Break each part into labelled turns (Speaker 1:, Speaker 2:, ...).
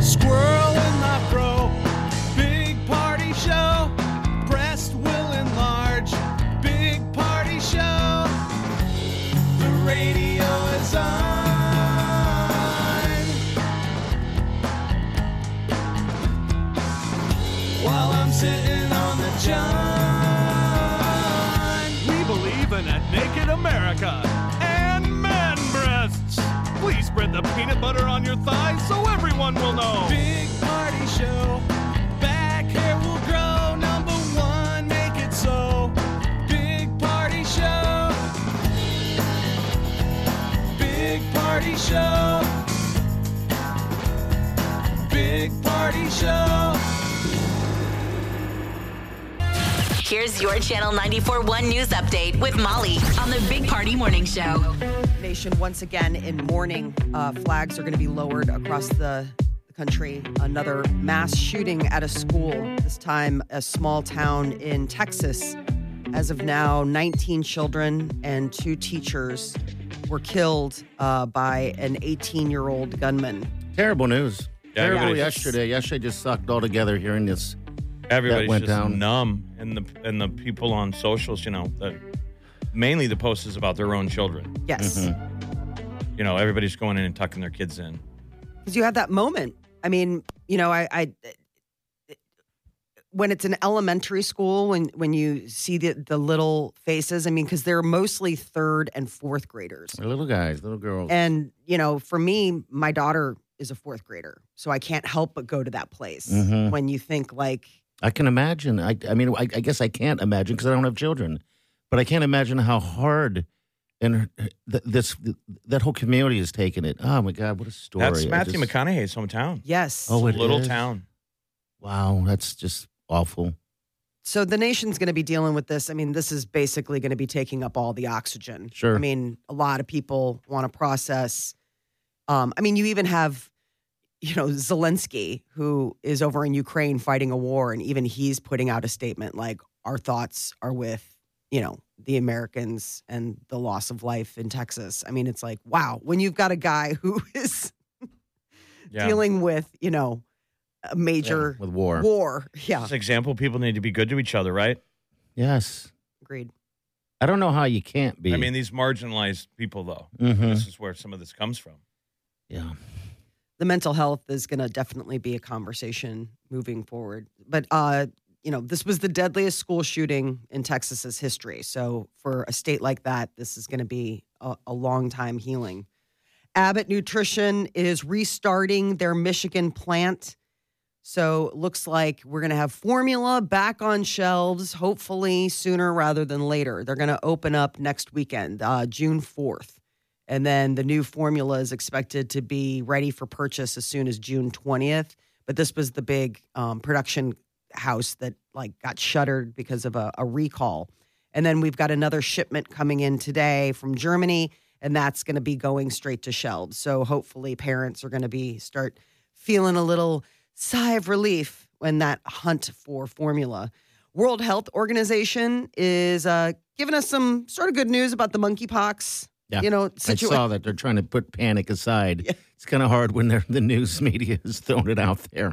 Speaker 1: Squirrel in my fro, big party show. Breast will enlarge, big party show. The radio is on. While I'm sitting on the john. We believe in a naked America and man breasts. Please spread the peanut butter on your thighs so everyone will know. Big party show. Back hair will grow. Number one, make it so. Big party show. Big party show. Big party show.
Speaker 2: Here's your Channel 94.1 news update with Molly on the Big Party Morning Show.
Speaker 3: Nation once again in mourning. Uh, flags are going to be lowered across the, the country. Another mass shooting at a school, this time a small town in Texas. As of now, 19 children and two teachers were killed uh, by an 18 year old gunman.
Speaker 4: Terrible news. Terrible
Speaker 5: everybody's-
Speaker 4: yesterday. Yesterday just sucked all together hearing this.
Speaker 5: Everybody's
Speaker 4: went
Speaker 5: just
Speaker 4: down.
Speaker 5: numb, and the and the people on socials, you know, the, mainly the post is about their own children.
Speaker 3: Yes.
Speaker 5: You know, everybody's going in and tucking their kids in.
Speaker 3: because you have that moment. I mean, you know, I, I when it's an elementary school, when when you see the the little faces, I mean, because they're mostly third and fourth graders,
Speaker 4: They're little guys, little girls.
Speaker 3: and you know, for me, my daughter is a fourth grader, so I can't help but go to that place
Speaker 4: Mhm.
Speaker 3: when you think like
Speaker 4: I can imagine. I, I mean, I, I guess I can't imagine because I don't have children, but I can't imagine how hard and th- this that whole community is taking it. Oh my God, what a story!
Speaker 5: That's
Speaker 4: I
Speaker 5: Matthew
Speaker 4: just-
Speaker 5: McConaughey's hometown.
Speaker 3: yes.
Speaker 4: Oh, it
Speaker 5: Little
Speaker 4: is?
Speaker 5: town.
Speaker 4: Wow, that's just awful.
Speaker 3: So the nation's going to be dealing with this. I mean, this is basically going to be taking up all the oxygen.
Speaker 4: Sure.
Speaker 3: I mean, a lot of people want to process. Um, I mean, you even have, you know, Zelensky, who is over in Ukraine fighting a war, and even he's putting out a statement like, "Our thoughts are with, you know, the Americans and the loss of life in Texas." I mean, it's like, wow, when you've got a guy who is
Speaker 5: Yeah.
Speaker 3: dealing with, you know, a major
Speaker 4: with war.
Speaker 3: war. Yeah,
Speaker 5: This example, people need to be good to each other, right?
Speaker 4: Yes,
Speaker 3: agreed.
Speaker 4: I don't know how you can't be.
Speaker 5: I mean, these marginalized people, though.
Speaker 4: Mhm.
Speaker 5: This is where some of this comes from.
Speaker 4: yeah,
Speaker 3: the mental health is going to definitely be a conversation moving forward. But uh, you know, this was the deadliest school shooting in Texas's history. So for a state like that, this is going to be a, a long time healing. Abbott Nutrition is restarting their Michigan plant. So it looks like we're going to have formula back on shelves, hopefully sooner rather than later. They're going to open up next weekend, uh, June 4th. And then the new formula is expected to be ready for purchase as soon as June 20th. But this was the big um, production house that like got shuttered because of a, a recall. And then we've got another shipment coming in today from Germany, and that's going to be going straight to shelves. So hopefully, parents are going to be start feeling a little sigh of relief when that hunt for formula. World Health Organization is uh, giving us some sort of good news about the monkeypox.
Speaker 4: Yeah.
Speaker 3: You know,
Speaker 4: I
Speaker 3: situation.
Speaker 4: saw that they're trying to put panic aside. It's kind of hard when they're, the news media is throwing it out there.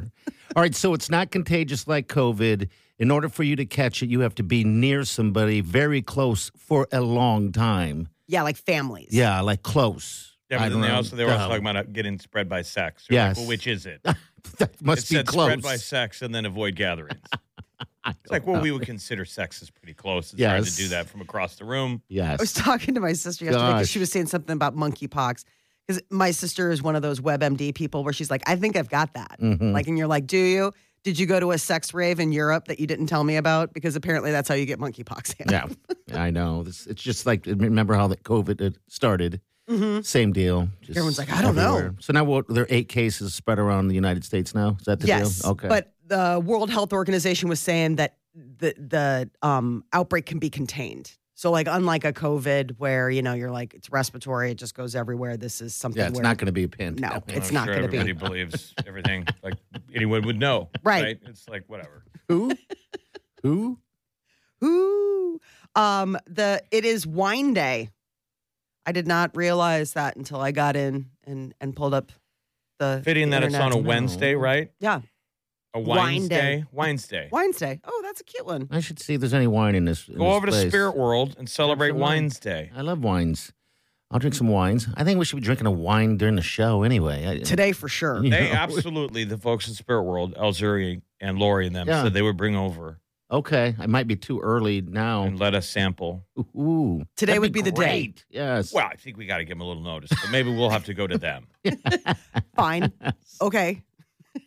Speaker 4: All right, so it's not contagious like COVID. In order for you to catch it, you have to be near somebody very close for a long time.
Speaker 3: Yeah, like families.
Speaker 4: Yeah, like close.
Speaker 5: Yeah, but
Speaker 4: I
Speaker 5: then they
Speaker 4: don't
Speaker 5: also they were also
Speaker 4: know.
Speaker 5: talking about it getting spread by sex. You're like,
Speaker 4: Yes.
Speaker 5: well, which is it?
Speaker 4: that
Speaker 5: it
Speaker 4: must be
Speaker 5: said
Speaker 4: close.
Speaker 5: spread by sex and then avoid gatherings. it's like well, we would consider sex is pretty close. It's hard
Speaker 4: Yes.
Speaker 5: to do that from across the room.
Speaker 3: I was
Speaker 4: yes.
Speaker 3: talking to my sister yesterday because
Speaker 4: Gosh.
Speaker 3: she was saying something about monkeypox. Because my sister is one of those WebMD people where she's like, I think I've got that.
Speaker 4: Mhm.
Speaker 3: Like, and you're like, do you? Did you go to a sex rave in Europe that you didn't tell me about? Because apparently that's how you get monkeypox.
Speaker 4: Yeah, I know. This, it's just like remember how that COVID had started.
Speaker 3: Mm-hmm.
Speaker 4: Same deal. Just
Speaker 3: Everyone's like, I don't know.
Speaker 4: So now what, there are eight cases spread around the United States now. Is that the
Speaker 3: Yes.
Speaker 4: deal? Okay.
Speaker 3: But the World Health Organization was saying that the the um, outbreak can be contained. So like unlike a COVID where you know you're like it's respiratory, it just goes everywhere. This is something.
Speaker 4: yeah, it's
Speaker 3: where,
Speaker 4: not going to be a pandemic.
Speaker 3: No, it's not
Speaker 5: sure
Speaker 3: going to
Speaker 5: everybody
Speaker 3: be.
Speaker 5: believes everything like anyone would know.
Speaker 3: Right.
Speaker 5: It's like whatever.
Speaker 4: Who? Who?
Speaker 3: Ooh. Um, the it is wine day. I did not realize that until I got in and and pulled up the
Speaker 5: Fitting
Speaker 3: the
Speaker 5: that it's on a
Speaker 3: internet.
Speaker 5: Wednesday, right?
Speaker 3: Yeah,
Speaker 5: A
Speaker 3: Wine day.
Speaker 5: Wednesday. Wednesday.
Speaker 3: Wednesday. Oh, that's a cute one.
Speaker 4: I should see if there's any wine in this. in
Speaker 5: Go
Speaker 4: this
Speaker 5: over to
Speaker 4: place.
Speaker 5: Spirit World and celebrate
Speaker 4: Have some wine.
Speaker 5: Wines Day.
Speaker 4: I love wines. I'll drink some wines. I think we should be drinking a wine during the show anyway. I,
Speaker 3: Today for sure.
Speaker 4: You
Speaker 5: They
Speaker 4: know?
Speaker 5: absolutely, the folks at Spirit World, Elzuri and Lori and them,
Speaker 4: Yeah.
Speaker 5: said they would bring over
Speaker 4: Okay, I might be too early now.
Speaker 5: and let us sample.
Speaker 4: Ooh,
Speaker 3: Today
Speaker 4: That'd
Speaker 3: would be the day.
Speaker 4: great. Yes.
Speaker 5: Well, I think we got to give them a little notice, but maybe we'll have to go to them.
Speaker 3: Fine. Okay.
Speaker 5: But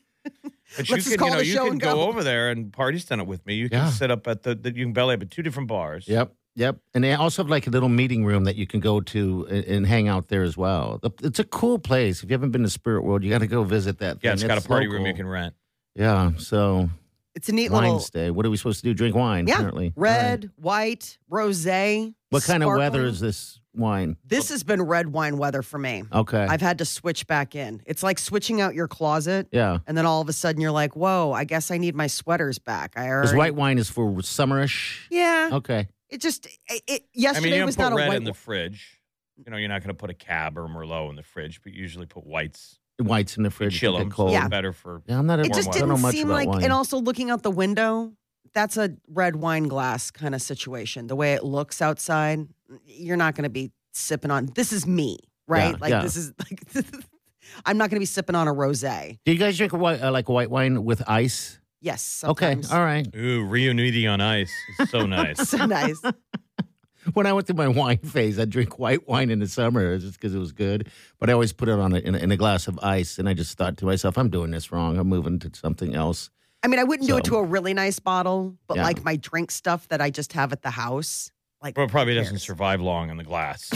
Speaker 3: Let's
Speaker 5: you
Speaker 3: just
Speaker 5: can,
Speaker 3: call
Speaker 5: you know,
Speaker 3: the
Speaker 5: you
Speaker 3: show
Speaker 5: can
Speaker 3: and
Speaker 5: go.
Speaker 3: go.
Speaker 5: over there and party's done it with me. You can
Speaker 4: Yeah.
Speaker 5: set up at the, the you can belly up at two different bars.
Speaker 4: Yep. Yep. And they also have like a little meeting room that you can go to and, and hang out there as well. The- It's a cool place. If you haven't been to Spirit World, you got to go visit that.
Speaker 5: Yeah,
Speaker 4: thing.
Speaker 5: it's got a party room you
Speaker 4: local.
Speaker 5: can rent.
Speaker 4: Yeah. So
Speaker 3: It's a neat little
Speaker 4: Wine's Day. What are we supposed to do? Drink wine?
Speaker 3: Yeah.
Speaker 4: Apparently.
Speaker 3: Red, white, rosé.
Speaker 4: What kind of weather
Speaker 3: sparkling.
Speaker 4: is this wine?
Speaker 3: This has been red wine weather for me.
Speaker 4: Okay.
Speaker 3: I've had to switch back in. It's like switching out your closet,
Speaker 4: yeah.
Speaker 3: and then all of a sudden you're like, "Whoa, I guess I need my sweaters back." I
Speaker 4: Because
Speaker 3: already.
Speaker 4: white wine is for summerish.
Speaker 3: Yeah.
Speaker 4: Okay.
Speaker 3: It just it, it
Speaker 5: I
Speaker 3: yesterday
Speaker 5: mean, you don't
Speaker 3: was
Speaker 5: put
Speaker 3: not a
Speaker 5: red
Speaker 3: white.
Speaker 5: in the fridge. You know, you're not going to put a cab or Merlot in the fridge, but you usually put whites.
Speaker 4: White's in the
Speaker 5: You
Speaker 4: fridge.
Speaker 5: chill
Speaker 4: get
Speaker 5: them. So
Speaker 4: cold.
Speaker 5: yeah.
Speaker 3: Yeah.
Speaker 5: better for.
Speaker 4: Yeah, I'm not. A,
Speaker 3: it just
Speaker 5: warm
Speaker 4: I don't know
Speaker 3: didn't
Speaker 4: much
Speaker 3: seem
Speaker 4: about
Speaker 3: like.
Speaker 4: wine.
Speaker 3: And also looking out the window, that's a red wine glass kind of situation. The way it looks outside, you're not going to be sipping on. This is me, right?
Speaker 4: Yeah,
Speaker 3: like
Speaker 4: yeah.
Speaker 3: this is like. I'm not going to be sipping on a rosé.
Speaker 4: do you guys drink white, uh, like white wine with ice?
Speaker 3: Yes. sometimes.
Speaker 4: Okay. All right.
Speaker 5: Ooh, Rio Nudi on ice is so nice.
Speaker 3: so nice.
Speaker 4: when I went through my wine phase, I drink white wine in the summer uh, just because it was good. But I always put it on a, in, a, in a glass of ice, and I just thought to myself, "I'm doing this wrong. I'm moving to something else."
Speaker 3: I mean, I wouldn't do it
Speaker 4: So-
Speaker 3: to a really nice bottle, but
Speaker 4: Yeah.
Speaker 3: like my drink stuff that I just have at the house, like
Speaker 5: Well, it probably
Speaker 3: who
Speaker 5: doesn't
Speaker 3: cares?
Speaker 5: survive long in the glass.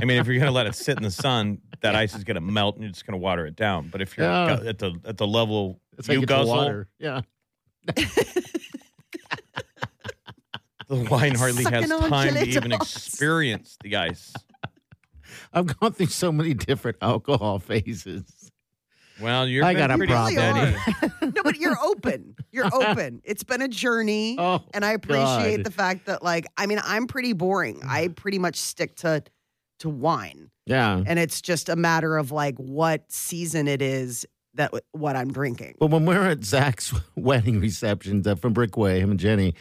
Speaker 5: I mean, if you're going to let it sit in the sun, that ice is going to melt and you're just going to water it down. But if you're
Speaker 4: Yeah.
Speaker 5: gu- at the at the level
Speaker 4: That's how
Speaker 5: you
Speaker 4: you get the
Speaker 5: guzzle,
Speaker 4: water. Yeah,
Speaker 5: the wine hardly has
Speaker 3: Sucking on
Speaker 5: time to
Speaker 3: gelatin
Speaker 5: even
Speaker 3: balls.
Speaker 5: experience the ice.
Speaker 4: I've gone through so many different alcohol phases.
Speaker 5: Well, you're
Speaker 4: I
Speaker 5: been
Speaker 4: got a
Speaker 5: pretty
Speaker 4: problem.
Speaker 5: steady.
Speaker 3: no, but you're open. You're open. It's been a journey,
Speaker 4: Oh,
Speaker 3: and I appreciate
Speaker 4: God. Mm.
Speaker 3: the fact that, like, I mean, I'm pretty boring. I pretty much stick to to wine,
Speaker 4: Yeah.
Speaker 3: and it's just a matter of like what season it is that w- what I'm drinking.
Speaker 4: But when we were at Zach's wedding reception uh, from Brickway, him and Jenny,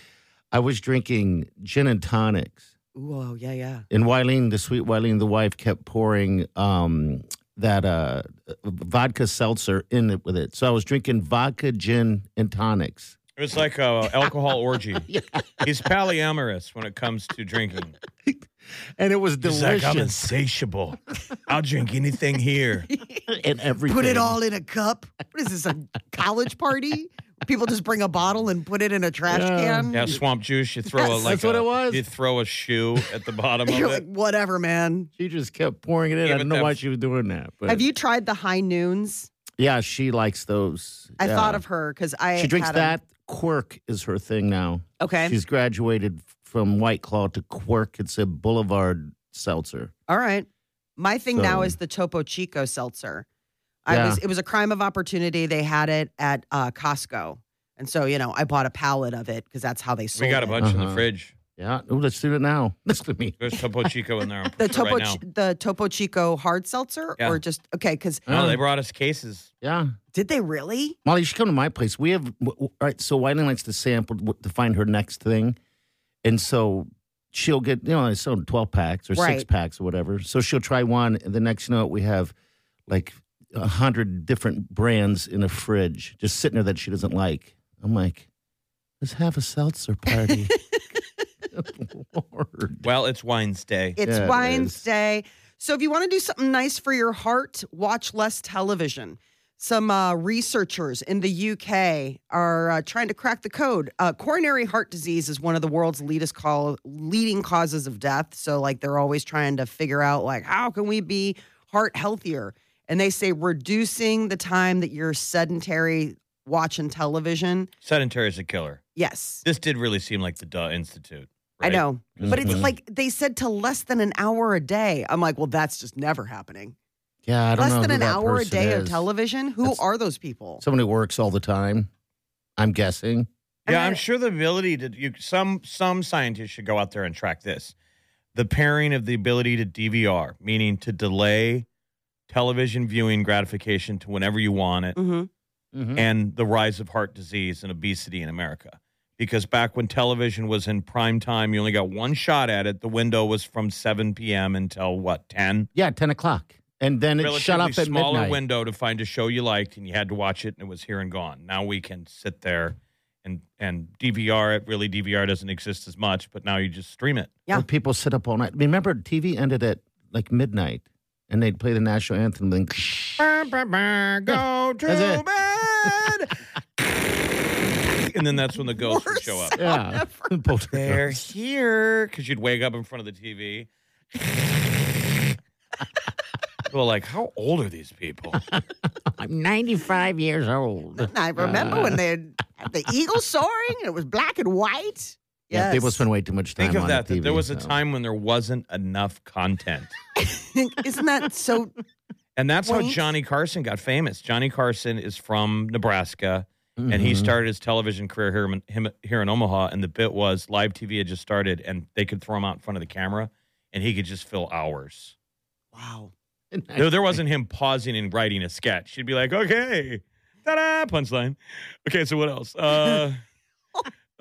Speaker 4: I was drinking gin and tonics.
Speaker 3: Whoa, yeah, yeah.
Speaker 4: And Wileen, the sweet Wileen, the wife, kept pouring um, that uh, vodka seltzer in it with it. So I was drinking vodka, gin, and tonics.
Speaker 5: It was like a alcohol orgy. He's polyamorous when it comes to drinking.
Speaker 4: And it was
Speaker 5: He's
Speaker 4: delicious.
Speaker 5: insatiable. I'll drink anything here.
Speaker 4: and everything.
Speaker 3: Put it all in a cup. What is this? A college party? People just bring a bottle and put it in a trash
Speaker 4: Yeah.
Speaker 3: can.
Speaker 5: Yeah, swamp juice. You throw a
Speaker 3: Yes,
Speaker 5: like
Speaker 4: that's what
Speaker 5: a-
Speaker 4: it was.
Speaker 5: You throw a shoe at the bottom of
Speaker 3: You're
Speaker 5: it.
Speaker 3: like, whatever, man.
Speaker 4: She just kept pouring it in.
Speaker 5: Yeah,
Speaker 4: I don't
Speaker 5: but
Speaker 4: know why
Speaker 5: that's-
Speaker 4: she was doing that. But
Speaker 3: Have you tried the high noons?
Speaker 4: Yeah, she likes those.
Speaker 3: I
Speaker 4: Yeah.
Speaker 3: thought of her because I
Speaker 4: She drinks
Speaker 3: had 'em.
Speaker 4: that. Quirk is her thing now.
Speaker 3: Okay,
Speaker 4: She's graduated from White Claw to Quirk. It's a Boulevard seltzer.
Speaker 3: all right. My thing now
Speaker 4: So-
Speaker 3: is the Topo Chico seltzer. I
Speaker 4: Yeah.
Speaker 3: was it was a crime of opportunity. They had it at uh, Costco, and so you know I bought a pallet of it because that's how they sold.
Speaker 5: We got a
Speaker 3: it.
Speaker 5: bunch in the
Speaker 4: Uh-huh.
Speaker 5: fridge.
Speaker 4: Yeah. Ooh, let's do it now. Listen to me.
Speaker 5: There's Topo Chico in there. I'm
Speaker 3: The
Speaker 5: pretty sure
Speaker 3: Topo
Speaker 5: right now.
Speaker 3: Chi- the Topo Chico hard seltzer
Speaker 5: Yeah.
Speaker 3: or just okay because
Speaker 5: No, they brought us cases.
Speaker 4: Yeah.
Speaker 3: did they really?
Speaker 4: Molly, you should come to my place. We have w- w- all right. So Wyden likes to sample w- to find her next thing, and so she'll get you know so twelve packs or six
Speaker 3: Right.
Speaker 4: packs or whatever. So she'll try one, and the next you know it, we have like a hundred different brands in a fridge just sitting there that she doesn't like. I'm like, let's have a seltzer party. Good Lord.
Speaker 5: Well, it's Wine's Day.
Speaker 3: It's
Speaker 4: Yeah, it is.
Speaker 3: Wednesday. so if you want to do something nice for your heart, watch less television. some uh, researchers in the UK are uh, trying to crack the code. Uh, coronary heart disease is one of the world's leadest call, leading causes of death. So, like, they're always trying to figure out like how can we be heart healthier. And they say reducing the time that you're sedentary watching television.
Speaker 5: Sedentary is a killer.
Speaker 3: Yes,
Speaker 5: This did really seem like the Duh Institute. right?
Speaker 3: I know, but it's
Speaker 4: Mhm.
Speaker 3: like they said to less than an hour a day. I'm like, well, that's just never happening.
Speaker 4: Yeah, I don't
Speaker 3: Less
Speaker 4: know.
Speaker 3: than
Speaker 4: who
Speaker 3: an
Speaker 4: that
Speaker 3: hour a
Speaker 4: person
Speaker 3: day of
Speaker 4: is.
Speaker 3: television. Who
Speaker 4: That's-
Speaker 3: are those people?
Speaker 4: Someone who works all the time. I'm guessing.
Speaker 5: Yeah,
Speaker 3: And I-
Speaker 5: I'm sure the ability to you, some some scientists should go out there and track this. The pairing of the ability to DVR, meaning to delay television viewing gratification to whenever you want it,
Speaker 3: hmm
Speaker 4: Mhm.
Speaker 5: and the rise of heart disease and obesity in America. Because back when television was in prime time, you only got one shot at it. The window was from 7 p.m. until what 10.
Speaker 4: Yeah, ten o'clock, and then it shut off at
Speaker 5: smaller
Speaker 4: midnight.
Speaker 5: window to find a show you liked, and you had to watch it, and it was here and gone. Now we can sit there and and DVR it. Really, DVR doesn't exist as much, but now you just stream it.
Speaker 3: Yeah.
Speaker 4: Where people sit up all night. Remember, TV ended at like midnight, and they'd play the national anthem. Then
Speaker 5: Go to
Speaker 4: that's it.
Speaker 5: and then that's when the ghosts would show up.
Speaker 4: yeah, Poltergeist.
Speaker 5: They're here because you'd wake up in front of the TV. Well, like, how old are these people?
Speaker 4: I'm 95 years old.
Speaker 3: I remember when they had the eagle soaring and it was black and white.
Speaker 4: Yeah,
Speaker 3: Yes.
Speaker 4: people spend way too much time.
Speaker 5: Think of
Speaker 4: on
Speaker 5: that.
Speaker 4: The
Speaker 5: that
Speaker 4: TV,
Speaker 5: there was a
Speaker 4: so.
Speaker 5: time when there wasn't enough content.
Speaker 3: Isn't that so?
Speaker 5: And that's how
Speaker 3: Wink.
Speaker 5: Johnny Carson got famous. Johnny Carson is from Nebraska, and he
Speaker 4: Mm-hmm.
Speaker 5: started his television career here in, him, here in Omaha. And the bit was live TV had just started, and they could throw him out in front of the camera, and he could just fill hours.
Speaker 3: Wow.
Speaker 4: Mm-hmm.
Speaker 5: There, there wasn't him pausing and writing a sketch. He'd be like, okay, ta da, punchline. Okay, so what else? Uh,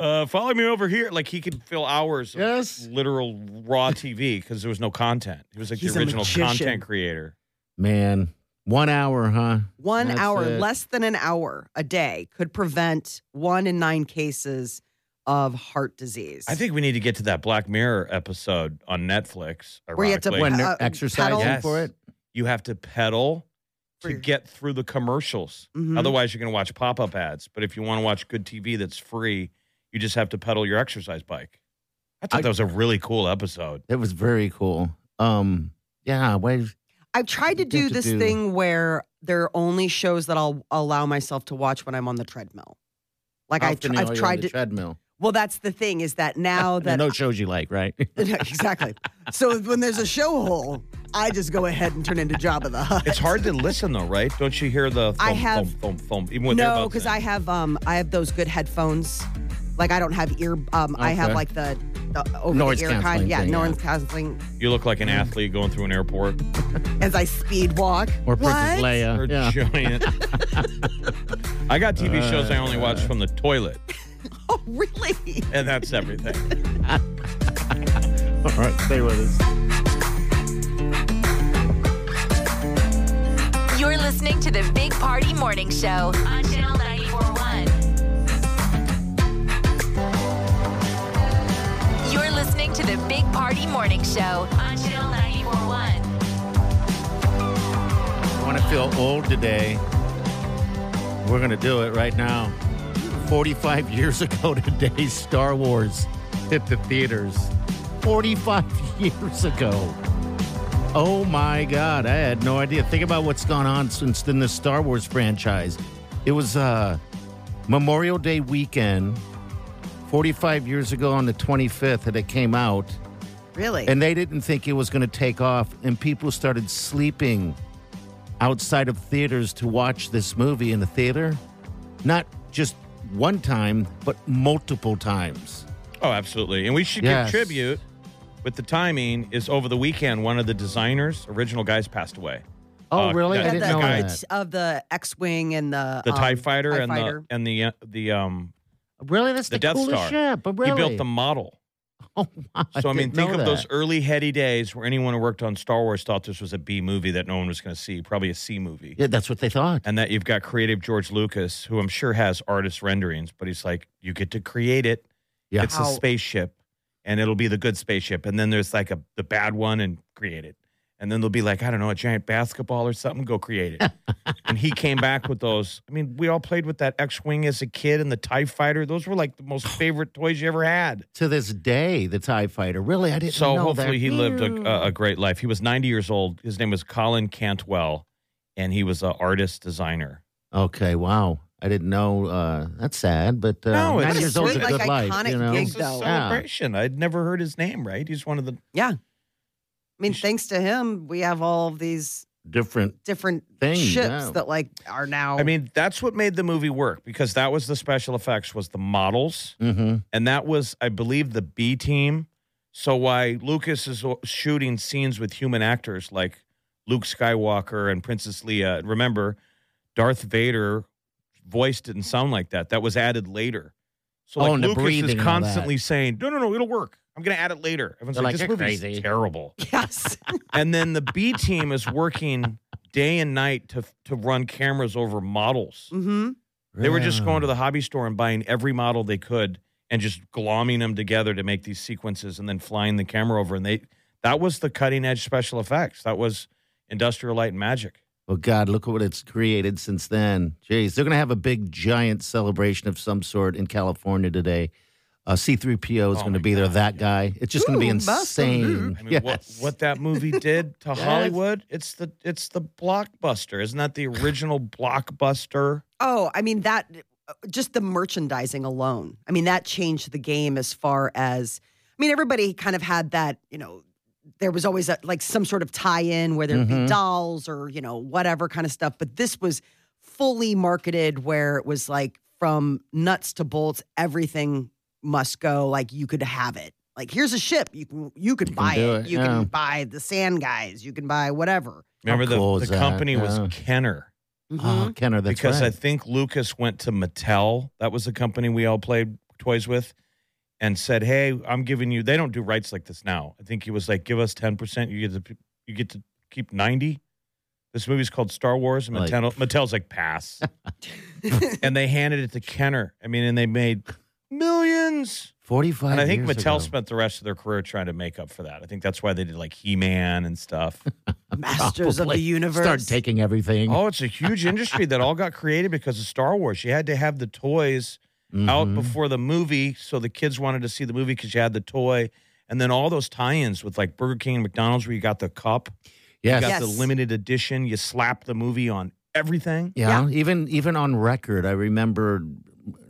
Speaker 5: uh, follow me over here. Like he could fill hours of
Speaker 4: Yes.
Speaker 5: literal raw TV because there was no content. He was like
Speaker 3: He's a
Speaker 5: the original
Speaker 3: magician.
Speaker 5: content creator.
Speaker 4: Man, one hour, huh?
Speaker 3: One
Speaker 4: That's
Speaker 3: hour,
Speaker 4: it.
Speaker 3: less than an hour a day could prevent one in nine cases of heart disease.
Speaker 5: I think we need to get to that Black Mirror episode on Netflix.
Speaker 3: Where you have to
Speaker 5: ironically.
Speaker 4: When
Speaker 3: Uh,
Speaker 4: they're
Speaker 3: uh,
Speaker 4: exercising
Speaker 3: pedal.
Speaker 4: for it.
Speaker 5: you have to pedal
Speaker 3: For
Speaker 5: to
Speaker 3: your-
Speaker 5: get through the commercials.
Speaker 3: Mhm.
Speaker 5: Otherwise, you're going to watch pop up ads. But if you want to watch good TV that's free, you just have to pedal your exercise bike. I thought
Speaker 4: I-
Speaker 5: that was a really cool episode.
Speaker 4: It was very cool. Um, yeah, why?
Speaker 3: I've tried to
Speaker 4: You
Speaker 3: do
Speaker 4: have to
Speaker 3: this
Speaker 4: do-
Speaker 3: thing where there are only shows that I'll allow myself to watch when I'm on the treadmill. Like
Speaker 4: how
Speaker 3: I've,
Speaker 4: often are
Speaker 3: I've
Speaker 4: you on
Speaker 3: tried to.
Speaker 4: the treadmill.
Speaker 3: well, that's the thing is that now
Speaker 4: And
Speaker 3: that
Speaker 4: those shows you like, right?
Speaker 3: exactly. So when there's a show hole, I just go ahead and turn into Jabba the Hutt.
Speaker 5: It's hard to listen though, right? Don't you hear the
Speaker 3: I
Speaker 5: thump,
Speaker 3: have-
Speaker 5: thump, thump, thump, even with
Speaker 3: no,
Speaker 5: earbuds
Speaker 3: because
Speaker 5: in?
Speaker 3: I have um I have those good headphones. Like I don't have ear um I have
Speaker 4: Okay.
Speaker 3: like the, the over
Speaker 4: Noise
Speaker 3: the ear kind.
Speaker 4: canceling
Speaker 3: Yeah,
Speaker 4: thing,
Speaker 3: no
Speaker 4: yeah.
Speaker 3: one's canceling
Speaker 5: you look like an
Speaker 3: Mm.
Speaker 5: athlete going through an airport
Speaker 3: as I speed walk.
Speaker 4: or
Speaker 3: what?
Speaker 4: Princess Leia.
Speaker 5: or
Speaker 4: Yeah.
Speaker 5: giant. I got TV shows I only
Speaker 3: Uh,
Speaker 5: watch from the toilet,
Speaker 3: Oh, really?
Speaker 5: and that's everything.
Speaker 4: All right, stay with us.
Speaker 2: You're listening to the Big Party Morning Show on Channel 941. You're listening to the Big Party Morning Show on Channel 941.
Speaker 4: Want to feel old today? We're going to do it right now. 45 years ago today, Star Wars hit the theaters. 45 years ago. Oh my God, I had no idea. Think about what's gone on since then the Star Wars franchise. It was uh, Memorial Day weekend, 45 years ago on the 25th that it came out.
Speaker 3: Really?
Speaker 4: And they didn't think it was going to take off, and people started sleeping outside of theaters to watch this movie in the theater. Not just one time, but multiple times.
Speaker 5: Oh, absolutely. And we should
Speaker 4: Yes.
Speaker 5: give tribute with the timing is over the weekend one of the designers, original guys passed away.
Speaker 4: Oh,
Speaker 5: Uh,
Speaker 4: really?
Speaker 5: yeah,
Speaker 4: I
Speaker 3: yeah,
Speaker 4: didn't
Speaker 3: the
Speaker 4: know
Speaker 5: guy-
Speaker 4: that.
Speaker 3: heads of the X-wing and the
Speaker 5: The
Speaker 3: um,
Speaker 5: TIE fighter
Speaker 3: TIE
Speaker 5: and
Speaker 3: fighter.
Speaker 5: the and the uh, the um
Speaker 4: Really? That's
Speaker 5: the
Speaker 4: the,
Speaker 5: Death
Speaker 4: coolest
Speaker 5: Star.
Speaker 4: ship. But
Speaker 5: he
Speaker 4: really?
Speaker 5: built the model.
Speaker 4: Oh, wow.
Speaker 5: So I, mean
Speaker 4: didn't
Speaker 5: think of
Speaker 4: know
Speaker 5: those
Speaker 4: that.
Speaker 5: early heady days where anyone who worked on Star Wars thought this was a B movie that no one was gonna see, probably a C movie.
Speaker 4: Yeah, that's what they thought.
Speaker 5: And that you've got creative George Lucas, who I'm sure has artist renderings, but he's like, you get to create it.
Speaker 4: Yeah.
Speaker 5: It's
Speaker 3: How-
Speaker 5: a spaceship, and it'll be the good spaceship. And then there's like a the bad one, and create it. and then they'll be like, I don't know, a giant basketball or something. Go create it. and he came back with those. I mean, we all played with that X wing as a kid and the Tie Fighter. Those were like the most favorite toys you ever had.
Speaker 4: To this day, the Tie Fighter. Really, I didn't
Speaker 5: So
Speaker 4: know that.
Speaker 5: hopefully he lived a, a- a great life. He was 90 years old. His name was Colin Cantwell, and he was an artist designer.
Speaker 4: Okay, wow. I didn't know. Uh, that's sad, but uh,
Speaker 5: No, it's-
Speaker 4: nine
Speaker 5: What a
Speaker 4: years old is a
Speaker 5: sweet,
Speaker 4: good
Speaker 3: like,
Speaker 4: life.
Speaker 3: iconic
Speaker 4: You know?
Speaker 3: gig,
Speaker 5: It's a
Speaker 3: though.
Speaker 5: celebration. I'd never heard his name. Right? He's one of the
Speaker 3: Yeah. I mean,
Speaker 5: sh-
Speaker 3: thanks to him, we have all of these
Speaker 4: Different.
Speaker 3: different
Speaker 4: Thing,
Speaker 3: ships
Speaker 4: yeah.
Speaker 3: that like are now.
Speaker 5: I mean, that's what made the movie work because that was the special effects was the models,
Speaker 4: hmm
Speaker 5: and that was, I believe, the B team. So why Lucas is uh, shooting scenes with human actors like Luke Skywalker and Princess Leia? Remember, Darth Vader voice didn't sound like that. That was added later. So
Speaker 4: Oh,
Speaker 5: like
Speaker 4: and the
Speaker 5: Lucas
Speaker 4: breathing
Speaker 5: is
Speaker 4: and all that.
Speaker 5: constantly saying, "No, no, no, it'll work. I'm going to add it later." Everyone's
Speaker 4: They're
Speaker 5: like,
Speaker 4: like,
Speaker 5: "This
Speaker 4: "You're
Speaker 5: movie's
Speaker 4: crazy."
Speaker 5: terrible."
Speaker 3: yes.
Speaker 5: and then the B team is working day and night to to run cameras over models.
Speaker 3: hmm
Speaker 5: They were just going to the hobby store and buying every model they could and just glomming them together to make these sequences and then flying the camera over and they that was the cutting edge special effects. That was industrial light and magic.
Speaker 4: Well, God, look at what it's created since then. Jeez, they're going to have a big, giant celebration of some sort in California today. Uh, C3PO is
Speaker 5: Oh,
Speaker 4: going to
Speaker 5: my
Speaker 4: be there.
Speaker 5: God,
Speaker 4: That guy. It's just going to be
Speaker 3: Ooh, Buster
Speaker 4: insane.
Speaker 3: Luke.
Speaker 5: I mean what
Speaker 4: Yes.
Speaker 5: what that movie did to
Speaker 4: Yes.
Speaker 5: Hollywood, it's the it's the blockbuster. Isn't that the original blockbuster?
Speaker 3: Oh, I mean that just the merchandising alone. I mean that changed the game as far as I mean everybody kind of had that, you know, there was always a, like some sort of tie-in whether it be
Speaker 4: Mhm.
Speaker 3: dolls or, you know, whatever kind of stuff, but this was fully marketed where it was like from nuts to bolts everything must go like you could have it. Like here's a ship, you can you could
Speaker 4: You can
Speaker 3: buy
Speaker 4: do
Speaker 3: it.
Speaker 4: it,
Speaker 3: You
Speaker 4: yeah.
Speaker 3: can buy the sand guys, you can buy whatever.
Speaker 4: How
Speaker 5: Remember the,
Speaker 4: cool
Speaker 5: the
Speaker 4: is that?
Speaker 5: company was
Speaker 4: Yeah.
Speaker 5: Kenner.
Speaker 3: Mhm.
Speaker 4: Oh, Kenner, that's
Speaker 5: because I
Speaker 4: right.
Speaker 5: think Lucas went to Mattel. That was the company we all played toys with, and said, "Hey, I'm giving you." They don't do rights like this now. I think he was like, "Give us ten percent. You get to you get to keep 90. This movie's called Star Wars, and
Speaker 4: Like-
Speaker 5: Mattel, Mattel's like pass, and they handed it to Kenner. I mean, and they made millions.
Speaker 4: 45
Speaker 5: And I think
Speaker 4: years
Speaker 5: Mattel
Speaker 4: ago.
Speaker 5: spent the rest of their career trying to make up for that. I think that's why they did like He Man and stuff.
Speaker 3: Masters of the
Speaker 4: Probably.
Speaker 3: universe.
Speaker 4: Start taking everything.
Speaker 5: Oh, it's a huge industry that all got created because of Star Wars. You had to have the toys out
Speaker 4: Mhm.
Speaker 5: before the movie, so the kids wanted to see the movie because you had the toy, and then all those tie-ins with like Burger King, and McDonald's, where you got the cup, you
Speaker 4: Yes.
Speaker 5: got
Speaker 3: Yes.
Speaker 5: the limited edition, you slap the movie on everything.
Speaker 4: Yeah, even even on record, I remember,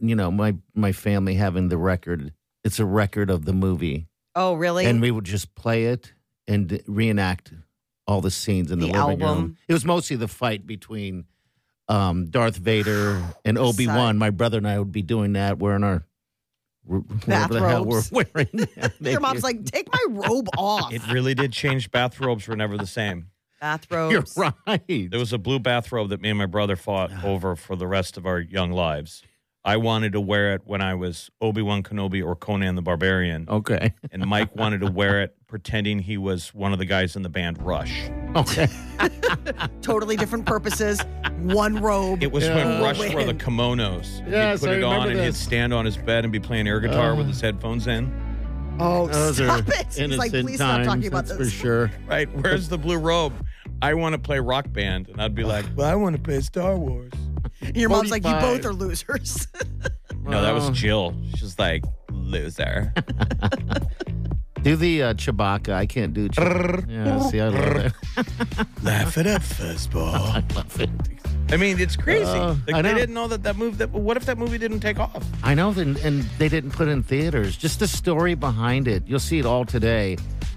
Speaker 4: you know, my my family having the record. It's a record of the movie,
Speaker 3: Oh, really?
Speaker 4: and we would just play it and reenact all the scenes in the,
Speaker 3: The
Speaker 4: living
Speaker 3: album.
Speaker 4: room. It was mostly the fight between um, Darth Vader and Obi Wan. My brother and I would be doing that, wearing our whatever the hell we're
Speaker 3: Bathrobes.
Speaker 4: wearing.
Speaker 3: Your mom's like, take my robe off.
Speaker 5: It really did change. Bathrobes were never the same.
Speaker 4: "You're
Speaker 3: Bathrobes.
Speaker 4: right."
Speaker 5: There was a blue bathrobe that me and my brother fought
Speaker 4: Ah.
Speaker 5: over for the rest of our young lives. I wanted to wear it when I was Obi Wan Kenobi or Conan the Barbarian.
Speaker 4: Okay,
Speaker 5: and Mike wanted to wear it pretending he was one of the guys in the band Rush.
Speaker 4: okay.
Speaker 3: Totally different purposes. One robe.
Speaker 5: It was
Speaker 4: Yeah.
Speaker 5: when Rush wore the
Speaker 3: When?
Speaker 5: kimonos.
Speaker 4: Yes,
Speaker 5: he'd put
Speaker 4: I
Speaker 5: it on
Speaker 4: remember
Speaker 5: and he'd
Speaker 4: this. Uh.
Speaker 5: stand on his bed and be playing air guitar with his headphones in.
Speaker 3: oh,
Speaker 4: Those are
Speaker 3: stop it. He's
Speaker 4: innocent
Speaker 3: like, please
Speaker 4: times,
Speaker 3: stop talking about
Speaker 4: that's
Speaker 3: this.
Speaker 4: for sure.
Speaker 5: Right, where's the blue robe? I want to play rock band. And I'd be like, well, I want to play Star Wars.
Speaker 3: Your mom's like, you
Speaker 4: 45.
Speaker 3: both are losers.
Speaker 4: Mm-hmm.
Speaker 5: No, that was
Speaker 4: Well.
Speaker 5: Jill. She's like, loser.
Speaker 4: Do the uh, Chewbacca. I can't do Chewbacca. yeah, see, I love it.
Speaker 5: Laugh it up, fuzzball.
Speaker 4: I love it.
Speaker 5: I mean, it's crazy.
Speaker 4: Uh,
Speaker 5: like,
Speaker 4: I
Speaker 5: they
Speaker 4: know.
Speaker 5: didn't know that that movie, that, what if that movie didn't take off?
Speaker 4: I know, and, and they didn't put it in theaters. Just the story behind it. You'll see it all today.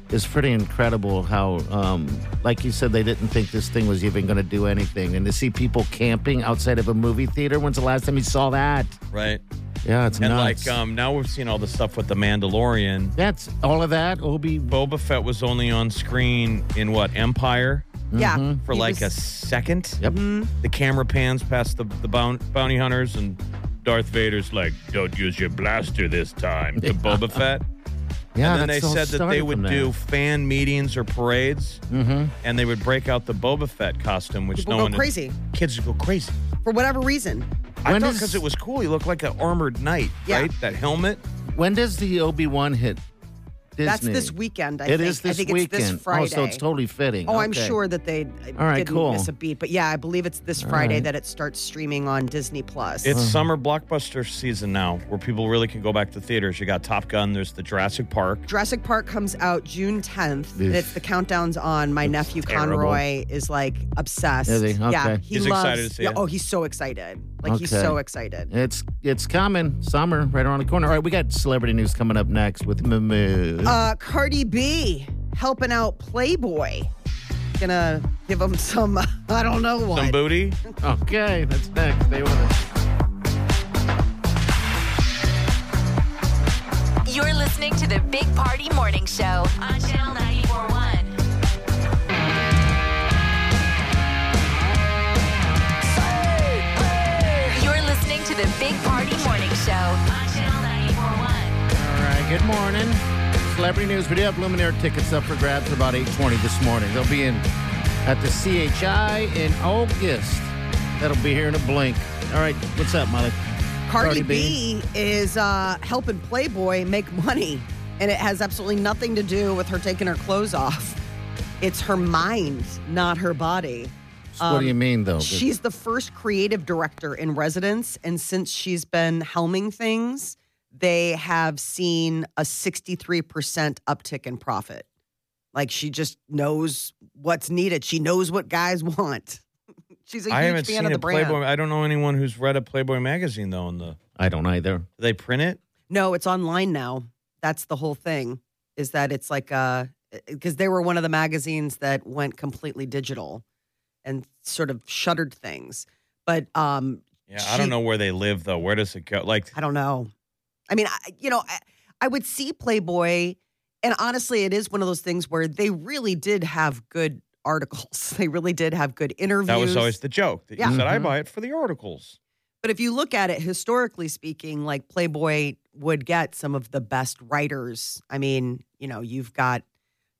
Speaker 4: Is pretty incredible how, um, like you said, they didn't think this thing was even going to do anything. And to see people camping outside of a movie theater, when's the last time you saw that?
Speaker 5: Right.
Speaker 4: Yeah, it's
Speaker 5: And
Speaker 4: nuts.
Speaker 5: like, um, now we've seen all the stuff with The Mandalorian.
Speaker 4: That's all of that. Obi.
Speaker 5: Boba Fett was only on screen in what Empire
Speaker 3: Yeah.
Speaker 5: for
Speaker 3: He
Speaker 5: like a
Speaker 3: was-
Speaker 5: second.
Speaker 4: Yep.
Speaker 5: The camera pans past the the boun- bounty hunters, and Darth Vader's like, "Don't use your blaster this time." To Boba Fett.
Speaker 4: Yeah,
Speaker 5: and then
Speaker 4: Ah, that's
Speaker 5: they
Speaker 4: all
Speaker 5: said that they
Speaker 4: started
Speaker 5: would
Speaker 4: from
Speaker 5: do fan meetings or parades, and they would break out the Boba Fett costume, which
Speaker 3: People
Speaker 5: no
Speaker 3: go
Speaker 5: one had-
Speaker 3: crazy.
Speaker 5: Kids would go crazy.
Speaker 3: For whatever reason.
Speaker 5: I
Speaker 4: When
Speaker 5: thought
Speaker 4: is-
Speaker 5: because it was cool. He looked like an armored knight,
Speaker 3: Yeah.
Speaker 5: right? That helmet.
Speaker 4: When does the Obi Wan hit Disney.
Speaker 3: That's this weekend. I
Speaker 4: It
Speaker 3: think.
Speaker 4: is this
Speaker 3: I think
Speaker 4: weekend.
Speaker 3: it's this Friday.
Speaker 4: Oh, so it's totally fitting.
Speaker 3: Oh, I'm
Speaker 4: Okay.
Speaker 3: sure that they uh,
Speaker 4: All right,
Speaker 3: didn't
Speaker 4: cool.
Speaker 3: miss a beat. But yeah, I believe it's this Friday that it starts streaming on Disney Plus.
Speaker 5: It's summer blockbuster season now, where people really can go back to theaters. You got Top Gun. There's the Jurassic Park.
Speaker 3: Jurassic Park comes out June 10th.
Speaker 4: Oof.
Speaker 3: It's the countdown's on. My nephew
Speaker 4: terrible.
Speaker 3: Conroy is like obsessed.
Speaker 4: Is he?
Speaker 3: Yeah,
Speaker 4: Okay.
Speaker 3: he
Speaker 5: He's
Speaker 3: loves.
Speaker 5: excited to see
Speaker 3: yeah,
Speaker 5: it.
Speaker 3: Oh, he's so excited. Like he's
Speaker 4: Okay.
Speaker 3: so excited.
Speaker 4: It's it's coming. Summer right around the corner. All right, we got celebrity news coming up next with Moo.
Speaker 3: Uh, Cardi B helping out Playboy. Gonna give him some. I don't know what.
Speaker 5: Some booty.
Speaker 4: okay, that's next. Stay with us.
Speaker 2: You're listening to the Big Party Morning Show on Channel 941. You're listening to the Big Party Morning Show on Channel 941.
Speaker 4: All right, good morning. Celebrity news. We do have Luminaire tickets up for grabs about 8.20 this morning. They'll be in at the CHI in August. That'll be here in a blink. All right, what's up, Molly?
Speaker 3: Cardi,
Speaker 4: Cardi B.
Speaker 3: B. is uh, helping Playboy make money, and it has absolutely nothing to do with her taking her clothes off. It's her mind, not her body.
Speaker 4: So
Speaker 3: Um,
Speaker 4: what do you mean, though?
Speaker 3: She's the first creative director in residence, and since she's been helming things, they have seen a 63% uptick in profit. Like she just knows what's needed. She knows what guys want. She's a huge
Speaker 5: I haven't
Speaker 3: fan
Speaker 5: seen
Speaker 3: of the
Speaker 5: a
Speaker 3: brand.
Speaker 5: Playboy. I don't know anyone who's read a Playboy magazine though. In the do
Speaker 4: I don't either.
Speaker 5: they print it?
Speaker 3: No, it's online now. That's the whole thing. Is that it's like uh because they were one of the magazines that went completely digital and sort of shuttered things. But um
Speaker 5: Yeah, I don't
Speaker 3: She-
Speaker 5: know where they live though. Where does it go? Like
Speaker 3: I don't know. I mean, I, you know, I, I would see Playboy, and honestly, it is one of those things where they really did have good articles. They really did have good interviews.
Speaker 5: that was always the joke that
Speaker 3: Yeah. Mm-hmm.
Speaker 5: you said. I
Speaker 4: Mhm.
Speaker 5: buy it for the articles.
Speaker 3: But if you look at it historically speaking, like Playboy would get some of the best writers. I mean, you know, you've got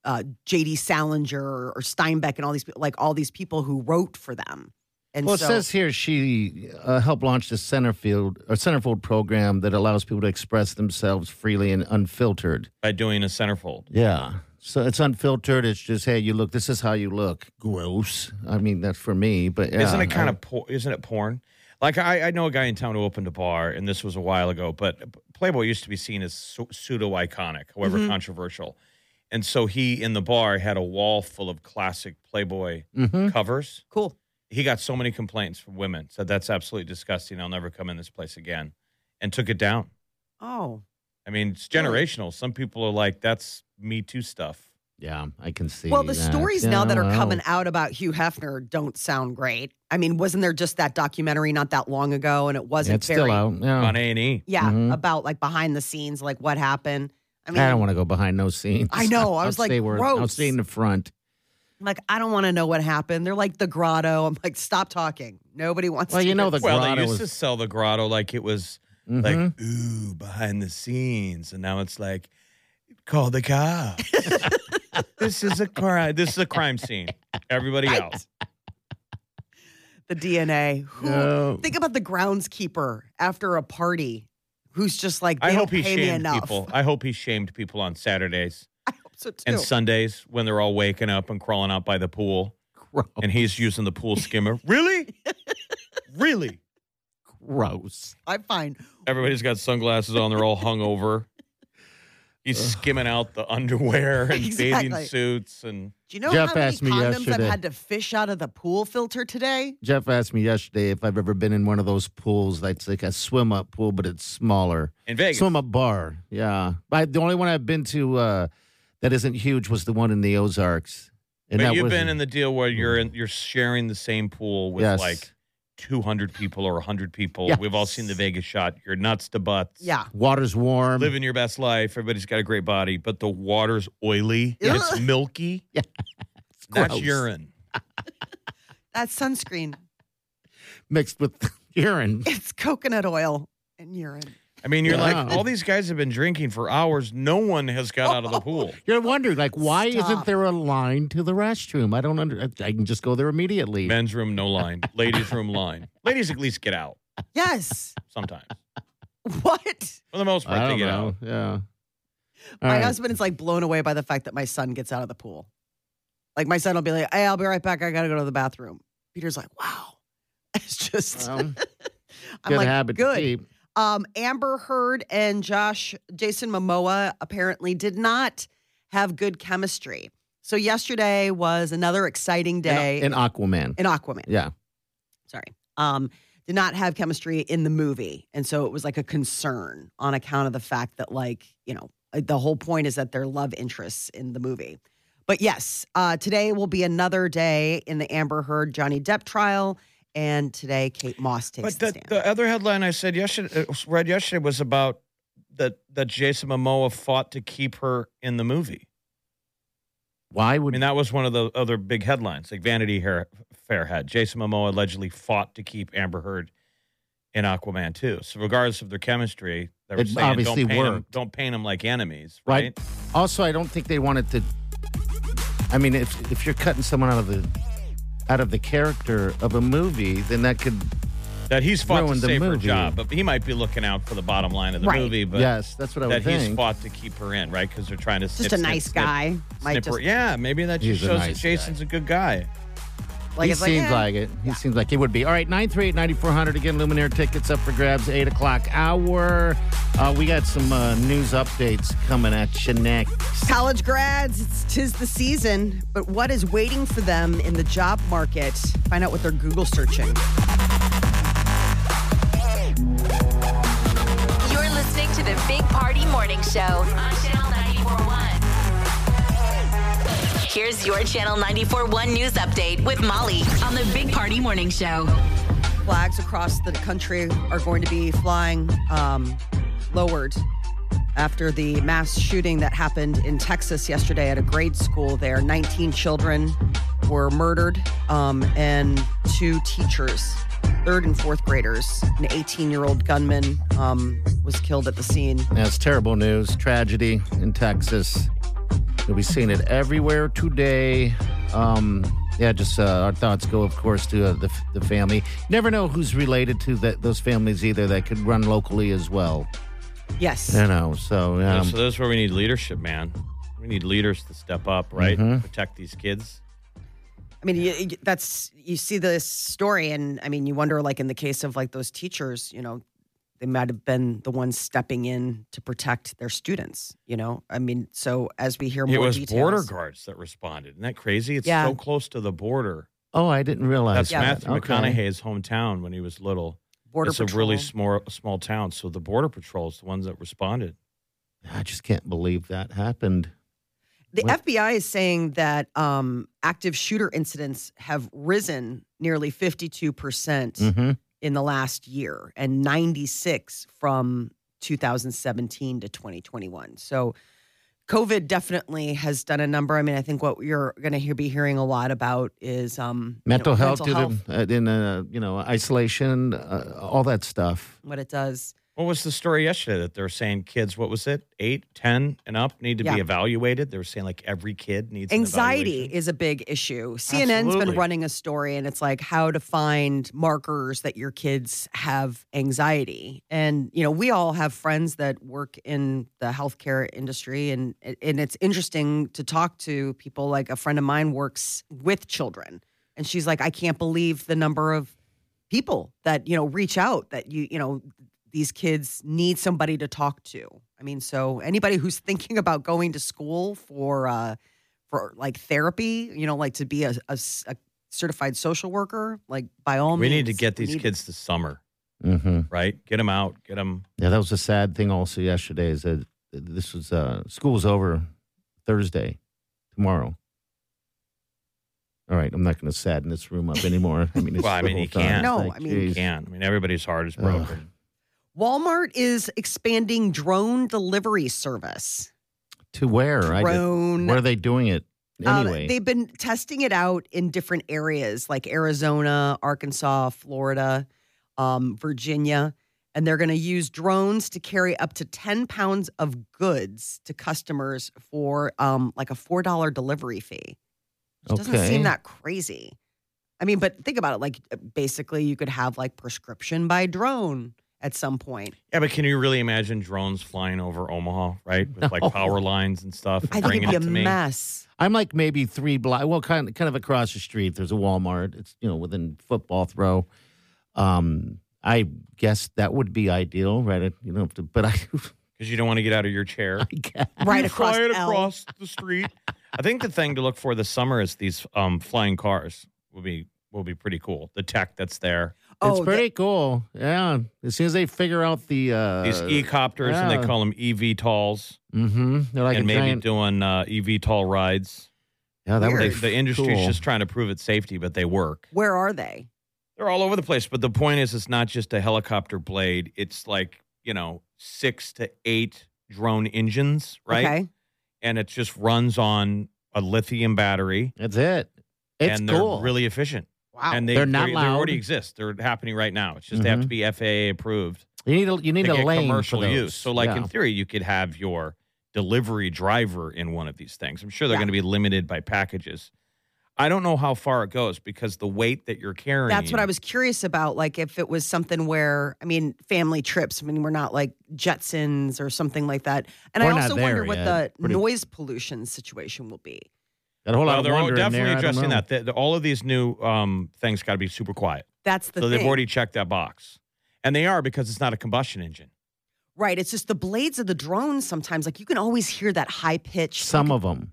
Speaker 3: uh, J.D. Salinger or Steinbeck and all these people, like all these people who wrote for them. And
Speaker 4: Well,
Speaker 3: so,
Speaker 4: it says here she uh, helped launch the Centerfield or Centerfold program that allows people to express themselves freely and unfiltered.
Speaker 5: By doing a centerfold.
Speaker 4: Yeah. So it's unfiltered. It's just, hey, you look. This is how you look. Gross. I mean, that's for me. But yeah,
Speaker 5: isn't it kind
Speaker 4: I-
Speaker 5: of por- isn't it porn? Like I, I know a guy in town who opened a bar, and this was a while ago. But Playboy used to be seen as pseudo iconic, however
Speaker 3: Mm-hmm.
Speaker 5: controversial. And so he in the bar had a wall full of classic Playboy
Speaker 4: mm-hmm.
Speaker 3: Mm-hmm.
Speaker 5: covers.
Speaker 3: cool.
Speaker 5: He got so many complaints from women said that's absolutely disgusting. I'll never come in this place again, and took it down.
Speaker 3: Oh,
Speaker 5: I mean, it's
Speaker 3: Really?
Speaker 5: generational. Some people are like, "That's Me Too stuff."
Speaker 4: Yeah, I can see.
Speaker 3: well, the
Speaker 4: that.
Speaker 3: stories now that are
Speaker 4: Yeah,
Speaker 3: coming
Speaker 4: well,
Speaker 3: out about Hugh Hefner don't sound great. I mean, wasn't there just that documentary not that long ago, and it wasn't
Speaker 4: It's
Speaker 3: very,
Speaker 4: still out.
Speaker 3: Oh.
Speaker 4: Yeah.
Speaker 5: On A and E,
Speaker 3: yeah,
Speaker 4: Mhm.
Speaker 3: about like behind the scenes, like what happened. I
Speaker 4: I,
Speaker 3: mean,
Speaker 4: don't want to go behind no scenes.
Speaker 3: I know, I
Speaker 4: I'll
Speaker 3: was like,
Speaker 4: stay where- I'll
Speaker 3: gross.
Speaker 4: stay in the front.
Speaker 3: I'm like, I don't want to know what happened. They're like the grotto. I'm like, stop talking. Nobody wants
Speaker 4: Well,
Speaker 3: to
Speaker 4: you know
Speaker 3: hear
Speaker 4: the
Speaker 3: this."
Speaker 5: well,
Speaker 4: grotto
Speaker 5: they used
Speaker 4: is-
Speaker 5: to sell the grotto like it was
Speaker 3: Mm-hmm.
Speaker 4: Mhm.
Speaker 5: like ooh behind the scenes, and now it's like call the cops. this is a crime. This is a crime scene. Everybody out.
Speaker 3: the DNA. Who
Speaker 4: No.
Speaker 3: think about the groundskeeper after a party who's just like, they
Speaker 5: I hope
Speaker 3: don't
Speaker 5: he
Speaker 3: pay me
Speaker 5: shamed
Speaker 3: enough.
Speaker 5: people. I hope he shamed people on Saturdays
Speaker 3: I hope so too.
Speaker 5: and Sundays when they're all waking up and crawling out by the pool, and he's using the pool skimmer. really, really.
Speaker 4: Gross.
Speaker 3: I find
Speaker 5: Everybody's got sunglasses on. They're all hungover. He's skimming out the underwear and bathing
Speaker 3: Exactly.
Speaker 5: suits and
Speaker 3: do you know
Speaker 4: Jeff
Speaker 3: how many
Speaker 4: asked me
Speaker 3: condoms I've
Speaker 4: yesterday.
Speaker 3: had to fish out of the pool filter today?
Speaker 4: Jeff asked me yesterday if I've ever been in one of those pools that's like a swim up pool, but it's smaller.
Speaker 5: in Vegas.
Speaker 4: Swim up bar. Yeah. I, the only one I've been to uh, that isn't huge was the one in the Ozarks. And
Speaker 5: but
Speaker 4: that
Speaker 5: you've
Speaker 4: was,
Speaker 5: been in the deal where you're in, you're sharing the same pool with
Speaker 4: Yes.
Speaker 5: like 200 people or 100 people.
Speaker 4: Yes.
Speaker 5: We've all seen the Vegas shot. You're nuts to butts.
Speaker 3: Yeah.
Speaker 4: water's warm.
Speaker 5: Living your best life. Everybody's got a great body, but the water's oily. It's
Speaker 3: Ugh.
Speaker 5: milky. Yeah. That's
Speaker 4: gross.
Speaker 5: urine.
Speaker 3: That's sunscreen.
Speaker 4: mixed with urine.
Speaker 3: It's coconut oil and urine.
Speaker 5: I mean, you're like,
Speaker 4: Yeah.
Speaker 5: all these guys have been drinking for hours. No one has got out of the pool.
Speaker 4: You're wondering, like, why isn't
Speaker 3: Stop.
Speaker 4: there a line to the restroom? I don't under. I can just go there immediately.
Speaker 5: Men's room, no line. Ladies' room, line. Ladies at least get out
Speaker 3: Yes.
Speaker 5: sometimes.
Speaker 3: what?
Speaker 5: For the most part,
Speaker 4: I
Speaker 5: they
Speaker 4: don't
Speaker 5: get
Speaker 4: know.
Speaker 5: out.
Speaker 4: Yeah. All
Speaker 3: my
Speaker 4: right.
Speaker 3: husband is like blown away by the fact that my son gets out of the pool. Like my son will be like, "Hey, I'll be right back. I gotta go to the bathroom." Peter's like, "Wow." It's just
Speaker 4: Well,
Speaker 3: I'm
Speaker 4: good
Speaker 3: like,
Speaker 4: habit to
Speaker 3: good.
Speaker 4: keep.
Speaker 3: Um, Amber Heard and Josh Jason Momoa apparently did not have good chemistry. So yesterday was another exciting day
Speaker 4: In, in uh, Aquaman.
Speaker 3: in Aquaman.
Speaker 4: yeah.
Speaker 3: Sorry. Um, did not have chemistry in the movie, and so it was like a concern on account of the fact that, like, you know, uh, the whole point is that they're love interests in the movie. But yes, uh, today will be another day in the Amber Heard Johnny Depp trial, and today Kate Moss takes
Speaker 5: But
Speaker 3: the,
Speaker 5: the,
Speaker 3: stand.
Speaker 5: the other headline I said yesterday, uh, read yesterday, was about that that Jason Momoa fought to keep her in the movie.
Speaker 4: Why
Speaker 5: I
Speaker 4: would
Speaker 5: mean, that was one of the other big headlines. Like Vanity Hair, Fair had Jason Momoa allegedly fought to keep Amber Heard in Aquaman too. So regardless of their chemistry, they were
Speaker 4: It
Speaker 5: saying,
Speaker 4: obviously
Speaker 5: don't paint 'em-
Speaker 4: worked.
Speaker 5: don't paint them like enemies,
Speaker 4: right?
Speaker 5: right?
Speaker 4: Also, I don't think they wanted to. I mean, if if you're cutting someone out of the out of the character of a movie, then that could
Speaker 5: That he's fought
Speaker 4: Ruined
Speaker 5: to
Speaker 4: the
Speaker 5: save her
Speaker 4: movie.
Speaker 5: job, but he might be looking out for the bottom line of the
Speaker 3: Right.
Speaker 5: movie. But
Speaker 4: yes, that's what I
Speaker 5: that
Speaker 4: would
Speaker 5: he's
Speaker 4: think.
Speaker 5: fought to keep her in, right? Because they're trying to
Speaker 3: just
Speaker 5: snip,
Speaker 3: a
Speaker 5: snip,
Speaker 3: nice
Speaker 5: snip,
Speaker 3: guy. Might
Speaker 5: snip her-
Speaker 3: just
Speaker 5: yeah, maybe that just
Speaker 4: He's a
Speaker 5: shows
Speaker 4: nice
Speaker 5: that
Speaker 4: guy.
Speaker 5: Jason's a good guy.
Speaker 3: like
Speaker 4: he
Speaker 3: it's
Speaker 4: seems
Speaker 3: like,
Speaker 4: like,
Speaker 3: eh.
Speaker 4: it. He seems like it would be. All right, 938 9400. Again, Luminaire tickets up for grabs, 8 o'clock hour. Uh, we got some uh, news updates coming at you next.
Speaker 3: College grads, it's tis the season, but what is waiting for them in the job market? Find out what they're Google searching.
Speaker 2: You're listening to the Big Party Morning Show on Channel 941. Here's your Channel 941 news update with Molly on the Big Party Morning Show.
Speaker 3: Flags across the country are going to be flying um, lowered after the mass shooting that happened in Texas yesterday at a grade school there. 19 children were murdered, um, and two teachers, third and fourth graders. An 18 year old gunman um, was killed at the scene.
Speaker 4: That's terrible news, tragedy in Texas. You'll be seeing it everywhere today. Um, yeah, just uh, our thoughts go, of course, to uh, the, the family. Never know who's related to that, those families either that could run locally as well.
Speaker 3: Yes.
Speaker 4: You know, so um,
Speaker 5: so that's where we need leadership, man. We need leaders to step up, right?
Speaker 4: Mm-hmm.
Speaker 5: Protect these kids.
Speaker 3: I mean, you, you- that's you see this story, and I mean, you wonder, like in the case of like those teachers, you know, they might have been the ones stepping in to protect their students. You know, I mean, so as we hear
Speaker 5: It
Speaker 3: more
Speaker 5: was
Speaker 3: details,
Speaker 5: border guards that responded. Isn't that crazy? It's
Speaker 3: Yeah.
Speaker 5: so close to the border.
Speaker 4: oh, I didn't realize
Speaker 5: That's
Speaker 3: Yeah.
Speaker 4: that.
Speaker 5: Matthew
Speaker 4: Okay.
Speaker 5: McConaughey's hometown when he was little.
Speaker 3: border
Speaker 5: it's a really
Speaker 3: patrol.
Speaker 5: small small town. So the border patrol is the ones that responded.
Speaker 4: I just can't believe that happened.
Speaker 3: The
Speaker 4: What-
Speaker 3: FBI is saying that um, active shooter incidents have risen nearly fifty-two percent
Speaker 4: Mm-hmm.
Speaker 3: in the last year and 96 from 2017 to 2021. So COVID definitely has done a number. I mean, I think what you're going to hear, be hearing a lot about is um, you know,
Speaker 4: mental health,
Speaker 3: mental health
Speaker 4: To the, uh, in uh, you know isolation, uh, all that stuff.
Speaker 3: what it does.
Speaker 5: What was the story yesterday that they're saying kids, what was it? Eight, ten, and up need to
Speaker 3: Yeah.
Speaker 5: be evaluated. They were saying like every kid needs an
Speaker 3: Anxiety
Speaker 5: evaluation.
Speaker 3: is a big issue. CNN's been
Speaker 5: Absolutely.
Speaker 3: running a story, and it's like how to find markers that your kids have anxiety. And you know, we all have friends that work in the healthcare industry, and and it's interesting to talk to people. Like a friend of mine works with children, and she's like, I can't believe the number of people that you know reach out that you you know these kids need somebody to talk to i mean so anybody who's thinking about going to school for uh for like therapy you know like to be a, a s- a certified social worker like by all
Speaker 5: We
Speaker 3: means
Speaker 5: need to get
Speaker 3: we
Speaker 5: these
Speaker 3: need-
Speaker 5: kids to summer,
Speaker 4: Mm-hmm.
Speaker 5: right? Get them out, get them
Speaker 4: Yeah, that was a sad thing. Also, yesterday is that this was uh, school's over Thursday, tomorrow. All right, I'm not going to sadden this room up anymore. I mean, it's
Speaker 5: Well, I
Speaker 4: the
Speaker 5: mean,
Speaker 4: whole
Speaker 5: you can't.
Speaker 4: time.
Speaker 3: No,
Speaker 4: Like,
Speaker 3: I mean,
Speaker 4: geez.
Speaker 5: can. I mean, everybody's heart is
Speaker 4: Ugh.
Speaker 5: broken.
Speaker 3: walmart is expanding drone delivery service
Speaker 4: to where? I did-
Speaker 3: drone
Speaker 4: where are they doing it
Speaker 3: Um,
Speaker 4: anyway?
Speaker 3: they've been testing it out in different areas like Arizona, Arkansas, Florida, um, Virginia, and they're going to use drones to carry up to 10 pounds of goods to customers for um, like a $4 delivery fee. Which doesn't
Speaker 4: Okay.
Speaker 3: seem that uh, crazy. I mean, but think about it like basically you could have like prescription by drone at some point.
Speaker 5: Yeah, but can you really imagine drones flying over Omaha, right? With like power lines and stuff.
Speaker 3: I think
Speaker 5: bringing
Speaker 3: it'd be
Speaker 5: it
Speaker 3: a
Speaker 5: to me.
Speaker 3: mess.
Speaker 4: I'm like maybe three blocks. Well, kind of, kind of across the street. There's a Walmart. It's you know within football throw. Um, I guess that would be ideal, right? I- You know, to, but I,
Speaker 5: because you don't want to get out of your chair.
Speaker 4: I guess
Speaker 3: Right
Speaker 5: You
Speaker 3: across
Speaker 5: fly it
Speaker 3: L.
Speaker 5: across the street. I think the thing to look for this summer is these um, flying cars. Will be will be pretty cool. The tech that's there,
Speaker 3: Oh,
Speaker 4: it's
Speaker 3: that-
Speaker 4: pretty cool. Yeah, as soon as they figure out the uh,
Speaker 5: these e copters, and
Speaker 4: yeah.
Speaker 5: they call them EVTOLs,
Speaker 4: mm-hmm, they're like
Speaker 5: and
Speaker 4: a
Speaker 5: maybe
Speaker 4: giant.
Speaker 5: doing uh, EVTOL rides.
Speaker 4: yeah, that would
Speaker 5: They,
Speaker 4: be
Speaker 5: the industry's
Speaker 4: cool.
Speaker 5: just trying to prove its safety, but they work.
Speaker 3: where are they?
Speaker 5: They're all over the place. But the point is, it's not just a helicopter blade. It's like you know six to eight drone engines, right?
Speaker 3: Okay.
Speaker 5: And it just runs on a lithium battery,
Speaker 4: That's it. It's
Speaker 5: and they're
Speaker 4: cool.
Speaker 5: really efficient.
Speaker 3: Wow.
Speaker 5: and they,
Speaker 4: They're not
Speaker 5: they,
Speaker 4: loud. Mm-hmm.
Speaker 5: already exist. They're happening right now. It's just they have to be FAA approved.
Speaker 4: you need a you need
Speaker 5: to
Speaker 4: a
Speaker 5: get
Speaker 4: lane
Speaker 5: commercial
Speaker 4: for those.
Speaker 5: use. So, like
Speaker 4: yeah.
Speaker 5: in theory, you could have your delivery driver in one of these things. I'm sure they're
Speaker 3: Yeah.
Speaker 5: going to be limited by packages. I don't know how far it goes because the weight that you're carrying.
Speaker 3: That's what I was curious about. Like, if it was something where, I mean, family trips. I mean, we're not like Jetsons or something like that. And
Speaker 4: We're
Speaker 3: I
Speaker 4: not
Speaker 3: also wonder
Speaker 4: there
Speaker 3: what
Speaker 4: yet.
Speaker 3: the
Speaker 4: Pretty-
Speaker 3: noise pollution situation will be.
Speaker 4: got a whole lot
Speaker 5: Well,
Speaker 4: of
Speaker 5: they're all
Speaker 4: wonder in
Speaker 5: definitely
Speaker 4: there. I don't
Speaker 5: addressing
Speaker 4: know.
Speaker 5: that. The- the- all of these new um, things got to be super quiet.
Speaker 3: That's the
Speaker 5: so
Speaker 3: thing,
Speaker 5: they've already checked that box, and they are because it's not a combustion engine.
Speaker 3: right? It's just the blades of the drones. Sometimes, like you can always hear that high pitch.
Speaker 4: Some of them,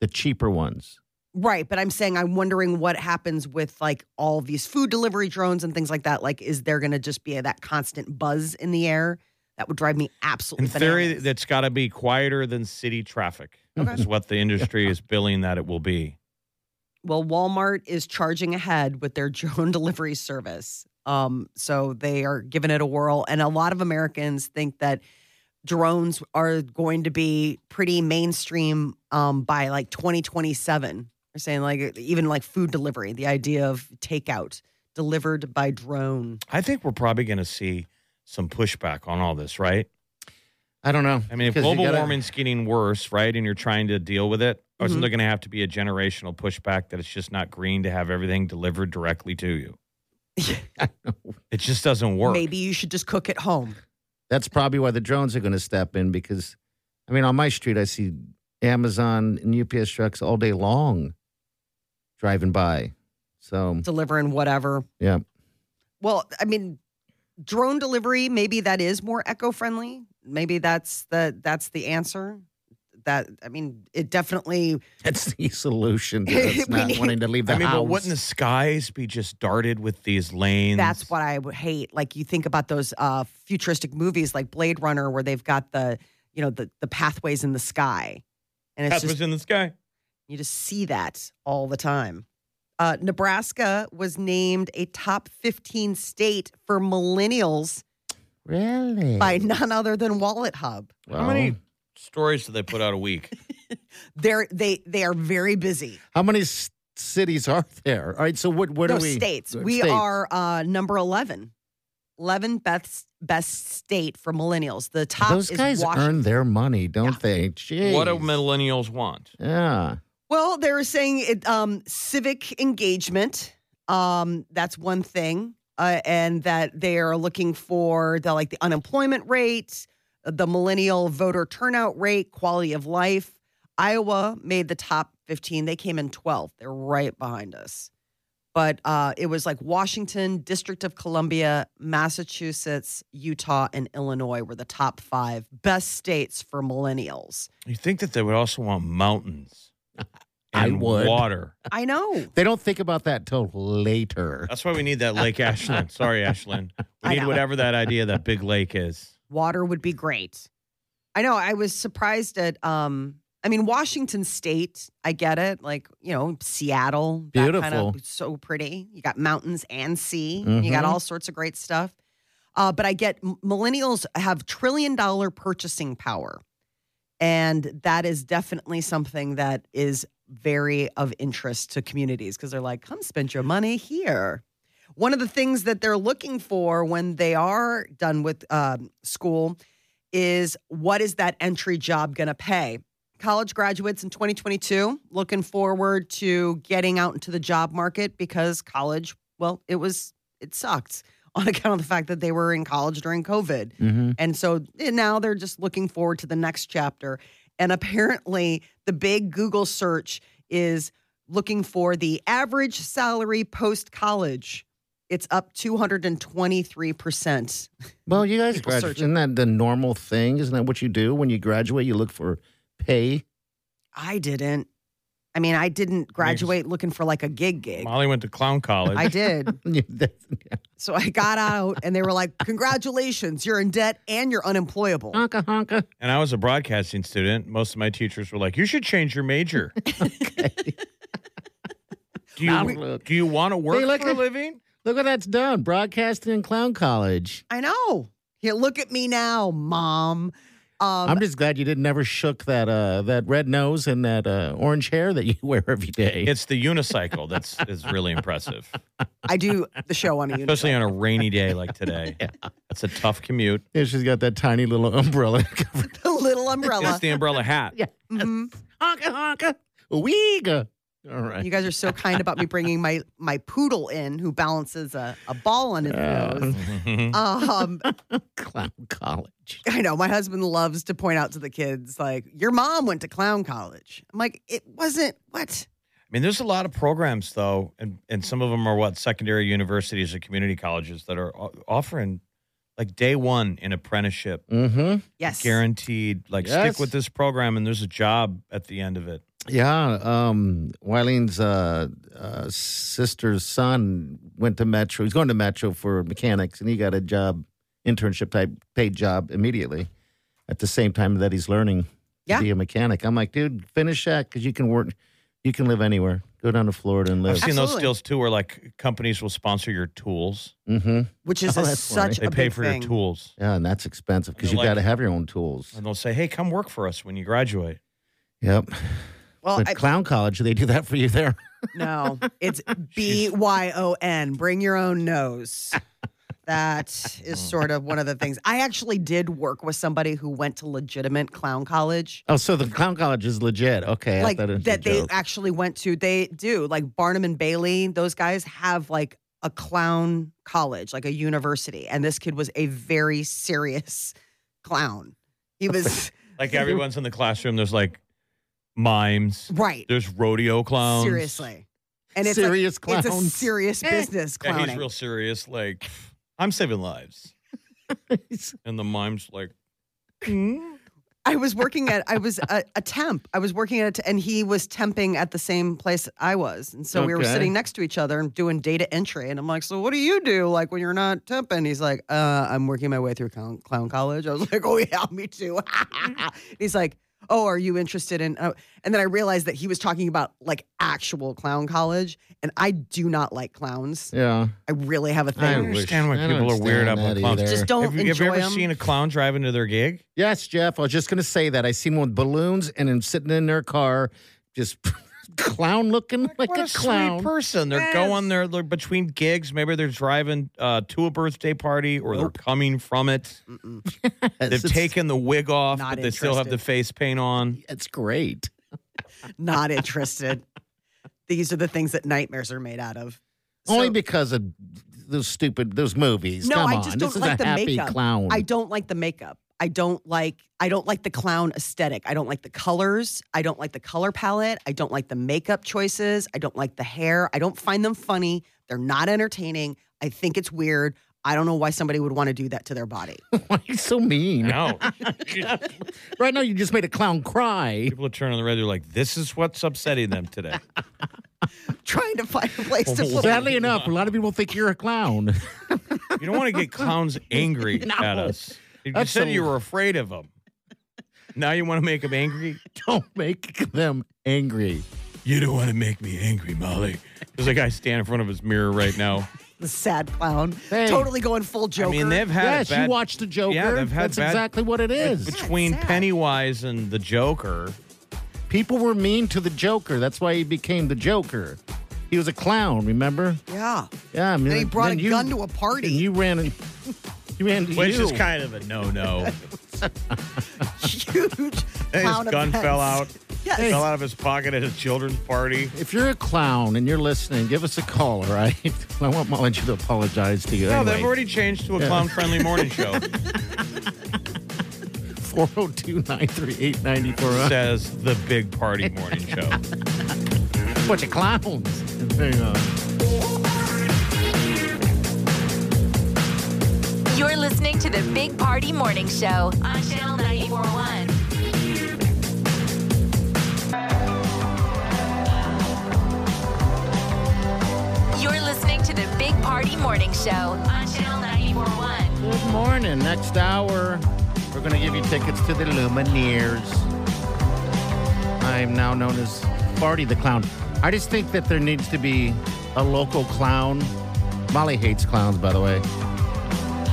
Speaker 4: the cheaper ones.
Speaker 3: Right, but I'm saying I'm wondering what happens with like all these food delivery drones and things like that. Like, is there going to just be that constant buzz in the air that would drive me absolutely
Speaker 5: In theory,
Speaker 3: bananas?
Speaker 5: that's got to be quieter than city traffic. Is what the industry is billing that it will be.
Speaker 3: well, Walmart is charging ahead with their drone delivery service. Um, so they are giving it a whirl, and a lot of Americans think that drones are going to be pretty mainstream um, by like 2027. They're saying like even like food delivery, the idea of takeout delivered by drone.
Speaker 5: I think we're probably going to see some pushback on all this, right?
Speaker 4: I don't know.
Speaker 5: I mean, if
Speaker 4: 'Cause you
Speaker 5: global
Speaker 4: gotta- Mm-hmm.
Speaker 5: warming's getting worse, right, and you're trying to deal with it, or isn't there going to have to be a generational pushback that it's just not green to have everything delivered directly to you? it just doesn't work.
Speaker 3: Maybe you should just cook at home.
Speaker 4: that's probably why the drones are going to step in because, I mean, on my street I see Amazon and UPS trucks all day long driving by. So
Speaker 3: delivering whatever.
Speaker 4: yeah,
Speaker 3: Well, I mean, drone delivery, maybe that is more eco-friendly. Maybe that's the that's the answer. That I mean, it definitely
Speaker 4: that's the solution. to us
Speaker 3: We
Speaker 4: not
Speaker 3: need-
Speaker 4: wanting to leave the
Speaker 5: I mean,
Speaker 4: house.
Speaker 5: but wouldn't the skies be just darted with these lanes?
Speaker 3: that's what I would hate. Like you think about those uh futuristic movies like Blade Runner where they've got the, you know, the the pathways in the sky. And it's
Speaker 5: That's
Speaker 3: just
Speaker 5: what's in the sky.
Speaker 3: You just see that all the time. Uh, Nebraska was named a top 15 state for millennials
Speaker 4: really?
Speaker 3: by none other than Wallet Hub.
Speaker 5: How
Speaker 4: Well,
Speaker 5: many stories do they put out a week?
Speaker 3: They're they they are very busy.
Speaker 4: How many s- cities are there? All right, so what? What
Speaker 3: no
Speaker 4: are we?
Speaker 3: states.
Speaker 4: Uh,
Speaker 3: We
Speaker 4: states.
Speaker 3: are uh, number 11. 11 best best state for millennials. The top
Speaker 4: Those
Speaker 3: is
Speaker 4: guys
Speaker 3: Washington.
Speaker 4: earn their money, don't they? Jeez.
Speaker 5: What do millennials want?
Speaker 4: Yeah.
Speaker 3: Well, they were saying it, um, civic engagement. Um, that's one thing, uh, and that they are looking for the like the unemployment rate, the millennial voter turnout rate, quality of life. Iowa made the top fifteen. They came in twelfth. They're right behind us. But uh, it was like Washington, District of Columbia, Massachusetts, Utah, and Illinois were the top five best states for millennials.
Speaker 5: You think that they would also want mountains
Speaker 4: I
Speaker 5: and
Speaker 4: would.
Speaker 5: water?
Speaker 3: I know.
Speaker 4: They don't think about that till later.
Speaker 5: That's why we need that Lake Ashland. Sorry, Ashland. We
Speaker 3: I
Speaker 5: need
Speaker 3: know.
Speaker 5: whatever that idea that big lake is.
Speaker 3: water would be great. I know I was surprised at um I mean Washington state, I get it, like, you know, Seattle, that kind
Speaker 4: Beautiful.
Speaker 3: of so pretty. You got mountains and sea. You got
Speaker 4: Mhm.
Speaker 3: all sorts of great stuff. Uh, but I get m- millennials have trillion dollar purchasing power. And that is definitely something that is very of interest to communities because they're like, come spend your money here. One of the things that they're looking for when they are done with um, school is what is that entry job going to pay? College graduates in 2022 looking forward to getting out into the job market because college, well, it was, it sucked on account of the fact that they were in college during COVID.
Speaker 4: Mm-hmm.
Speaker 3: And so and now they're just looking forward to the next chapter. And apparently, the big Google search is looking for the average salary post college. It's up 223%.
Speaker 4: Well, you guys
Speaker 3: People
Speaker 4: graduate.
Speaker 3: search-
Speaker 4: Isn't that the normal thing? Isn't that what you do when you graduate? You look for pay.
Speaker 3: I didn't. I mean, I didn't graduate looking for like a gig gig.
Speaker 5: Molly went to clown college.
Speaker 3: I did.
Speaker 4: That's-
Speaker 3: So I got out and they were like, Congratulations, you're in debt and you're unemployable.
Speaker 5: Uh.
Speaker 4: honka honka.
Speaker 5: And I was a broadcasting student. Most of my teachers were like, "You should change your major." do
Speaker 4: Now
Speaker 5: you
Speaker 4: look.
Speaker 5: do you want to work
Speaker 4: Hey, look
Speaker 5: for a
Speaker 4: at-
Speaker 5: living?
Speaker 4: Look what that's done. Broadcasting and clown college.
Speaker 3: I know. Here, look at me now, mom. Um,
Speaker 4: I'm just glad you didn't ever shook that uh that red nose and that uh orange hair that you wear every day.
Speaker 5: It's the unicycle that's is really impressive,
Speaker 3: I do the show on a unicycle.
Speaker 5: especially on a rainy day like today. That's a tough commute.
Speaker 4: Yeah, she's got that tiny little umbrella covered.
Speaker 3: the little
Speaker 5: It's
Speaker 3: umbrella.
Speaker 5: the umbrella hat.
Speaker 4: Yeah.
Speaker 3: Mhm.
Speaker 4: Honka honka. Weega. All right.
Speaker 3: You guys are so kind about me bringing my my poodle in, who balances a, a ball on his nose.
Speaker 5: Mm-hmm.
Speaker 3: Um,
Speaker 4: Clown college.
Speaker 3: I know my husband loves to point out to the kids, like your mom went to clown college. I'm like, it wasn't what.
Speaker 5: I mean, there's a lot of programs though, and and some of them are what secondary universities or community colleges that are o- offering like day one an apprenticeship
Speaker 4: Mm-hmm.
Speaker 3: Yes,
Speaker 5: guaranteed like
Speaker 4: Yes.
Speaker 5: stick with this program and there's a job at the end of it
Speaker 4: Yeah, um, Wileen's uh, uh, sister's son went to Metro. He's going to Metro for mechanics, and he got a job, internship type paid job immediately. At the same time that he's learning
Speaker 3: Yeah.
Speaker 4: to be a mechanic, I'm like, dude, finish that because you can work, you can live anywhere. Go down to Florida and
Speaker 5: i've
Speaker 4: live.
Speaker 5: seen those
Speaker 3: Absolutely.
Speaker 5: deals too where like companies will sponsor your tools
Speaker 4: Mm-hmm.
Speaker 3: which is
Speaker 4: Oh,
Speaker 3: a,
Speaker 4: that's
Speaker 3: such
Speaker 5: they
Speaker 3: a
Speaker 5: pay
Speaker 3: big
Speaker 5: for
Speaker 3: thing.
Speaker 5: your tools
Speaker 4: Yeah, and that's expensive because
Speaker 5: They're
Speaker 4: you got to
Speaker 5: like-
Speaker 4: have your own tools.
Speaker 5: and they'll say hey come work for us when you graduate
Speaker 4: Yep.
Speaker 3: Well,
Speaker 4: At
Speaker 3: I,
Speaker 4: Clown College, they do that for you there.
Speaker 3: no, it's B Y O N. Bring your own nose. That is sort of one of the things. I actually did work with somebody who went to legitimate clown college.
Speaker 4: Oh, so the Clown College is legit. Okay,
Speaker 3: like
Speaker 4: I thought it was a
Speaker 3: that they
Speaker 4: joke.
Speaker 3: actually went to. They do like Barnum and Bailey. Those guys have like a clown college, like a university, and this kid was a very serious clown. He was
Speaker 5: like everyone's in the classroom there's like mimes
Speaker 3: right,
Speaker 5: there's rodeo clowns
Speaker 3: seriously, and it's like,
Speaker 4: serious clowns.
Speaker 3: it's a serious business
Speaker 5: yeah,
Speaker 3: clowning.
Speaker 5: he's real serious like i'm saving lives and the mimes like
Speaker 3: I was working at I was a, a temp. I was working at and he was temping at the same place I was. And so we were
Speaker 4: Okay.
Speaker 3: sitting next to each other and doing data entry and I'm like, "So what do you do like when you're not temping?" He's like, "Uh, I'm working my way through clown, clown college." I was like, "Oh yeah, me too." He's like, "Oh, are you interested in uh, And then I realized that he was talking about like actual clown college and I do not like clowns.
Speaker 4: Yeah.
Speaker 3: I really have a
Speaker 5: i
Speaker 3: thing.
Speaker 4: wish-
Speaker 5: understand why
Speaker 4: I don't
Speaker 5: people are weird up
Speaker 4: understand
Speaker 5: on
Speaker 4: that
Speaker 5: clowns
Speaker 4: either.
Speaker 3: Just don't
Speaker 5: have you, have
Speaker 3: enjoy
Speaker 5: you ever
Speaker 3: them.
Speaker 5: seen a clown driving to their gig
Speaker 4: Yes, Jeff. I was just going to say that. I seen one with balloons and him sitting in their car, just clown looking like,
Speaker 5: what
Speaker 4: a, clown.
Speaker 5: sweet person. They're going there. They're between gigs. Maybe they're driving uh, to a birthday party, or they're coming from it.
Speaker 4: Yes,
Speaker 5: They've
Speaker 4: it's-
Speaker 5: taken the wig off,
Speaker 3: Not
Speaker 5: but they still have the
Speaker 3: interested.
Speaker 5: face paint on.
Speaker 4: It's great.
Speaker 3: not interested. These are the things that nightmares are made out of.
Speaker 4: Only
Speaker 3: So-
Speaker 4: because of those stupid those movies.
Speaker 3: No,
Speaker 4: Come
Speaker 3: I
Speaker 4: on.
Speaker 3: just
Speaker 4: this
Speaker 3: don't
Speaker 4: is
Speaker 3: like
Speaker 4: a
Speaker 3: the
Speaker 4: happy
Speaker 3: makeup.
Speaker 4: clown.
Speaker 5: Mm.
Speaker 3: I don't like the makeup. I don't like I don't like the clown aesthetic. I don't like the colors. I don't like the color palette. I don't like the makeup choices. I don't like the hair. I don't find them funny. They're not entertaining. I think it's weird. I don't know why somebody would want to do that to their body.
Speaker 4: Why are you so mean?
Speaker 5: No,
Speaker 4: Right now, you just made a clown cry.
Speaker 5: people are turning on the red. They're like, "This is what's upsetting them today."
Speaker 3: Trying to find a place to put
Speaker 4: Sadly enough, a lot of people think you're a clown.
Speaker 5: You don't want to get clowns angry at us. You
Speaker 4: That's
Speaker 5: said
Speaker 4: a-
Speaker 5: you were afraid of them. Now you want to make them angry.
Speaker 4: don't make them angry.
Speaker 5: You don't want to make me angry, Molly. There's a guy standing in front of his mirror right now.
Speaker 3: the sad clown.
Speaker 4: Hey.
Speaker 3: Totally going full Joker.
Speaker 5: I mean, they've had
Speaker 4: yes,
Speaker 5: a bad
Speaker 4: you watch the Joker.
Speaker 5: Yeah, they've had
Speaker 4: That's
Speaker 5: bad-
Speaker 4: exactly what it is.
Speaker 5: between
Speaker 3: sad.
Speaker 5: Pennywise and the Joker.
Speaker 4: People were mean to the Joker. That's why he became the Joker. He was a clown, remember?
Speaker 3: yeah.
Speaker 4: Yeah, I mean,
Speaker 3: Then he brought
Speaker 4: then
Speaker 3: a
Speaker 4: you-
Speaker 3: gun to a party.
Speaker 4: And you ran and you ran to
Speaker 5: Which
Speaker 4: you.
Speaker 5: is kind of a no no.
Speaker 3: Huge
Speaker 5: His
Speaker 3: clown
Speaker 5: gun
Speaker 3: offense.
Speaker 5: fell out.
Speaker 3: Yes.
Speaker 5: Fell out of his pocket at a children's party.
Speaker 4: If you're a clown and you're listening, give us a call, all right? I want Molly to apologize to you.
Speaker 5: No,
Speaker 4: anyway.
Speaker 5: they've already changed to a clown-friendly morning show.
Speaker 4: 402 938 9400.
Speaker 5: says the big party morning show.
Speaker 4: Bunch of clowns. There you go.
Speaker 2: You're listening to the Big Party Morning Show on Channel 941. You're listening to the Big Party Morning Show on Channel 941.
Speaker 4: Good morning. Next hour, we're going to give you tickets to the Lumineers. I am now known as Barty the Clown. I just think that there needs to be a local clown. Molly hates clowns, by the way.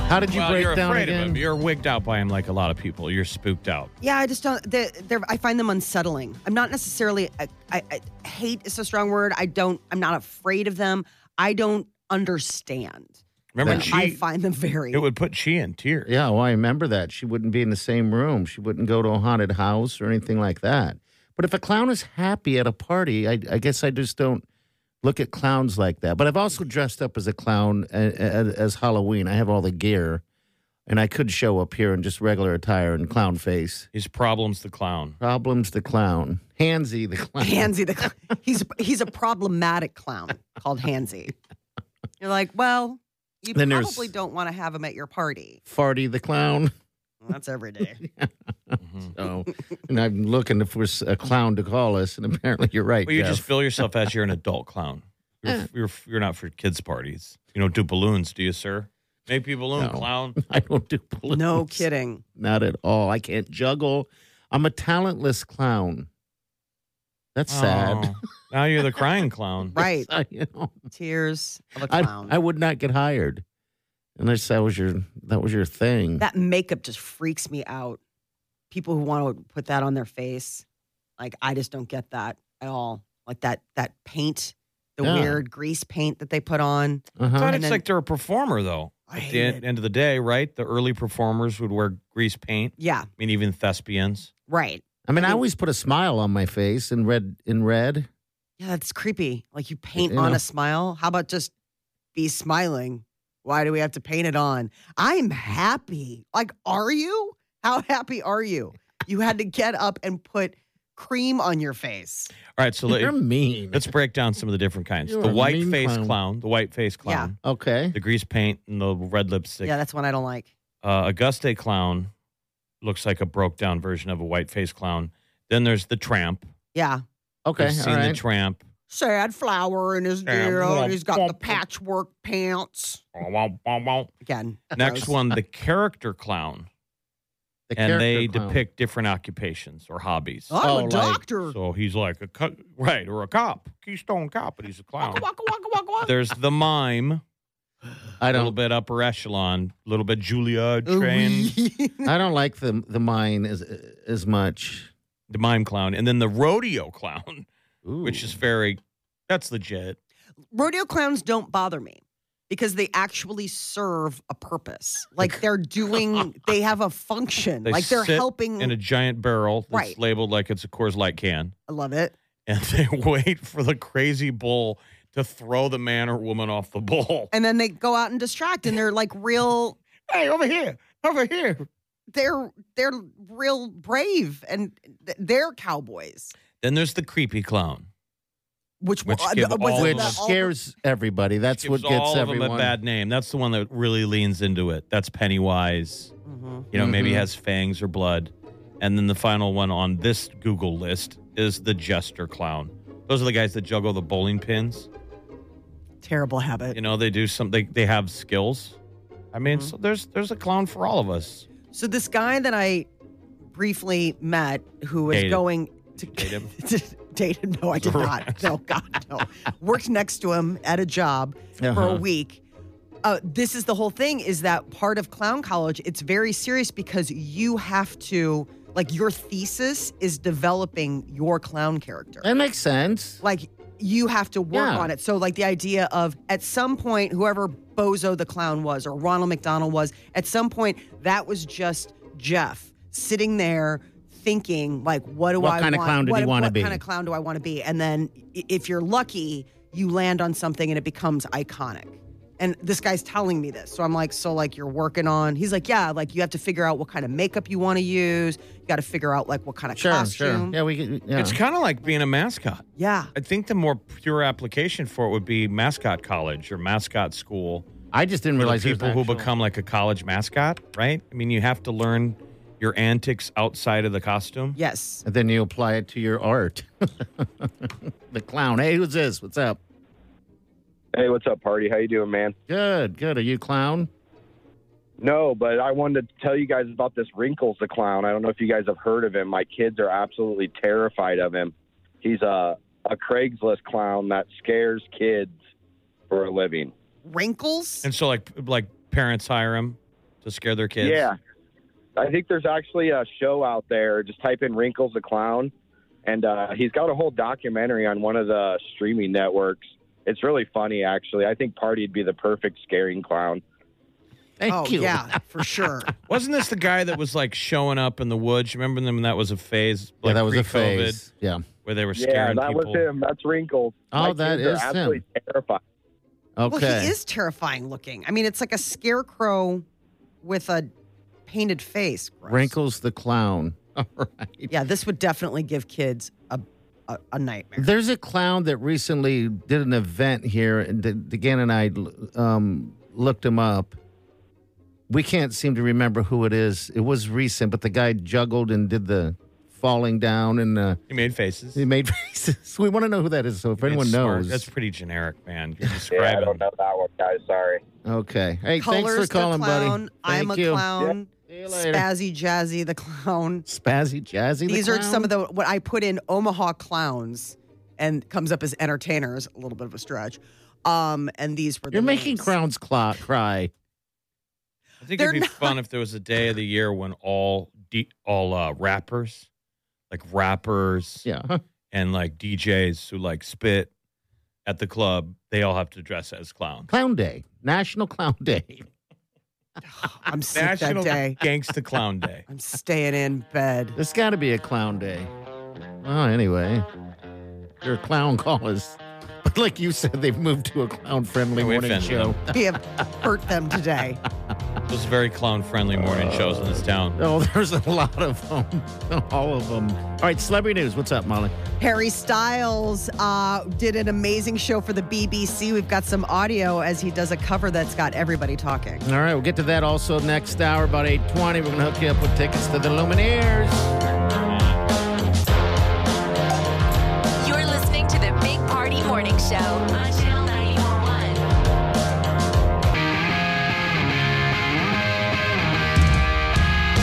Speaker 4: How did you
Speaker 5: well,
Speaker 4: break
Speaker 5: you're
Speaker 4: down
Speaker 5: afraid
Speaker 4: again?
Speaker 5: of him. You're wigged out by him like a lot of people. You're spooked out.
Speaker 3: Yeah, I just don't. They're, they're, I find them unsettling. I'm not necessarily. I, I, I hate is a strong word. I don't. I'm not afraid of them. I don't understand.
Speaker 5: Remember,
Speaker 3: And
Speaker 5: she,
Speaker 3: I find them very.
Speaker 5: it would put she in tears.
Speaker 4: Yeah, well, I remember that. She wouldn't be in the same room. She wouldn't go to a haunted house or anything like that. But if a clown is happy at a party, I, I guess I just don't look at clowns like that. But I've also dressed up as a clown a- a- as Halloween. I have all the gear, and I could show up here in just regular attire and clown face.
Speaker 5: His problem's the clown.
Speaker 4: Problems the clown, Hansy the clown.
Speaker 3: Hansy the clown. he's he's a problematic clown called Hansy. You're like, well, you
Speaker 4: Then there's-
Speaker 3: probably don't want to have him at your party.
Speaker 4: Farty the clown.
Speaker 3: Well, that's every day.
Speaker 4: So, and I'm looking if we're a clown to call us, and apparently you're right.
Speaker 5: Well, you
Speaker 4: Jeff.
Speaker 5: just feel yourself as you're an adult clown. You're, you're, you're not for kids' parties. You don't do balloons, do you, sir? Make me balloon,
Speaker 4: No.
Speaker 5: clown.
Speaker 4: I don't do balloons.
Speaker 3: no kidding.
Speaker 4: Not at all. I can't juggle. I'm a talentless clown. That's sad.
Speaker 5: Oh, now you're the crying clown.
Speaker 3: Right.
Speaker 4: I, you know,
Speaker 3: Tears of a
Speaker 4: I,
Speaker 3: clown.
Speaker 4: I would not get hired unless that was your that was your thing.
Speaker 3: that makeup just freaks me out. People who want to put that on their face, like I just don't get that at all. Like that that paint, the
Speaker 4: Yeah.
Speaker 3: weird grease paint that they put on.
Speaker 5: I
Speaker 4: uh-huh.
Speaker 5: thought
Speaker 3: And
Speaker 5: it's
Speaker 3: then-
Speaker 5: like they're a performer, though.
Speaker 3: I
Speaker 5: At
Speaker 3: hate
Speaker 5: the end,
Speaker 3: it.
Speaker 5: end of the day, right? The early performers would wear grease paint.
Speaker 3: Yeah,
Speaker 5: I mean, even thespians.
Speaker 3: right.
Speaker 4: I mean, I always put a smile on my face in red in red.
Speaker 3: Yeah, that's creepy. Like you paint
Speaker 4: You
Speaker 3: on
Speaker 4: know.
Speaker 3: a smile. How about just be smiling? Why do we have to paint it on? I'm happy. Like, are you? How happy are you? You had to get up and put cream on your face.
Speaker 5: All right, so let,
Speaker 4: You're mean.
Speaker 5: Let's break down some of the different kinds.
Speaker 4: You're
Speaker 5: the
Speaker 4: a
Speaker 5: white
Speaker 4: mean
Speaker 5: face
Speaker 4: clown.
Speaker 5: clown. the white face clown,
Speaker 4: okay.
Speaker 5: the grease paint, and the red lipstick.
Speaker 3: Yeah, that's one I don't like.
Speaker 5: Uh, Auguste clown looks like a broke down version of a white face clown. Then there's the tramp.
Speaker 3: Yeah.
Speaker 4: Okay.
Speaker 5: You've
Speaker 4: All
Speaker 5: seen the
Speaker 4: right.
Speaker 5: tramp.
Speaker 3: sad flower in his
Speaker 5: Yeah,
Speaker 3: ear.
Speaker 5: womp,
Speaker 3: and He's got the
Speaker 5: womp.
Speaker 3: patchwork pants. Again, that's
Speaker 5: Next
Speaker 3: gross.
Speaker 5: one, the character clown,
Speaker 4: The
Speaker 5: and
Speaker 4: character
Speaker 5: they
Speaker 4: clown.
Speaker 5: depict different occupations or hobbies.
Speaker 3: I'm a
Speaker 4: Oh, like-
Speaker 3: doctor.
Speaker 5: So he's like a co- right or a cop, Keystone cop, but he's a clown.
Speaker 3: Waka, waka, waka, waka, waka.
Speaker 5: There's the mime,
Speaker 4: I
Speaker 5: a little
Speaker 4: don't.
Speaker 5: bit upper echelon, a little bit Juilliard
Speaker 3: Ooh,
Speaker 5: trained.
Speaker 3: wee.
Speaker 4: I don't like the the mine as as much.
Speaker 5: the mime clown, and then the rodeo clown,
Speaker 4: Ooh.
Speaker 5: which is very that's legit.
Speaker 3: Rodeo clowns don't bother me because they actually serve a purpose. Like they're doing, they have a function.
Speaker 5: They
Speaker 3: like they're
Speaker 5: sit
Speaker 3: helping.
Speaker 5: In a giant barrel that's
Speaker 3: Right.
Speaker 5: labeled like it's a Coors Light can,
Speaker 3: I love it.
Speaker 5: and they wait for the crazy bull to throw the man or woman off the bull.
Speaker 3: And then they go out and distract, and they're like real.
Speaker 5: Hey, over here, over here.
Speaker 3: They're they're real brave, and th- they're cowboys.
Speaker 5: Then there's the creepy clown.
Speaker 3: Which,
Speaker 5: Which
Speaker 3: was,
Speaker 5: give all
Speaker 3: it
Speaker 5: of
Speaker 4: which
Speaker 3: the-
Speaker 5: them-
Speaker 3: all-
Speaker 4: scares everybody. That's what
Speaker 5: Gives
Speaker 4: gets
Speaker 5: all
Speaker 4: everyone.
Speaker 5: of them a bad name. That's the one that really leans into it. That's Pennywise.
Speaker 3: Mhm.
Speaker 5: You know, maybe
Speaker 4: Mhm.
Speaker 5: has fangs or blood. And then the final one on this Google list is the jester clown. Those are the guys that juggle the bowling pins.
Speaker 3: terrible habit.
Speaker 5: You know, they do some. They, they have skills. I mean, so there's there's a clown for all of us.
Speaker 3: So this guy that I briefly met, who was
Speaker 5: Dated.
Speaker 3: going to
Speaker 5: Did you date him?
Speaker 3: dated, no, I did not. No, God, no. Worked next to him at a job for a
Speaker 4: Uh-huh.
Speaker 3: week. Uh, this is the whole thing. Is that part of clown college? It's very serious because you have to, like, your thesis is developing your clown character
Speaker 4: That makes sense.
Speaker 3: like you have to work
Speaker 4: Yeah.
Speaker 3: on it. So like the idea of at some point whoever Bozo the clown was or Ronald McDonald was, at some point that was just Jeff sitting there thinking like, what do
Speaker 4: What
Speaker 3: I
Speaker 4: kind of
Speaker 3: want?
Speaker 4: clown did
Speaker 3: what,
Speaker 4: you wanna
Speaker 3: what
Speaker 4: be?
Speaker 3: kind of clown do I want to be? And then i- if you're lucky, you land on something and it becomes iconic. And this guy's telling me this. So I'm like, so like you're working on he's like, yeah, like you have to figure out what kind of makeup you want to use. You gotta figure out like what kind of
Speaker 4: Sure, sure.
Speaker 3: costume.
Speaker 4: Yeah, we can. Yeah.
Speaker 5: It's kind of like being a mascot.
Speaker 3: Yeah.
Speaker 5: I think the more pure application for it would be mascot college or mascot school.
Speaker 4: I just didn't
Speaker 5: You know,
Speaker 4: realize there's
Speaker 5: people who
Speaker 4: actual-
Speaker 5: become like a college mascot, right? I mean, you have to learn your antics outside of the costume.
Speaker 3: Yes.
Speaker 4: And then you apply it to your art. the clown. Hey, who's this? What's up?
Speaker 6: Hey, what's up, party? How you doing, man?
Speaker 4: Good, good. Are you clown?
Speaker 6: No, but I wanted to tell you guys about this Wrinkles the Clown. I don't know if you guys have heard of him. My kids are absolutely terrified of him. He's a, a Craigslist clown that scares kids for a living.
Speaker 3: Wrinkles?
Speaker 5: And so, like, like parents hire him to scare their kids.
Speaker 6: Yeah. I think there's actually a show out there. Just type in Wrinkles the Clown, and uh, he's got a whole documentary on one of the streaming networks. It's really funny, actually. I think Party'd be the perfect scaring clown.
Speaker 4: Thank
Speaker 3: oh
Speaker 4: you.
Speaker 3: yeah, for sure.
Speaker 5: Wasn't this the guy that was like showing up in the woods? You remember them? That was a phase.
Speaker 4: Yeah,
Speaker 5: like,
Speaker 4: that was a
Speaker 5: pre-COVID,
Speaker 4: phase. Yeah.
Speaker 5: where they were
Speaker 6: Yeah,
Speaker 5: scaring
Speaker 6: that
Speaker 5: people.
Speaker 6: was him. That's Wrinkles.
Speaker 4: Oh,
Speaker 6: My
Speaker 4: that
Speaker 6: kids are
Speaker 4: is him.
Speaker 6: absolutely terrified.
Speaker 4: Okay.
Speaker 3: Well, he is terrifying looking. I mean, it's like a scarecrow with a painted face. Gross.
Speaker 4: Wrinkles the clown. All right.
Speaker 3: Yeah, this would definitely give kids a a, a nightmare.
Speaker 4: There's a clown that recently did an event here, and D- DeGan and I um, looked him up. We can't seem to remember who it is. It was recent, but the guy juggled and did the falling down, and uh,
Speaker 5: He made faces.
Speaker 4: he made faces. We want to know who that is, so if
Speaker 5: He made
Speaker 4: anyone
Speaker 5: smart-
Speaker 4: knows.
Speaker 5: that's pretty generic, man. You're
Speaker 6: Yeah, I
Speaker 5: describing.
Speaker 6: don't know that one, guys. Sorry.
Speaker 4: okay. Hey,
Speaker 3: Colors
Speaker 4: thanks for calling,
Speaker 3: the
Speaker 4: buddy.
Speaker 3: clown. I'm
Speaker 4: Thank
Speaker 3: a
Speaker 4: you.
Speaker 3: clown.
Speaker 4: See you later.
Speaker 3: Spazzy Jazzy the clown.
Speaker 4: Spazzy Jazzy.
Speaker 3: These are some of the what I put in Omaha clowns, and comes up as entertainers. A little bit of a stretch. Um, and these were the
Speaker 4: You're making
Speaker 3: names.
Speaker 4: crowns cla- cry.
Speaker 5: I think
Speaker 3: They're
Speaker 5: it'd be
Speaker 3: not-
Speaker 5: fun if there was a day of the year when all D- all uh, rappers, like rappers
Speaker 4: Yeah.
Speaker 5: and like DJs who like spit at the club, they all have to dress as clowns.
Speaker 4: Clown Day. National Clown Day.
Speaker 3: I'm sick
Speaker 5: National
Speaker 3: that day.
Speaker 5: Gangsta Clown Day.
Speaker 3: I'm staying in bed.
Speaker 4: There's got to be a clown day. Well, anyway, your clown callers. But like you said, they've moved to a clown friendly
Speaker 5: Oh, we
Speaker 4: morning
Speaker 5: offended
Speaker 4: show.
Speaker 3: We have hurt them today.
Speaker 5: Those very clown friendly morning shows in this town.
Speaker 4: Oh, there's a lot of them. All of them. All right, celebrity news. What's up, Molly?
Speaker 3: Harry Styles uh, did an amazing show for the BBC. We've got some audio as he does a cover that's got everybody talking.
Speaker 4: All right, we'll get to that also next hour, about 820. We're going to hook you up with tickets to the Lumineers.
Speaker 2: You're listening to the Big Party Morning Show on Channel 941.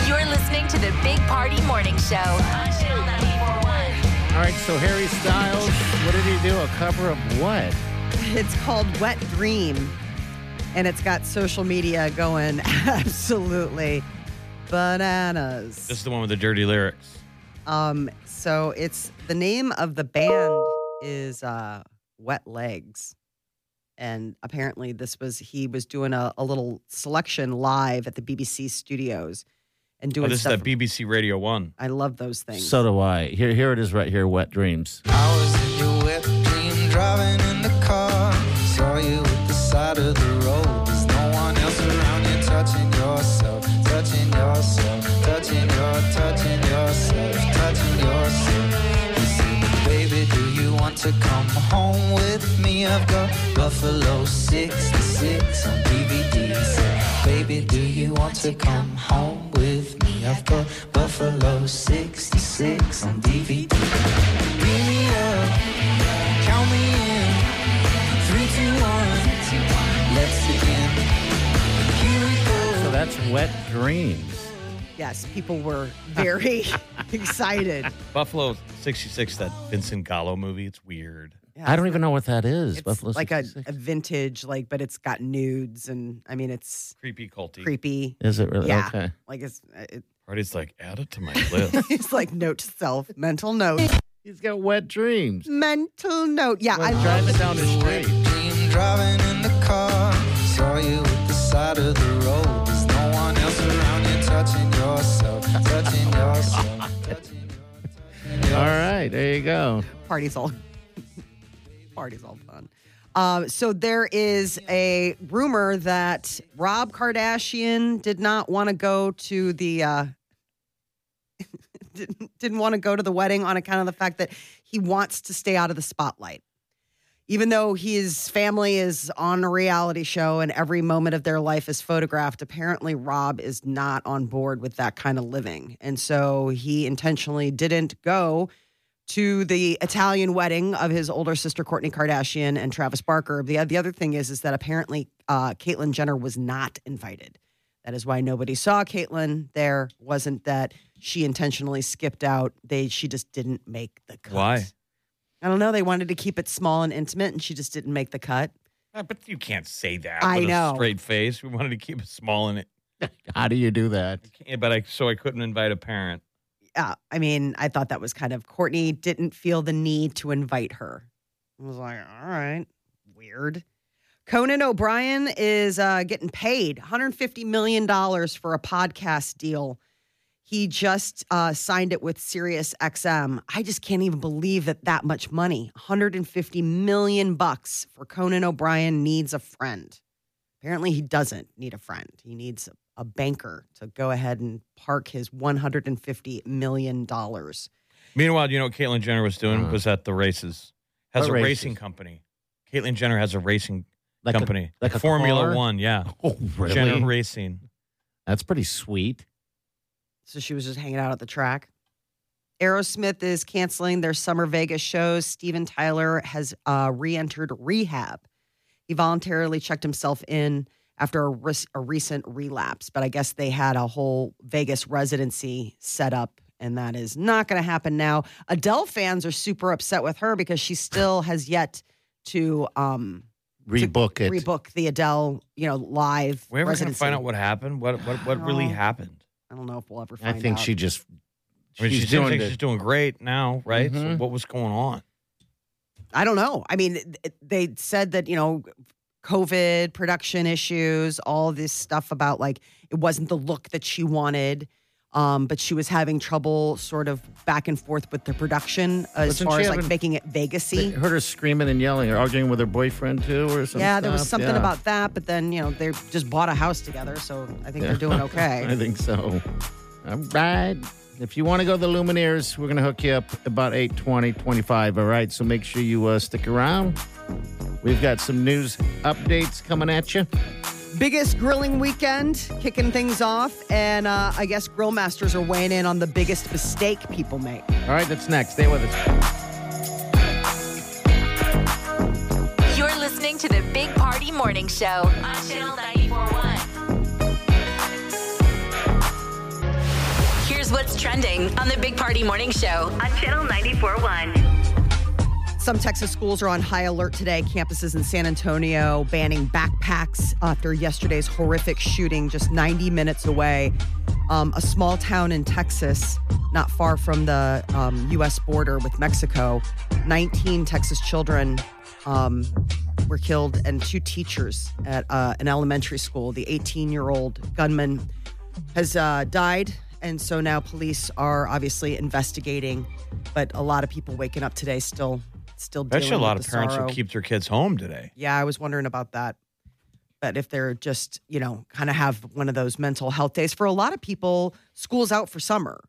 Speaker 2: You're listening to the Big Party Morning Show on Channel 941.
Speaker 4: All right, so Harry Styles, what did he do? A cover of what?
Speaker 3: It's called Wet Dream, and it's got social media going absolutely
Speaker 5: This is
Speaker 3: bananas.
Speaker 5: the one with the dirty lyrics.
Speaker 3: Um, so it's the name of the band is uh, Wet Legs. And apparently, this was he was doing a, a little selection live at the BBC studios and doing
Speaker 5: Oh, this is
Speaker 3: stuff.
Speaker 5: that BBC Radio 1.
Speaker 3: I love those things.
Speaker 4: So do I. Here, here it is right here, Wet Dreams.
Speaker 7: I was in your wet dream, driving in the car. Saw you at the side of the road. There's no one else around you, touching yourself, touching yourself, touching your, touching yourself, touching yourself. You see, baby, do you want to come home with me? I've got Buffalo 66 on DVD. Say, Baby, do you want to come home with me? I've got Buffalo 66 on DVD. Beam me up, count me in. Three, two, one. Let's begin. Here we go.
Speaker 4: So that's Wet Dreams.
Speaker 3: Yes, people were very excited.
Speaker 5: Buffalo 66, that Vincent Gallo movie. It's weird.
Speaker 4: I don't even know what that is.
Speaker 3: It's
Speaker 4: Buffalo
Speaker 3: like a,
Speaker 4: 66.
Speaker 3: a vintage, like, but it's got nudes, and I mean, it's
Speaker 5: Creepy culty.
Speaker 3: creepy.
Speaker 4: Is it really?
Speaker 3: Yeah.
Speaker 4: Okay.
Speaker 3: Like, it's it,
Speaker 5: Party's like, add it to my list.
Speaker 3: it's like note to self, mental note,
Speaker 4: He's got wet dreams.
Speaker 3: mental note. Yeah, I
Speaker 4: When
Speaker 3: love
Speaker 4: driving down the street.
Speaker 7: Dream driving in the car. Saw you at the side of the road. There's no one else around you touching yourself, touching yourself. touching
Speaker 4: All right, there you go.
Speaker 3: party's all party's all fun. Uh, so there is a rumor that Rob Kardashian did not want to go to the uh, didn't didn't want to go to the wedding on account of the fact that he wants to stay out of the spotlight. Even though his family is on a reality show and every moment of their life is photographed, apparently Rob is not on board with that kind of living. And so he intentionally didn't go to the Italian wedding of his older sister Courtney Kardashian and Travis Barker. The the other thing is is that apparently uh, Caitlyn Jenner was not invited. That is why nobody saw Caitlyn there. Wasn't that she intentionally skipped out? They she just didn't make the cut.
Speaker 5: Why?
Speaker 3: I don't know. They wanted to keep it small and intimate, and she just didn't make the cut.
Speaker 5: Ah, but you can't say that.
Speaker 3: I
Speaker 5: with
Speaker 3: know.
Speaker 5: A straight face. We wanted to keep it small and it.
Speaker 4: How do you do that?
Speaker 5: Yeah, but I so I couldn't invite a parent.
Speaker 3: Yeah, I mean, I thought that was kind of Courtney didn't feel the need to invite her. I was like, all right, weird. Conan O'Brien is uh, getting paid $150 million for a podcast deal. He just uh, signed it with Sirius XM. I just can't even believe that that much money, 150 million bucks for Conan O'Brien needs a friend. Apparently, he doesn't need a friend. He needs a banker to go ahead and park his $150 million.
Speaker 5: Meanwhile, you know what Caitlyn Jenner was doing
Speaker 4: Uh.
Speaker 5: was at the races. Has
Speaker 4: What
Speaker 5: a
Speaker 4: races?
Speaker 5: racing company. Caitlyn Jenner has a racing
Speaker 4: Like a-
Speaker 5: company.
Speaker 4: like a
Speaker 5: Formula
Speaker 4: car?
Speaker 5: One, yeah.
Speaker 4: Oh, really?
Speaker 5: Jenner Racing.
Speaker 4: That's pretty sweet.
Speaker 3: So she was just hanging out at the track. Aerosmith is canceling their summer Vegas shows. Steven Tyler has uh, re entered rehab. He voluntarily checked himself in after a, ris- a recent relapse, but I guess they had a whole Vegas residency set up, and that is not going to happen now. Adele fans are super upset with her because she still has yet to um,
Speaker 4: Rebook it.
Speaker 3: rebook the Adele, you know, live.
Speaker 5: We're ever gonna
Speaker 3: residency.
Speaker 5: find out what happened? What what what really
Speaker 3: Oh.
Speaker 5: happened?
Speaker 3: I don't know if we'll ever
Speaker 4: I
Speaker 3: find
Speaker 4: think
Speaker 3: out.
Speaker 4: she just.
Speaker 5: I mean,
Speaker 4: she's
Speaker 5: she seems
Speaker 4: doing
Speaker 5: like
Speaker 4: it.
Speaker 5: she's doing great now, right? So
Speaker 4: Mhm.
Speaker 5: what was going on?
Speaker 3: I don't know. I mean, th- they said that, you know, COVID, production issues, all this stuff about like it wasn't the look that she wanted. Um, but she was having trouble sort of back and forth with the production as
Speaker 4: Wasn't
Speaker 3: far
Speaker 4: she
Speaker 3: as like
Speaker 4: having-
Speaker 3: making it
Speaker 4: They
Speaker 3: Vegasy.
Speaker 4: heard her screaming and yelling or arguing with her boyfriend too, or something.
Speaker 3: Yeah, there was something about that, but then, you know, they just bought a house together, so I think they're doing
Speaker 4: I
Speaker 3: okay.
Speaker 4: think so. All right. If you want to go to the Lumineers, we're going to hook you up about 820, 25. All right. So make sure you uh, stick around. We've got some news updates coming at you.
Speaker 3: biggest grilling weekend, kicking things off, and uh, I guess grill masters are weighing in on the biggest mistake people make.
Speaker 4: All right. That's next. Stay with us.
Speaker 2: You're listening to the Big Party Morning Show on Channel 941. Here's what's trending on the Big Party Morning Show on Channel 941.
Speaker 3: Some Texas schools are on high alert today. Campuses in San Antonio banning backpacks after yesterday's horrific shooting just 90 minutes away. Um, a small town in Texas, not far from the um, U.S. border with Mexico, 19 Texas children um, were killed and two teachers at uh, an elementary school. The 18 year old gunman has uh, died. And so now police are obviously investigating, but a lot of people waking up today still, still.
Speaker 5: I bet you a
Speaker 3: dealing
Speaker 5: lot
Speaker 3: with
Speaker 5: of
Speaker 3: the
Speaker 5: parents
Speaker 3: sorrow.
Speaker 5: will keep their kids home today.
Speaker 3: Yeah, I was wondering about that. But if they're just, you know, kind of have one of those mental health days for a lot of people, school's out for summer.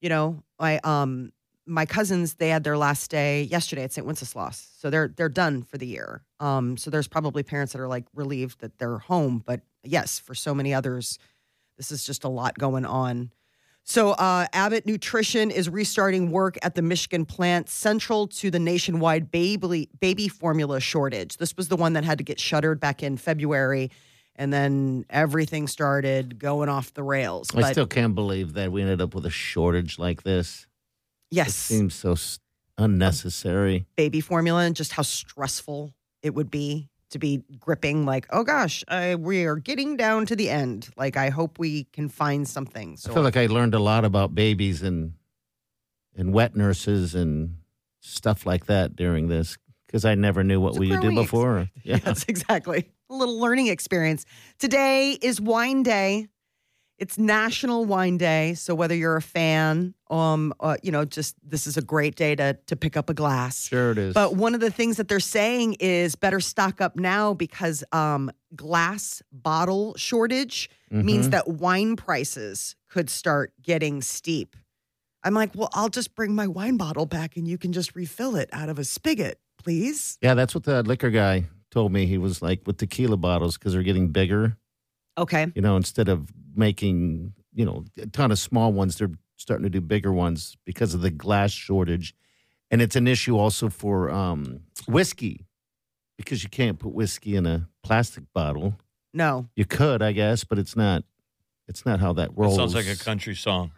Speaker 3: You know, I um my cousins they had their last day yesterday at St. Wenceslaus, so they're they're done for the year. Um, so there's probably parents that are like relieved that they're home, but yes, for so many others, this is just a lot going on. So, uh, Abbott Nutrition is restarting work at the Michigan plant, central to the nationwide baby baby formula shortage. This was the one that had to get shuttered back in February, and then everything started going off the rails.
Speaker 4: I still can't believe that we ended up with a shortage like this. It
Speaker 3: yes,
Speaker 4: seems so s- unnecessary.
Speaker 3: baby formula and just how stressful it would be to be gripping like oh gosh I, we are getting down to the end like i hope we can find something so
Speaker 4: I feel like I learned a lot about babies and and wet nurses and stuff like that during this because I never knew what
Speaker 3: It's a
Speaker 4: we did
Speaker 3: growing ex-
Speaker 4: before. Yeah.
Speaker 3: Yes, exactly. A little learning experience. Today is wine day. It's National Wine Day, so whether you're a fan, um, uh, you know, just this is a great day to to pick up a glass.
Speaker 4: Sure it is.
Speaker 3: But one of the things that they're saying is better stock up now because um, glass bottle shortage
Speaker 4: Mm-hmm.
Speaker 3: means that wine prices could start getting steep. I'm like, well, I'll just bring my wine bottle back and you can just refill it out of a spigot, please.
Speaker 4: yeah, that's what the liquor guy told me. He was like with tequila bottles because they're getting bigger.
Speaker 3: Okay.
Speaker 4: You know, instead of making you know a ton of small ones, they're starting to do bigger ones because of the glass shortage, and it's an issue also for um, whiskey because you can't put whiskey in a plastic bottle.
Speaker 3: No.
Speaker 4: You could, I guess, but it's not. It's not how that
Speaker 5: That
Speaker 4: rolls.
Speaker 5: sounds like a country song.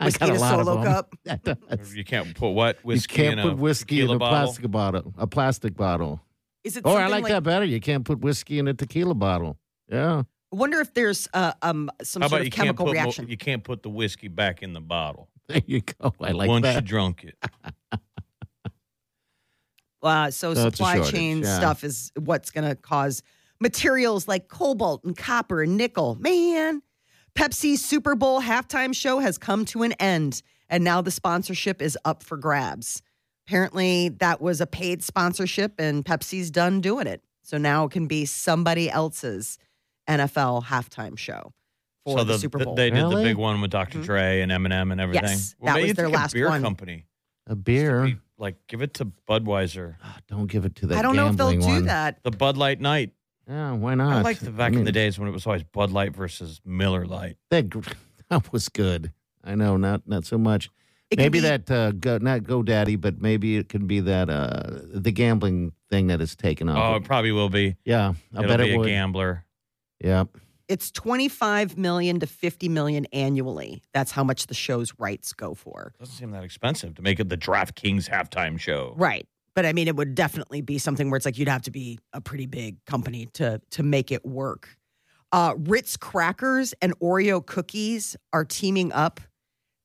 Speaker 4: I
Speaker 3: Whiskey
Speaker 4: got
Speaker 3: in a
Speaker 4: lot of
Speaker 3: solo
Speaker 4: them.
Speaker 3: cup.
Speaker 4: That does.
Speaker 5: You can't put what
Speaker 4: You
Speaker 5: whiskey in
Speaker 4: can't
Speaker 5: a
Speaker 4: put whiskey in
Speaker 5: tequila
Speaker 4: a
Speaker 5: bottle?
Speaker 4: plastic bottle. A plastic bottle.
Speaker 3: Is it?
Speaker 4: Or I
Speaker 3: something
Speaker 4: like, that better. You can't put whiskey in a tequila bottle. Yeah.
Speaker 3: I wonder if there's uh, um some
Speaker 5: How
Speaker 3: sort
Speaker 5: about
Speaker 3: of
Speaker 5: you can't,
Speaker 3: chemical
Speaker 5: put mo-
Speaker 3: reaction.
Speaker 5: you can't put the whiskey back in the bottle
Speaker 4: There you go. I like
Speaker 5: once you
Speaker 4: that.
Speaker 5: drunk it.
Speaker 3: Uh, so
Speaker 4: So it's a
Speaker 3: supply
Speaker 4: shortage,
Speaker 3: chain
Speaker 4: yeah.
Speaker 3: stuff is what's going to cause materials like cobalt and copper and nickel. Man, Pepsi's Super Bowl halftime show has come to an end, and now the sponsorship is up for grabs. Apparently, that was a paid sponsorship, and Pepsi's done doing it. So now it can be somebody else's NFL halftime show for
Speaker 5: so
Speaker 3: the,
Speaker 5: the,
Speaker 3: Super
Speaker 5: th-
Speaker 3: Bowl.
Speaker 5: they did
Speaker 4: Really?
Speaker 5: the big one with doctor
Speaker 3: Mhm.
Speaker 5: Dre and Eminem and everything.
Speaker 3: Yes,
Speaker 5: well,
Speaker 3: that
Speaker 5: maybe
Speaker 3: was
Speaker 5: it's
Speaker 3: their
Speaker 5: like a
Speaker 3: last
Speaker 5: beer
Speaker 3: one.
Speaker 5: company.
Speaker 4: A beer.
Speaker 5: Like, give it to Budweiser.
Speaker 4: Ah, Don't give it to that.
Speaker 3: I don't know if they'll
Speaker 4: gambling one.
Speaker 3: do that.
Speaker 5: The Bud Light Night.
Speaker 4: Yeah, why not?
Speaker 5: I like the back in
Speaker 4: mean,
Speaker 5: the days when it was always Bud Light versus Miller Light.
Speaker 4: That, gr- that was good. I know, not not so much.
Speaker 3: It can
Speaker 4: maybe
Speaker 3: be-
Speaker 4: that uh, go, not GoDaddy, but maybe it could be that uh, the gambling thing that is taken
Speaker 5: Oh,
Speaker 4: off.
Speaker 5: it probably will be.
Speaker 4: yeah, I
Speaker 5: It'll
Speaker 4: bet
Speaker 5: be
Speaker 4: it
Speaker 5: a
Speaker 4: would.
Speaker 5: gambler.
Speaker 4: Yeah,
Speaker 3: it's 25 million to 50 million annually. That's how much the show's rights go for.
Speaker 5: Doesn't seem that expensive to make it the DraftKings halftime show.
Speaker 3: Right. But I mean it would definitely be something where it's like you'd have to be a pretty big company to to make it work. Uh, Ritz crackers and Oreo cookies are teaming up.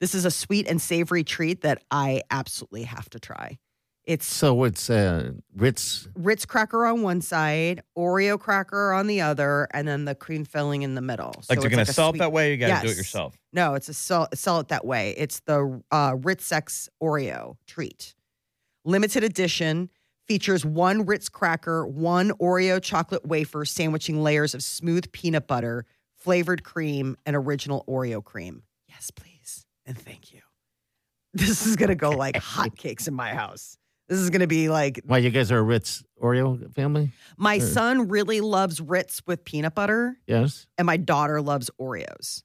Speaker 3: This is a sweet and savory treat that I absolutely have to try. It's
Speaker 4: so it's uh, Ritz.
Speaker 3: Ritz cracker on one side, Oreo cracker on the other, and then the cream filling in the middle.
Speaker 5: Like
Speaker 3: so
Speaker 5: they're
Speaker 3: it's
Speaker 5: gonna
Speaker 3: like a
Speaker 5: sell
Speaker 3: sweet-
Speaker 5: it that way. You got to do
Speaker 3: Yes.
Speaker 5: it yourself.
Speaker 3: No, it's a sell, sell it that way. It's the uh, Ritz X Oreo treat. Limited edition features one Ritz cracker, one Oreo chocolate wafer, sandwiching layers of smooth peanut butter, flavored cream, and original Oreo cream. Yes, please. And thank you. This is going to go like hotcakes in my house. This is going to be like
Speaker 4: Why you guys are a Ritz Oreo family?
Speaker 3: my
Speaker 4: Sure.
Speaker 3: son really loves Ritz with peanut butter,
Speaker 4: Yes.
Speaker 3: and my daughter loves Oreos.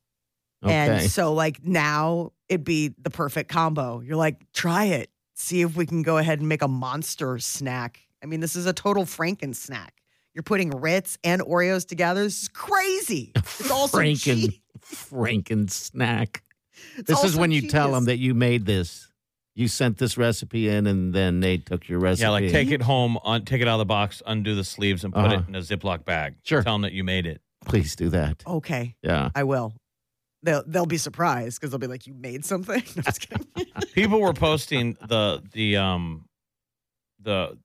Speaker 4: Okay.
Speaker 3: And so like now it'd be the perfect combo. You're like, try it. See if we can go ahead and make a monster snack. I mean, this is a total Franken snack. You're putting Ritz and Oreos together. This is crazy. It's also
Speaker 4: Franken
Speaker 3: cheese.
Speaker 4: Franken snack.
Speaker 3: It's
Speaker 4: this is
Speaker 3: also
Speaker 4: when you tell
Speaker 3: cheese.
Speaker 4: them that you made this. You sent this recipe in, and then they took your recipe.
Speaker 5: Yeah, like take it home, un- take it out of the box, undo the sleeves, and put
Speaker 4: Uh-huh.
Speaker 5: it in a Ziploc bag.
Speaker 4: Sure.
Speaker 5: Tell them that you made it.
Speaker 4: Please do that.
Speaker 3: Okay,
Speaker 4: Yeah.
Speaker 3: I will. They'll they'll be surprised because they'll be like, you made something. I'm just kidding.
Speaker 4: Mm-hmm.
Speaker 5: People were posting the the um the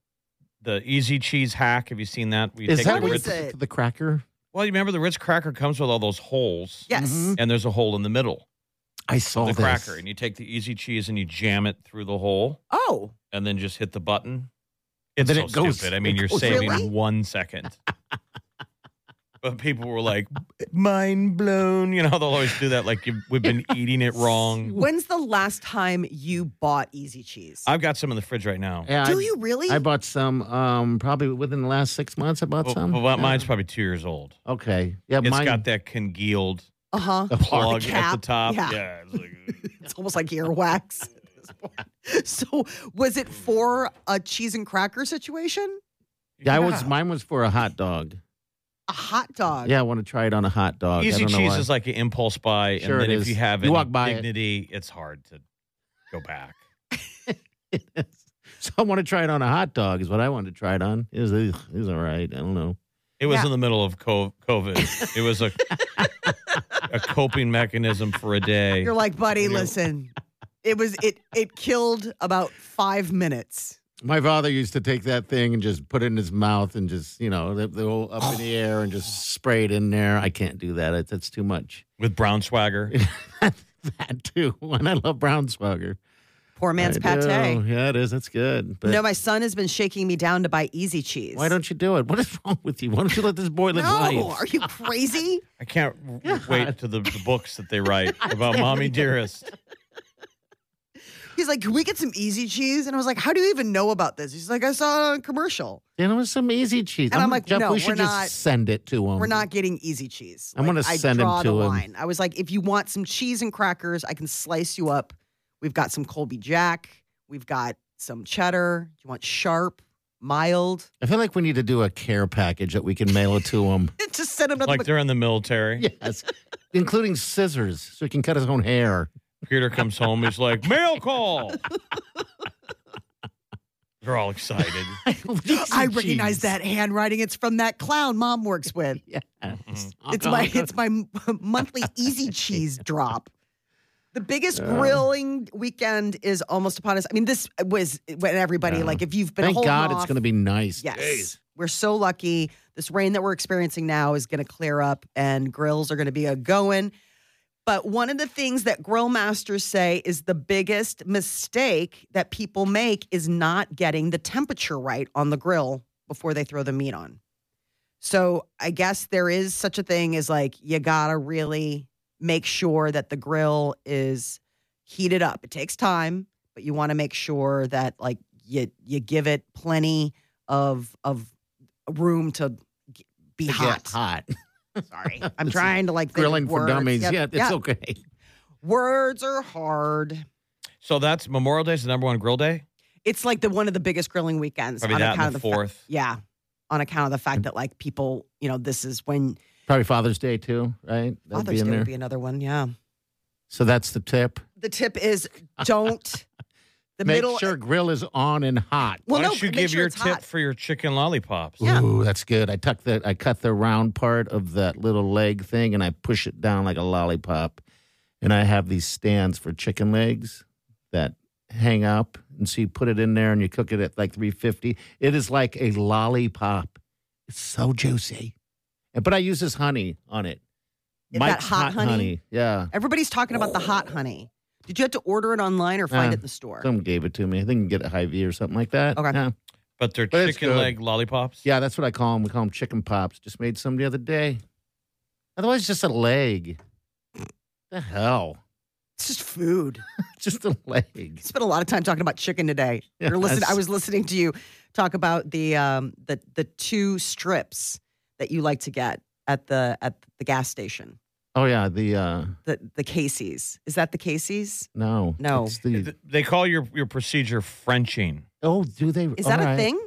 Speaker 5: the easy cheese hack. Have you seen that? Where you
Speaker 4: Is
Speaker 5: take
Speaker 4: that
Speaker 5: the
Speaker 4: what
Speaker 5: Ritz-
Speaker 3: is
Speaker 4: the,
Speaker 3: it?
Speaker 4: the cracker?
Speaker 5: Well, you remember the Ritz cracker comes with all those holes.
Speaker 3: yes.
Speaker 4: Mhm.
Speaker 5: And there's a hole in the middle.
Speaker 4: I saw
Speaker 5: the
Speaker 4: this.
Speaker 5: cracker. And you take the easy cheese and you jam it through the hole
Speaker 3: Oh,
Speaker 5: and then just hit the button. It's
Speaker 4: then
Speaker 5: so
Speaker 4: it goes-
Speaker 5: stupid. I mean,
Speaker 4: it
Speaker 5: you're
Speaker 4: goes-
Speaker 5: saving
Speaker 3: Really?
Speaker 5: one second. but people were like, mind blown. You know, they'll always do that. Like, you, we've been eating it wrong.
Speaker 3: when's the last time you bought Easy Cheese?
Speaker 5: I've got some in the fridge right now.
Speaker 4: Yeah,
Speaker 3: Do
Speaker 4: I,
Speaker 3: you really?
Speaker 4: I bought some. Um, probably within the last six months, I bought
Speaker 5: Well,
Speaker 4: some.
Speaker 5: well, mine's
Speaker 4: Yeah.
Speaker 5: probably two years old.
Speaker 4: okay. Yeah,
Speaker 5: It's
Speaker 4: mine.
Speaker 5: got that congealed
Speaker 3: uh huh.
Speaker 4: The
Speaker 5: plug at the
Speaker 3: cap,
Speaker 5: top.
Speaker 3: yeah.
Speaker 5: it's like,
Speaker 3: It's almost like earwax. at this point. so, was it for a cheese and cracker situation?
Speaker 4: yeah, I was. Mine was for a hot dog.
Speaker 3: A hot dog?
Speaker 4: Yeah, I want to try it on a hot dog. I
Speaker 5: Easy
Speaker 4: don't know
Speaker 5: cheese
Speaker 4: why.
Speaker 5: is like an impulse buy,
Speaker 4: Sure
Speaker 5: and then
Speaker 4: it
Speaker 5: if
Speaker 4: is.
Speaker 5: you have
Speaker 4: You
Speaker 5: any
Speaker 4: walk by it.
Speaker 5: dignity, it's hard to go back.
Speaker 4: so I want to try it on a hot dog. Is what I wanted to try it on. It was, ugh, it was all right. I don't know.
Speaker 5: It was
Speaker 3: Yeah.
Speaker 5: in the middle of co- COVID. it was a a coping mechanism for a day.
Speaker 3: You're like, buddy,
Speaker 5: Yeah.
Speaker 3: listen. It was it it killed about five minutes.
Speaker 4: My father used to take that thing and just put it in his mouth and just, you know, the, the whole up in
Speaker 3: Oh.
Speaker 4: the air and just spray it in there. I can't do that. It, that's too much.
Speaker 5: with brown swagger.
Speaker 4: that too. And I love brown swagger.
Speaker 3: Poor man's
Speaker 4: I
Speaker 3: pate.
Speaker 4: do. Yeah, it is. That's good. But
Speaker 3: No, my son has been shaking me down to buy easy cheese.
Speaker 4: why don't you do it? What is wrong with you? Why don't you let this boy live
Speaker 3: no,
Speaker 4: life?
Speaker 3: are you crazy?
Speaker 5: I can't w- wait to the, the books that they write about mommy dearest.
Speaker 3: He's like, Can we get some easy cheese? And I was like, How do you even know about this? He's like, I saw it on a commercial.
Speaker 4: You know, it's some easy cheese.
Speaker 3: And I'm like,
Speaker 4: Jeff,
Speaker 3: no,
Speaker 4: we should
Speaker 3: we're
Speaker 4: just
Speaker 3: not-
Speaker 4: send it to him.
Speaker 3: We're not getting easy cheese.
Speaker 4: Um, I'm
Speaker 3: Like,
Speaker 4: gonna
Speaker 3: I
Speaker 4: send him
Speaker 3: draw
Speaker 4: to
Speaker 3: the
Speaker 4: him.
Speaker 3: line. I was like, if you want some cheese and crackers, I can slice you up. We've got some Colby Jack. We've got some cheddar. You want sharp, mild?
Speaker 4: I feel like we need to do a care package that we can mail it to him.
Speaker 3: Just send him to
Speaker 5: Like
Speaker 3: the.
Speaker 5: they're in the military.
Speaker 4: yes, including scissors, so he can cut his own hair.
Speaker 5: Peter comes home. He's like, mail call. They're all excited.
Speaker 3: I recognize that handwriting. It's from that clown mom works with.
Speaker 4: Uh-huh. Oh,
Speaker 3: It's my it's my m- monthly easy cheese drop. The biggest grilling weekend is almost upon us. I mean, this was when everybody
Speaker 4: Yeah.
Speaker 3: like if you've been
Speaker 4: Thank
Speaker 3: holding
Speaker 4: God it's
Speaker 3: off-
Speaker 4: going to be nice.
Speaker 3: Yes.
Speaker 4: Jeez.
Speaker 3: We're so lucky. This rain that we're experiencing now is going to clear up and grills are going to be a going. But one of the things that grill masters say is the biggest mistake that people make is not getting the temperature right on the grill before they throw the meat on. So I guess there is such a thing as like you got to really make sure that the grill is heated up. It takes time, but you want to make sure that like you you give it plenty of of room to g- be
Speaker 4: To get
Speaker 3: hot.
Speaker 4: hot.
Speaker 3: Sorry, I'm
Speaker 4: It's
Speaker 3: trying to like think
Speaker 4: Grilling
Speaker 3: of
Speaker 4: for
Speaker 3: words.
Speaker 4: dummies.
Speaker 3: Yep,
Speaker 4: Yeah, it's
Speaker 3: yep.
Speaker 4: okay.
Speaker 3: Words are hard.
Speaker 5: So that's Memorial Day is the number one grill day.
Speaker 3: It's like the one of the biggest grilling weekends
Speaker 5: Probably
Speaker 3: on
Speaker 5: that
Speaker 3: account
Speaker 5: and the
Speaker 3: of the fa-
Speaker 5: fourth.
Speaker 3: yeah, on account of the fact that like people, you know, this is when
Speaker 4: Probably Father's Day too, right? That'd
Speaker 3: Father's Day would be another one. Yeah.
Speaker 4: so that's the tip.
Speaker 3: The tip is don't. The
Speaker 4: Make
Speaker 3: middle. uh,
Speaker 4: sure grill is on and hot.
Speaker 3: Well,
Speaker 5: Why
Speaker 3: no,
Speaker 5: don't you
Speaker 3: make
Speaker 5: give
Speaker 3: sure
Speaker 5: your
Speaker 3: it's
Speaker 5: tip
Speaker 3: hot.
Speaker 5: for your chicken lollipops?
Speaker 3: Yeah.
Speaker 4: Ooh, that's good. I tuck the I cut the round part of that little leg thing and I push it down like a lollipop. And I have these stands for chicken legs that hang up. And so you put it in there and you cook it at like 350. It is like a lollipop. It's so juicy. And- But I use this honey on it.
Speaker 3: Is that
Speaker 4: Mike's
Speaker 3: hot honey?
Speaker 4: Yeah.
Speaker 3: Everybody's talking about the hot honey. Did you have to order it online or find
Speaker 4: Uh,
Speaker 3: it in the store?
Speaker 4: Some gave it to me. I think you can get it at Hy-Vee or something like that.
Speaker 3: Okay.
Speaker 4: Yeah.
Speaker 5: But they're
Speaker 4: But it's
Speaker 5: chicken
Speaker 4: good.
Speaker 5: leg lollipops.
Speaker 4: Yeah, that's what I call them. We call them chicken pops. Just made some the other day. Otherwise, it's just a leg. The hell,
Speaker 3: It's just food.
Speaker 4: just a leg.
Speaker 3: spent a lot of time talking about chicken today.
Speaker 4: Yeah,
Speaker 3: You're listening,
Speaker 4: that's-
Speaker 3: I was listening to you talk about the um, the the two strips that you like to get at the at the gas station.
Speaker 4: Oh yeah, the uh
Speaker 3: The the Casey's. Is that the Casey's?
Speaker 4: no,
Speaker 3: No.
Speaker 4: It's the,
Speaker 5: Th- They call your, your procedure Frenching.
Speaker 4: oh, do they?
Speaker 3: Is that
Speaker 4: all
Speaker 3: a
Speaker 4: right.
Speaker 3: thing?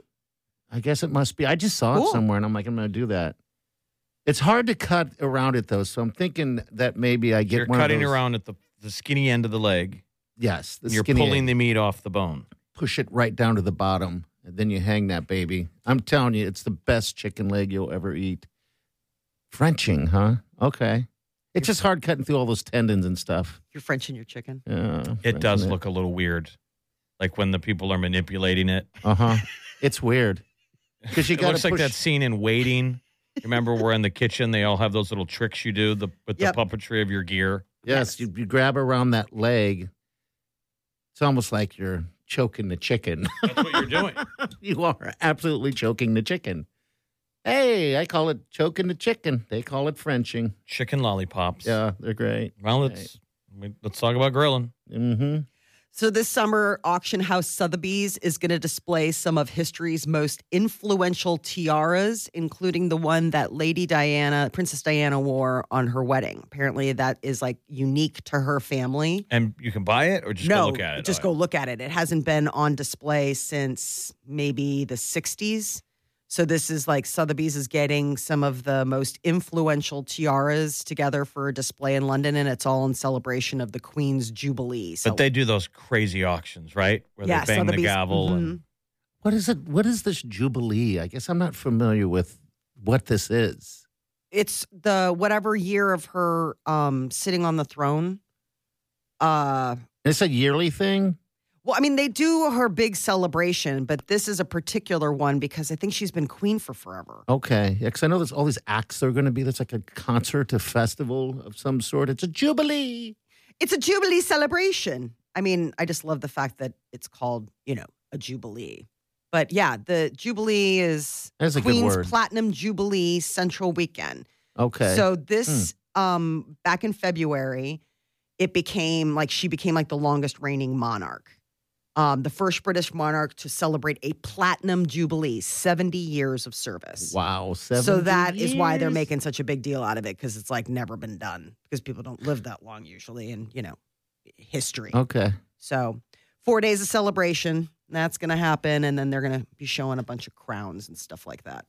Speaker 4: I guess it must be. I just saw
Speaker 3: Cool.
Speaker 4: it somewhere, and I'm like, I'm gonna do that. It's hard to cut around it though, so I'm thinking that maybe I get
Speaker 5: You're
Speaker 4: one
Speaker 5: cutting
Speaker 4: of those,
Speaker 5: around at the, the skinny end of the leg.
Speaker 4: Yes, the
Speaker 5: and you're
Speaker 4: skinny
Speaker 5: pulling
Speaker 4: end.
Speaker 5: the meat off the bone.
Speaker 4: push it right down to the bottom, and then you hang that baby. I'm telling you, it's the best chicken leg you'll ever eat. Frenching, huh? Okay. It's just hard cutting through all those tendons and stuff.
Speaker 3: You're French and your chicken.
Speaker 4: Yeah,
Speaker 5: It does look a little weird. Like when the people are manipulating it.
Speaker 4: Uh huh. It's weird because you
Speaker 5: it
Speaker 4: got to
Speaker 5: looks like that scene in Waiting. Remember, we're in the kitchen. They all have those little tricks you do the, with
Speaker 3: Yep.
Speaker 5: the puppetry of your gear.
Speaker 4: Yes, you, you grab around that leg. It's almost like you're choking the chicken.
Speaker 5: That's what you're doing.
Speaker 4: you are absolutely choking the chicken. Hey, I call it choking the chicken. They call it Frenching.
Speaker 5: Chicken lollipops.
Speaker 4: Yeah, they're great.
Speaker 5: Well, let's we- let's talk about grilling.
Speaker 4: Mm-hmm.
Speaker 3: So this summer, auction house Sotheby's is going to display some of history's most influential tiaras, including the one that Lady Diana, Princess Diana, wore on her wedding. Apparently, that is like unique to her family.
Speaker 5: And you can buy it or just
Speaker 3: no,
Speaker 5: go look at it.
Speaker 3: just go look at it. It hasn't been on display since maybe the '60s. So this is like Sotheby's is getting some of the most influential tiaras together for display in London, and it's all in celebration of the Queen's Jubilee. So
Speaker 5: But they do those crazy auctions, right? Where
Speaker 3: Yeah,
Speaker 5: they bang the
Speaker 3: Sotheby's.
Speaker 5: gavel.
Speaker 3: Mm-hmm.
Speaker 5: And,
Speaker 4: What is it? What is this jubilee? I guess I'm not familiar with what this is.
Speaker 3: it's the whatever year of her um sitting on the throne uh
Speaker 4: It's a yearly thing.
Speaker 3: Well, I mean, they do her big celebration, but this is a particular one because I think she's been queen for forever.
Speaker 4: Oh. Okay. Yeah, because I know there's all these acts that are going to be. There's like a concert, a festival of some sort. It's a jubilee.
Speaker 3: It's a jubilee celebration. I mean, I just love the fact that it's called, you know, a jubilee. But yeah, the jubilee is
Speaker 4: That's a good
Speaker 3: Queen's
Speaker 4: word.
Speaker 3: Platinum Jubilee Central Weekend.
Speaker 4: Okay.
Speaker 3: So this
Speaker 5: Hmm.
Speaker 3: um back in February, it became like she became like the longest reigning monarch. Um, the first British monarch to celebrate a platinum jubilee, 70 years of service.
Speaker 4: wow.
Speaker 3: So
Speaker 4: 70
Speaker 3: that is why they're
Speaker 4: years?
Speaker 3: making such a big deal out of it because it's like never been done because people don't live that long usually in, you know, history.
Speaker 5: Oh.
Speaker 4: Okay.
Speaker 3: So, four days of celebration. That's going to happen. And then they're going to be showing a bunch of crowns and stuff like that.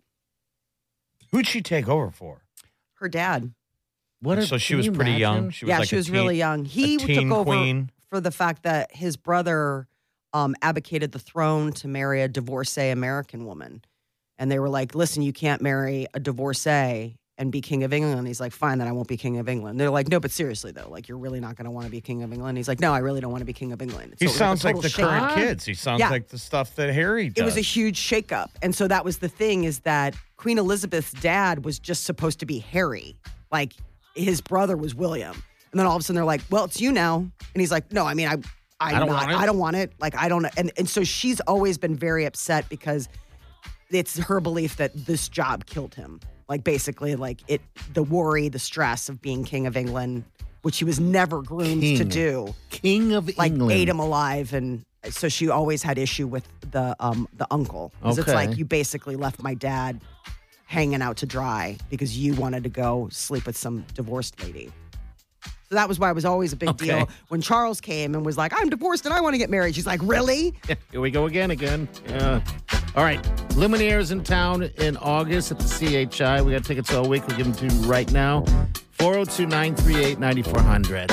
Speaker 5: Who'd she take over for?
Speaker 3: Her dad.
Speaker 4: What? a-
Speaker 5: so she
Speaker 4: can
Speaker 5: was
Speaker 4: you
Speaker 5: pretty young.
Speaker 4: imagine?
Speaker 5: She was
Speaker 3: yeah,
Speaker 5: like
Speaker 3: she
Speaker 5: a
Speaker 3: was
Speaker 5: teen-
Speaker 3: really young. He
Speaker 5: a teen
Speaker 3: took over
Speaker 5: queen.
Speaker 3: for the fact that his brother um, abdicated the throne to marry a divorcee American woman. And they were like, listen, you can't marry a divorcee and be King of England. And he's like, fine, then I won't be King of England. They're like, no, but seriously, though, like, you're really not going to want to be King of England. he's like, no, I really don't want to be King of England.
Speaker 5: He
Speaker 3: So it was
Speaker 5: sounds
Speaker 3: a
Speaker 5: like,
Speaker 3: total
Speaker 5: the
Speaker 3: shake-
Speaker 5: current kids. He sounds
Speaker 3: Yeah.
Speaker 5: like the stuff that Harry does.
Speaker 3: It was a huge shakeup. And so that was the thing is that Queen Elizabeth's dad was just supposed to be Harry. Like his brother was William. And then all of a sudden they're like, well, it's you now. And he's like, no, I mean, I, I,
Speaker 4: I don't
Speaker 3: don't,
Speaker 4: want it.
Speaker 3: I don't want it. Like, I don't. And, and so she's always been very upset because it's her belief that this job killed him. Like, basically, like it, the worry, the stress of being King of England, which he was never groomed to
Speaker 4: King.
Speaker 3: do
Speaker 4: King of
Speaker 3: like
Speaker 4: England.
Speaker 3: ate him alive and so she always had issue with the um the uncle because it's
Speaker 4: Okay.
Speaker 3: like you basically left my dad hanging out to dry because you wanted to go sleep with some divorced lady so that was why it was always a big
Speaker 4: Okay.
Speaker 3: deal when charles came and was like i'm divorced and i want to get married she's like really
Speaker 4: Here we go again, again. Yeah. All right. Lumineers in town in August at the CHI. We got tickets all week. We'll give them to you right now. 402 938 9400.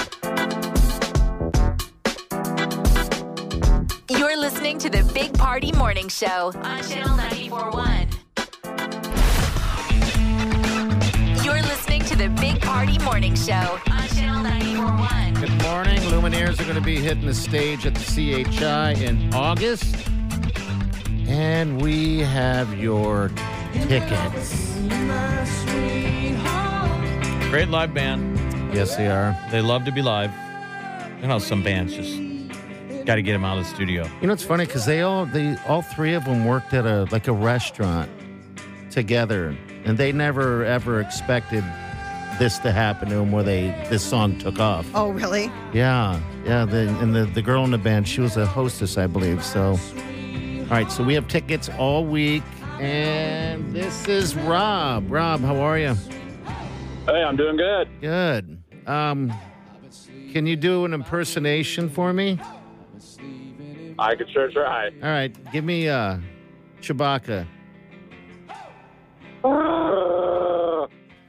Speaker 2: You're listening to the Big Party Morning Show on Channel 941. You're listening to the Big Party Morning Show on Channel 941.
Speaker 4: Good morning. Lumineers are going to be hitting the stage at the CHI in August. And we have your tickets.
Speaker 5: great live band.
Speaker 4: Yes, they are.
Speaker 5: They love to be live. You know, some bands just got to get them out of the studio.
Speaker 4: You know, it's funny because they all, they all three of them worked at a like a restaurant together, and they never ever expected this to happen to them where they this song took off.
Speaker 3: oh really
Speaker 4: Yeah, yeah. The, and the, the girl in the band, she was a hostess, I believe. So, all right. So we have tickets all week, and this is Rob. Rob, how are you?
Speaker 6: Hey, I'm doing good.
Speaker 4: Good. Um, can you do an impersonation for me?
Speaker 6: I could sure try.
Speaker 4: All right, give me uh, Chewbacca.
Speaker 6: Ah!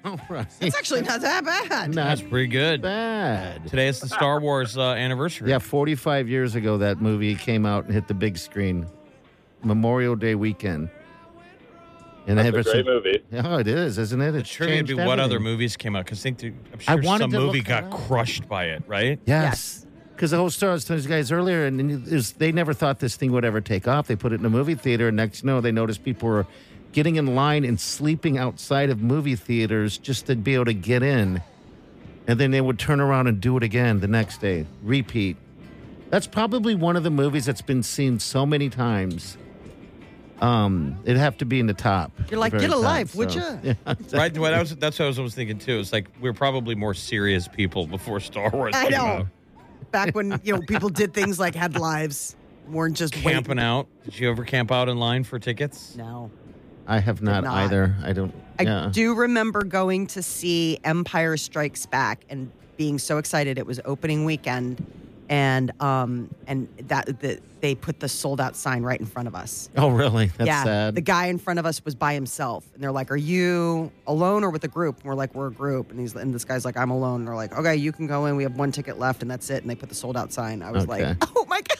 Speaker 4: All right.
Speaker 3: it's actually not that bad
Speaker 4: Not
Speaker 5: That's pretty good.
Speaker 4: bad.
Speaker 5: Today is the Star Wars uh, anniversary.
Speaker 4: Yeah, 45 years ago, that movie came out and hit the big screen, Memorial Day weekend. And
Speaker 6: That's
Speaker 4: ever
Speaker 6: a
Speaker 4: sin-
Speaker 6: great movie.
Speaker 4: Oh, it is, isn't it?
Speaker 5: The
Speaker 4: It's
Speaker 5: trivia would be
Speaker 4: changed
Speaker 5: what other
Speaker 4: everything.
Speaker 5: movies came out because I think there, I'm
Speaker 4: I
Speaker 5: sure
Speaker 4: wanted
Speaker 5: some
Speaker 4: to look
Speaker 5: movie
Speaker 4: that
Speaker 5: got
Speaker 4: up.
Speaker 5: crushed by it, right?
Speaker 4: Yes. Because the whole story I was telling you guys earlier, and it was, they never thought this thing would ever take off. They put it in a movie theater, and next you know, they noticed people were getting in line and sleeping outside of movie theaters just to be able to get in. And then they would turn around and do it again the next day, repeat. That's probably one of the movies that's been seen so many times. Um, it'd have to be in the top.
Speaker 3: You're like,
Speaker 4: the very
Speaker 3: "Get a
Speaker 4: top,
Speaker 3: life, would
Speaker 4: so-
Speaker 3: ya?"
Speaker 4: Yeah.
Speaker 5: Right. What I was, that's what I was always thinking too. It's like we're probably more serious people before Star Wars.
Speaker 3: i
Speaker 5: came
Speaker 3: know
Speaker 5: out.
Speaker 3: back when you know people did things like had lives weren't just
Speaker 5: Camping
Speaker 3: waiting.
Speaker 5: out. Did you ever camp out in line for tickets?
Speaker 3: no
Speaker 4: I have not,
Speaker 3: not.
Speaker 4: either. I don't.
Speaker 3: I
Speaker 4: yeah.
Speaker 3: do remember going to see Empire Strikes Back and being so excited. It was opening weekend, and um, and that the, they put the sold out sign right in front of us.
Speaker 4: Oh, really? That's
Speaker 3: yeah,
Speaker 4: sad.
Speaker 3: the guy in front of us was by himself, and they're like, "Are you alone or with a group?" And we're like, "We're a group." And he's and this guy's like, "I'm alone." And they're like, "Okay, you can go in. We have one ticket left, and that's it." And they put the sold out sign. I was
Speaker 4: Okay.
Speaker 3: like, "Oh my god!"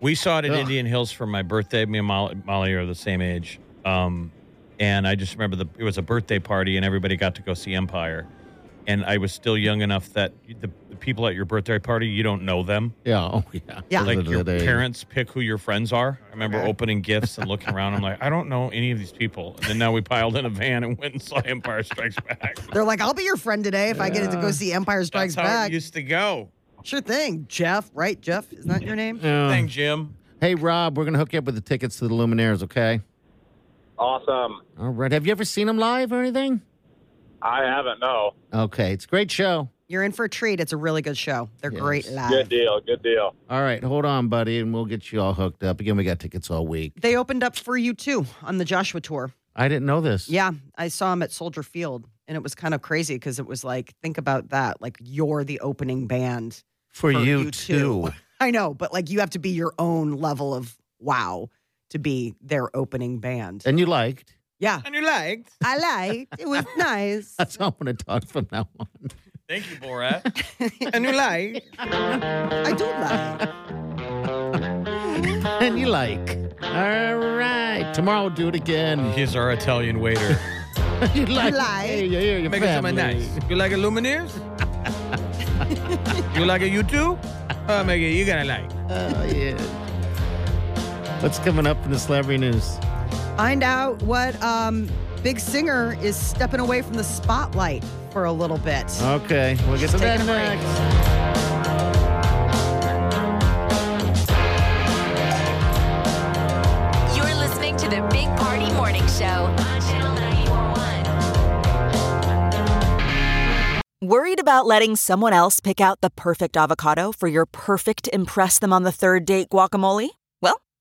Speaker 5: We saw it at
Speaker 4: Ugh.
Speaker 5: Indian Hills for my birthday. Me and Molly, Molly are the same age, um, and I just remember the it was a birthday party, and everybody got to go see Empire. and I was still young enough that the, the people at your birthday party you don't know them.
Speaker 4: Yeah. Oh, yeah.
Speaker 3: Yeah.
Speaker 4: Those are
Speaker 5: Like your
Speaker 4: the days.
Speaker 5: parents pick who your friends are. I remember opening gifts and looking around. I'm like, I don't know any of these people. And then now we piled in a van and went and saw Empire Strikes Back.
Speaker 3: They're like, I'll be your friend today if I get to go see Empire Strikes
Speaker 5: That's how
Speaker 3: Back.
Speaker 5: it used to go.
Speaker 3: sure thing, Jeff. Right, Jeff? Isn't that your name?
Speaker 4: Yeah.
Speaker 5: Thing, Jim.
Speaker 4: Hey, Rob, we're going to hook you up with the tickets to the Luminaires, okay?
Speaker 8: Awesome.
Speaker 4: All right. Have you ever seen them live or anything?
Speaker 8: I haven't, no.
Speaker 4: Okay. It's a great show.
Speaker 3: You're in for a treat. It's a really good show. They're great
Speaker 4: Yes.
Speaker 3: live.
Speaker 8: Good deal. Good deal.
Speaker 4: All right. Hold on, buddy, and we'll get you all hooked up. Again, we got tickets all week.
Speaker 3: They opened up for you too on the Joshua tour.
Speaker 4: I didn't know this.
Speaker 3: Yeah, I saw him at Soldier Field, and it was kind of crazy because it was like, think about that. Like you're the opening band. For
Speaker 4: For, you,
Speaker 3: you
Speaker 4: too.
Speaker 3: too. I know, but like you have to be your own level of wow to be their opening band.
Speaker 4: And you liked.
Speaker 3: Yeah,
Speaker 5: And you liked.
Speaker 3: I liked. It was nice.
Speaker 4: That's all I'm going to talk from now on.
Speaker 5: Thank you, Borat.
Speaker 3: and you like? I do like.
Speaker 4: and you like. All right. Tomorrow we'll do it again.
Speaker 5: He's our Italian waiter.
Speaker 4: you like.
Speaker 3: like.
Speaker 4: Hey, yeah, yeah, your
Speaker 5: Make it something
Speaker 4: family.
Speaker 5: nice. You like a Lumineers? you like a U2? Oh, make it, you're gonna like.
Speaker 4: Oh, yeah. What's coming up in the celebrity news?
Speaker 3: Find out what um, Big Singer is stepping away from the spotlight for a little bit.
Speaker 4: Okay. We'll get to that
Speaker 3: taking a break.
Speaker 4: next.
Speaker 2: You're listening to the Big Party Morning Show on Channel 941.
Speaker 9: Worried about letting someone else pick out the perfect avocado for your perfect Impress Them on the Third Date guacamole? Well,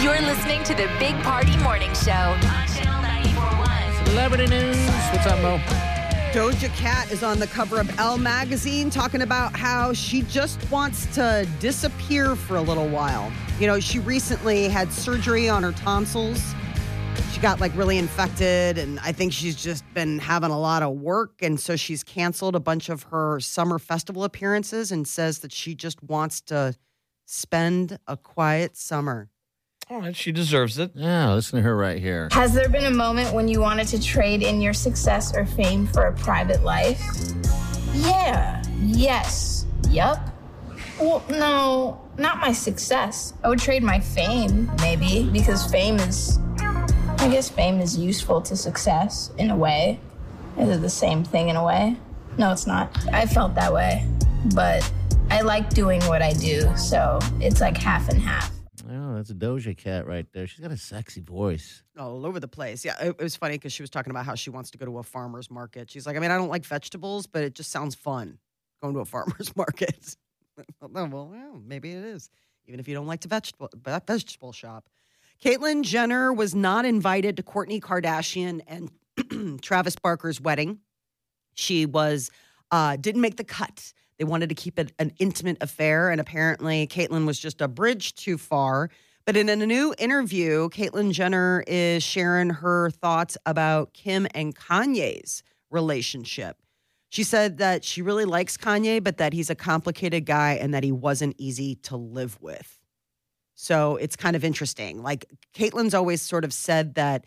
Speaker 2: You're listening to the Big Party Morning Show on Channel 941.
Speaker 4: Celebrity news. What's up, Mo?
Speaker 3: Doja Cat is on the cover of Elle magazine talking about how she just wants to disappear for a little while. You know, she recently had surgery on her tonsils. She got like really infected, and I think she's just been having a lot of work. And so she's canceled a bunch of her summer festival appearances and says that she just wants to spend a quiet summer.
Speaker 5: All right, she deserves it.
Speaker 4: Yeah, listen to her right here.
Speaker 8: Has there been a moment when you wanted to trade in your success or fame for a private life? Yeah. Yes. Yup. Well, no, not my success. I would trade my fame, maybe, because fame is. I guess fame is useful to success in a way. Is it the same thing in a way? No, it's not. I felt that way. But I like doing what I do, so it's like half and half.
Speaker 4: Oh, that's a Doja Cat right there. She's got a sexy voice.
Speaker 3: all over the place. Yeah, it, it was funny because she was talking about how she wants to go to a farmer's market. She's like, I mean, I don't like vegetables, but it just sounds fun going to a farmer's market. well, well, maybe it is, even if you don't like to vegetable but vegetable shop. Caitlyn Jenner was not invited to Courtney Kardashian and Travis Barker's wedding. She was uh, didn't make the cut. They wanted to keep it an intimate affair, and apparently, Caitlyn was just a bridge too far. But in a new interview, Caitlyn Jenner is sharing her thoughts about Kim and Kanye's relationship. She said that she really likes Kanye, but that he's a complicated guy and that he wasn't easy to live with. So it's kind of interesting. Like Caitlyn's always sort of said that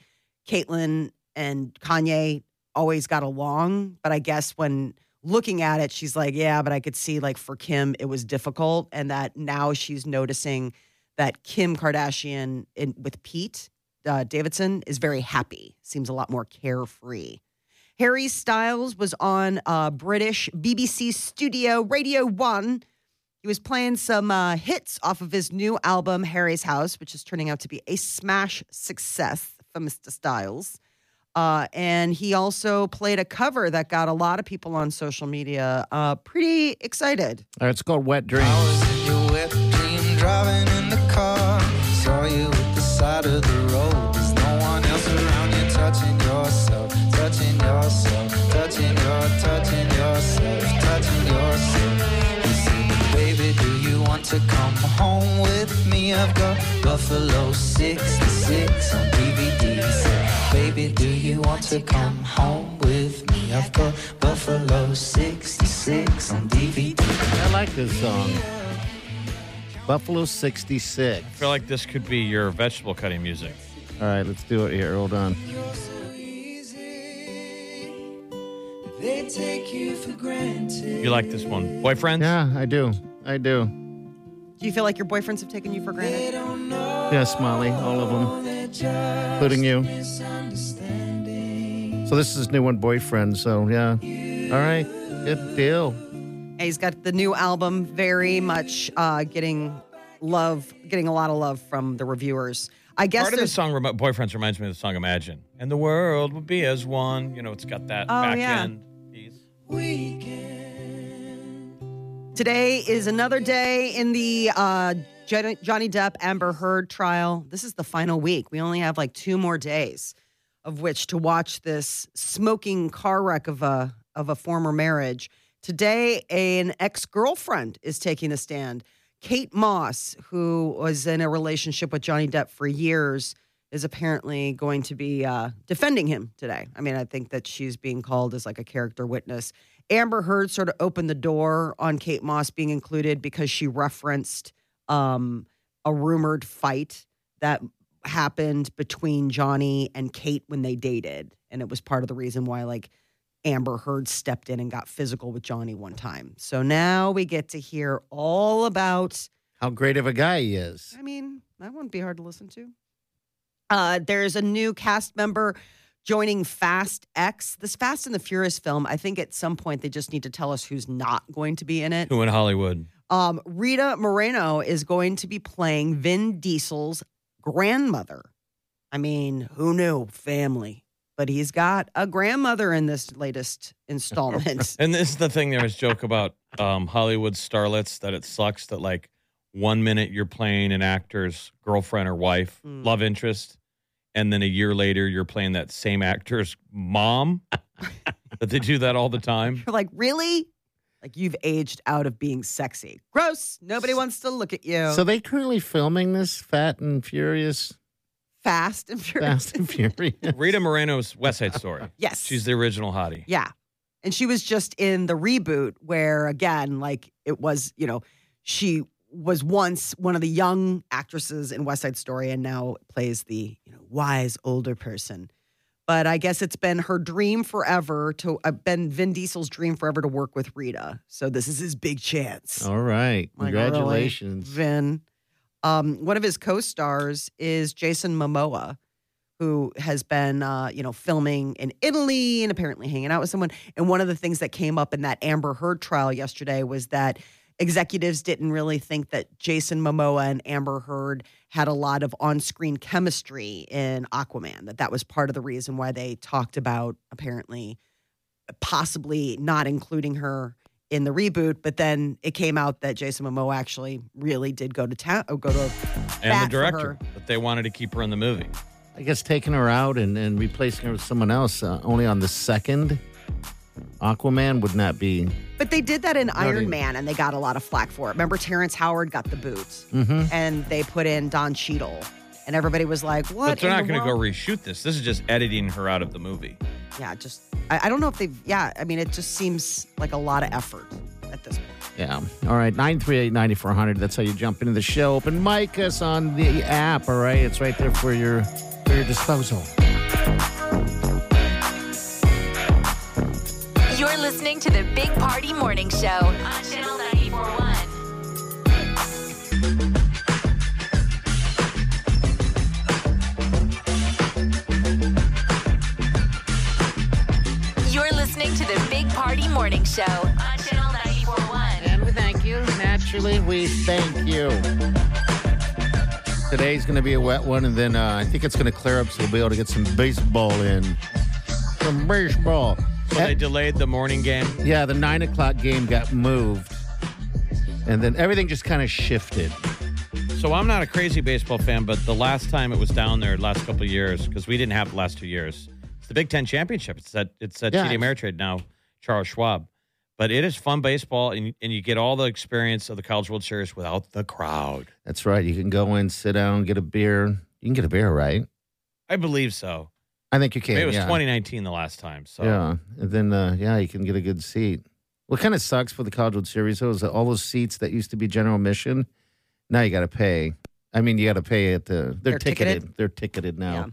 Speaker 3: Caitlyn and Kanye always got along, but I guess when looking at it, she's like, yeah, but I could see like for Kim it was difficult, and that now she's noticing that Kim Kardashian in, with Pete uh, Davidson is very happy. Seems a lot more carefree. Harry Styles was on uh, British BBC studio Radio One. He was playing some uh, hits off of his new album, Harry's House, which is turning out to be a smash success for Mr. Styles. Uh, and he also played a cover that got a lot of people on social media uh, pretty excited.
Speaker 4: All right, Uh, it's called Wet Dream.
Speaker 7: I was in your wet dream, driving in the car. Saw you at the side of the road. There's no one else around you touching yourself, touching yourself. I've got Buffalo 66 on DVD. Say, baby, do you want to come home with me? I've got Buffalo 66 on DVD.
Speaker 4: I like this song. Buffalo 66.
Speaker 5: I feel like this could be your vegetable cutting music.
Speaker 4: All right, let's do it here. Hold on.
Speaker 7: You're so easy. They take you for granted.
Speaker 5: You like this one, boyfriend?
Speaker 4: Yeah, I do. I do.
Speaker 3: Do you feel like your boyfriends have taken you for granted?
Speaker 4: Yes, Molly, all of them, including you. So this is his new one, boyfriend. So yeah. All right, good deal.
Speaker 3: Yeah, he's got the new album, very much uh, getting love, getting a lot of love from the reviewers. I guess
Speaker 5: Part of the
Speaker 3: there's
Speaker 5: song remi- Boyfriends reminds me of the song Imagine. And the world would be as one. You know, it's got that
Speaker 3: Oh,
Speaker 5: back
Speaker 3: yeah.
Speaker 5: end piece.
Speaker 3: Today is another day in the uh, Jen- Johnny Depp Amber Heard trial. This is the final week. We only have like two more days of which to watch this smoking car wreck of a of a former marriage. Today, an ex girlfriend is taking the stand. Kate Moss, who was in a relationship with Johnny Depp for years, is apparently going to be uh, defending him today. I mean, I think that she's being called as like a character witness. Amber Heard sort of opened the door on Kate Moss being included because she referenced um, a rumored fight that happened between Johnny and Kate when they dated, and it was part of the reason why like Amber Heard stepped in and got physical with Johnny one time. So now we get to hear all about
Speaker 4: How great of a guy he is.
Speaker 3: I mean, that wouldn't be hard to listen to. Uh, there's a new cast member joining Fast X. This Fast and the Furious film, I think at some point they just need to tell us who's not going to be in it.
Speaker 5: Who in Hollywood?
Speaker 3: Um, Rita Moreno is going to be playing Vin Diesel's grandmother. I mean, who knew? Family. But he's got a grandmother in this latest installment.
Speaker 5: And this is the thing there was joke about um, Hollywood starlets that it sucks that like one minute you're playing an actor's girlfriend or wife,
Speaker 3: Mm.
Speaker 5: love interest, and then a year later you're playing that same actor's mom. that they do that all the time.
Speaker 3: You're like, really? Like, you've aged out of being sexy. Gross. Nobody wants to look at you.
Speaker 4: So they currently filming this Fat and Furious,
Speaker 3: Fast and Furious.
Speaker 4: Fast and Furious.
Speaker 5: Rita Moreno's West Side Story.
Speaker 3: Yes.
Speaker 5: She's the original hottie.
Speaker 3: Yeah. And she was just in the reboot where, again, like it was, you know, she was once one of the young actresses in West Side Story and now plays the, you know, wise older person. But I guess it's been her dream forever to, uh, been Vin Diesel's dream forever to work with Rita. So this is his big
Speaker 5: Oh,
Speaker 3: chance.
Speaker 4: All right,
Speaker 3: Like, really?
Speaker 4: congratulations.
Speaker 3: Vin. Um, one of his co-stars is Jason Momoa, who has been, uh, you know, filming in Italy and apparently hanging out with someone. And one of the things that came up in that Amber Heard trial yesterday was that executives didn't really think that Jason Momoa and Amber Heard had a lot of on-screen chemistry in Aquaman. That that was part of the reason why they talked about apparently possibly not including her in the reboot, but then it came out that Jason Momoa actually really did go to town, oh, go to
Speaker 5: And
Speaker 3: bat
Speaker 5: the
Speaker 3: for
Speaker 5: director.
Speaker 3: her.
Speaker 5: But they wanted to keep her in the movie.
Speaker 4: I guess taking her out and, and replacing her with someone else uh, only on the second Aquaman would not be.
Speaker 3: But they did that in Iron
Speaker 4: even-
Speaker 3: Man, and they got a lot of flack for it. Remember, Terrence Howard got the boot,
Speaker 4: Mm-hmm.
Speaker 3: and they put in Don Cheadle, and everybody was like, "What?"
Speaker 5: but they're
Speaker 3: in
Speaker 5: not
Speaker 3: the
Speaker 5: going to go
Speaker 3: world?"
Speaker 5: reshoot this. This is just editing her out of the movie.
Speaker 3: yeah, just I, I don't know if they've. Yeah, I mean, it just seems like a lot of effort at this point.
Speaker 4: Yeah. All right. 938 9400. That's how you jump into the show. Open mic us on the app. All right. It's right there for your for your disposal.
Speaker 2: You're listening to the Big Party Morning Show on Channel 941. You're listening to the Big Party Morning Show on Channel 941.
Speaker 4: And we thank you. Naturally, we thank you. Today's going to be a wet one, and then uh, I think it's going to clear up, so we'll be able to get some baseball in. Some baseball.
Speaker 5: So they delayed the morning game.
Speaker 4: Yeah, the nine o'clock game got moved, and then everything just kind of shifted.
Speaker 5: So I'm not a crazy baseball fan, but the last time it was down there, last couple of years, because we didn't have it the last two years, it's the Big Ten championship. It's that it's that
Speaker 4: Yeah,
Speaker 5: TD
Speaker 4: it's-
Speaker 5: Ameritrade now, Charles Schwab. But it is fun baseball, and, and you get all the experience of the College World Series without the crowd.
Speaker 4: That's right. You can go in, sit down, get a beer. You can get a beer, right?
Speaker 5: I believe so.
Speaker 4: I think you can.
Speaker 5: Maybe it was
Speaker 4: yeah.
Speaker 5: 2019 the last time. So
Speaker 4: Yeah, and then uh, yeah, you can get a good seat. What kind of sucks for the College World Series though is that all those seats that used to be general admission, now you got to pay. I mean, you got to pay at the. They're,
Speaker 3: They're
Speaker 4: ticketed.
Speaker 3: ticketed?
Speaker 4: They're ticketed now,
Speaker 3: Yeah.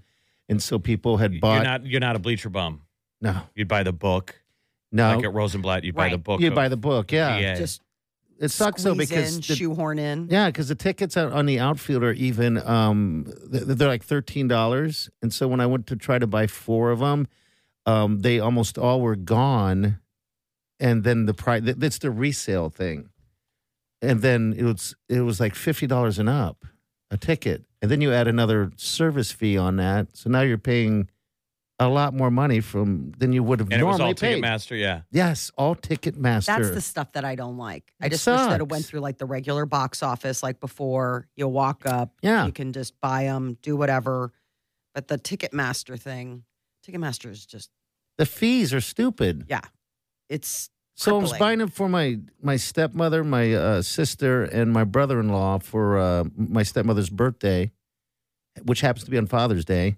Speaker 4: and so people had bought.
Speaker 5: you're not you're not a bleacher bum.
Speaker 4: no,
Speaker 5: You'd buy the book.
Speaker 4: no,
Speaker 5: Like at Rosenblatt, you'd buy the
Speaker 3: Right.
Speaker 5: book.
Speaker 4: you
Speaker 5: of-
Speaker 4: buy the book. Yeah,
Speaker 5: Yeah.
Speaker 3: Just
Speaker 4: it sucks though
Speaker 3: squeeze
Speaker 4: because
Speaker 3: in,
Speaker 4: the,
Speaker 3: shoehorn in.
Speaker 4: yeah, because the tickets on, on the outfield are even um th- they're like thirteen dollars, and so when I went to try to buy four of them, um they almost all were gone, and then the price th- that's the resale thing, and then it was it was like fifty dollars and up a ticket, and then you add another service fee on that, so now you're paying a lot more money from than you would have
Speaker 5: and it was
Speaker 4: normally
Speaker 5: all
Speaker 4: paid.
Speaker 5: Ticketmaster. Yeah.
Speaker 4: Yes, all Ticketmaster.
Speaker 3: That's the stuff that I don't like. I
Speaker 4: It
Speaker 3: just wish that it went
Speaker 4: sucks.
Speaker 3: through like the regular box office, like before you walk up.
Speaker 4: Yeah.
Speaker 3: You can just buy them, do whatever. But the Ticketmaster thing, Ticketmaster is just,
Speaker 4: the fees are stupid.
Speaker 3: it's,
Speaker 4: So I was
Speaker 3: crippling.
Speaker 4: buying them for my my stepmother, my uh, sister, and my brother in law for uh, my stepmother's birthday, which happens to be on Father's Day,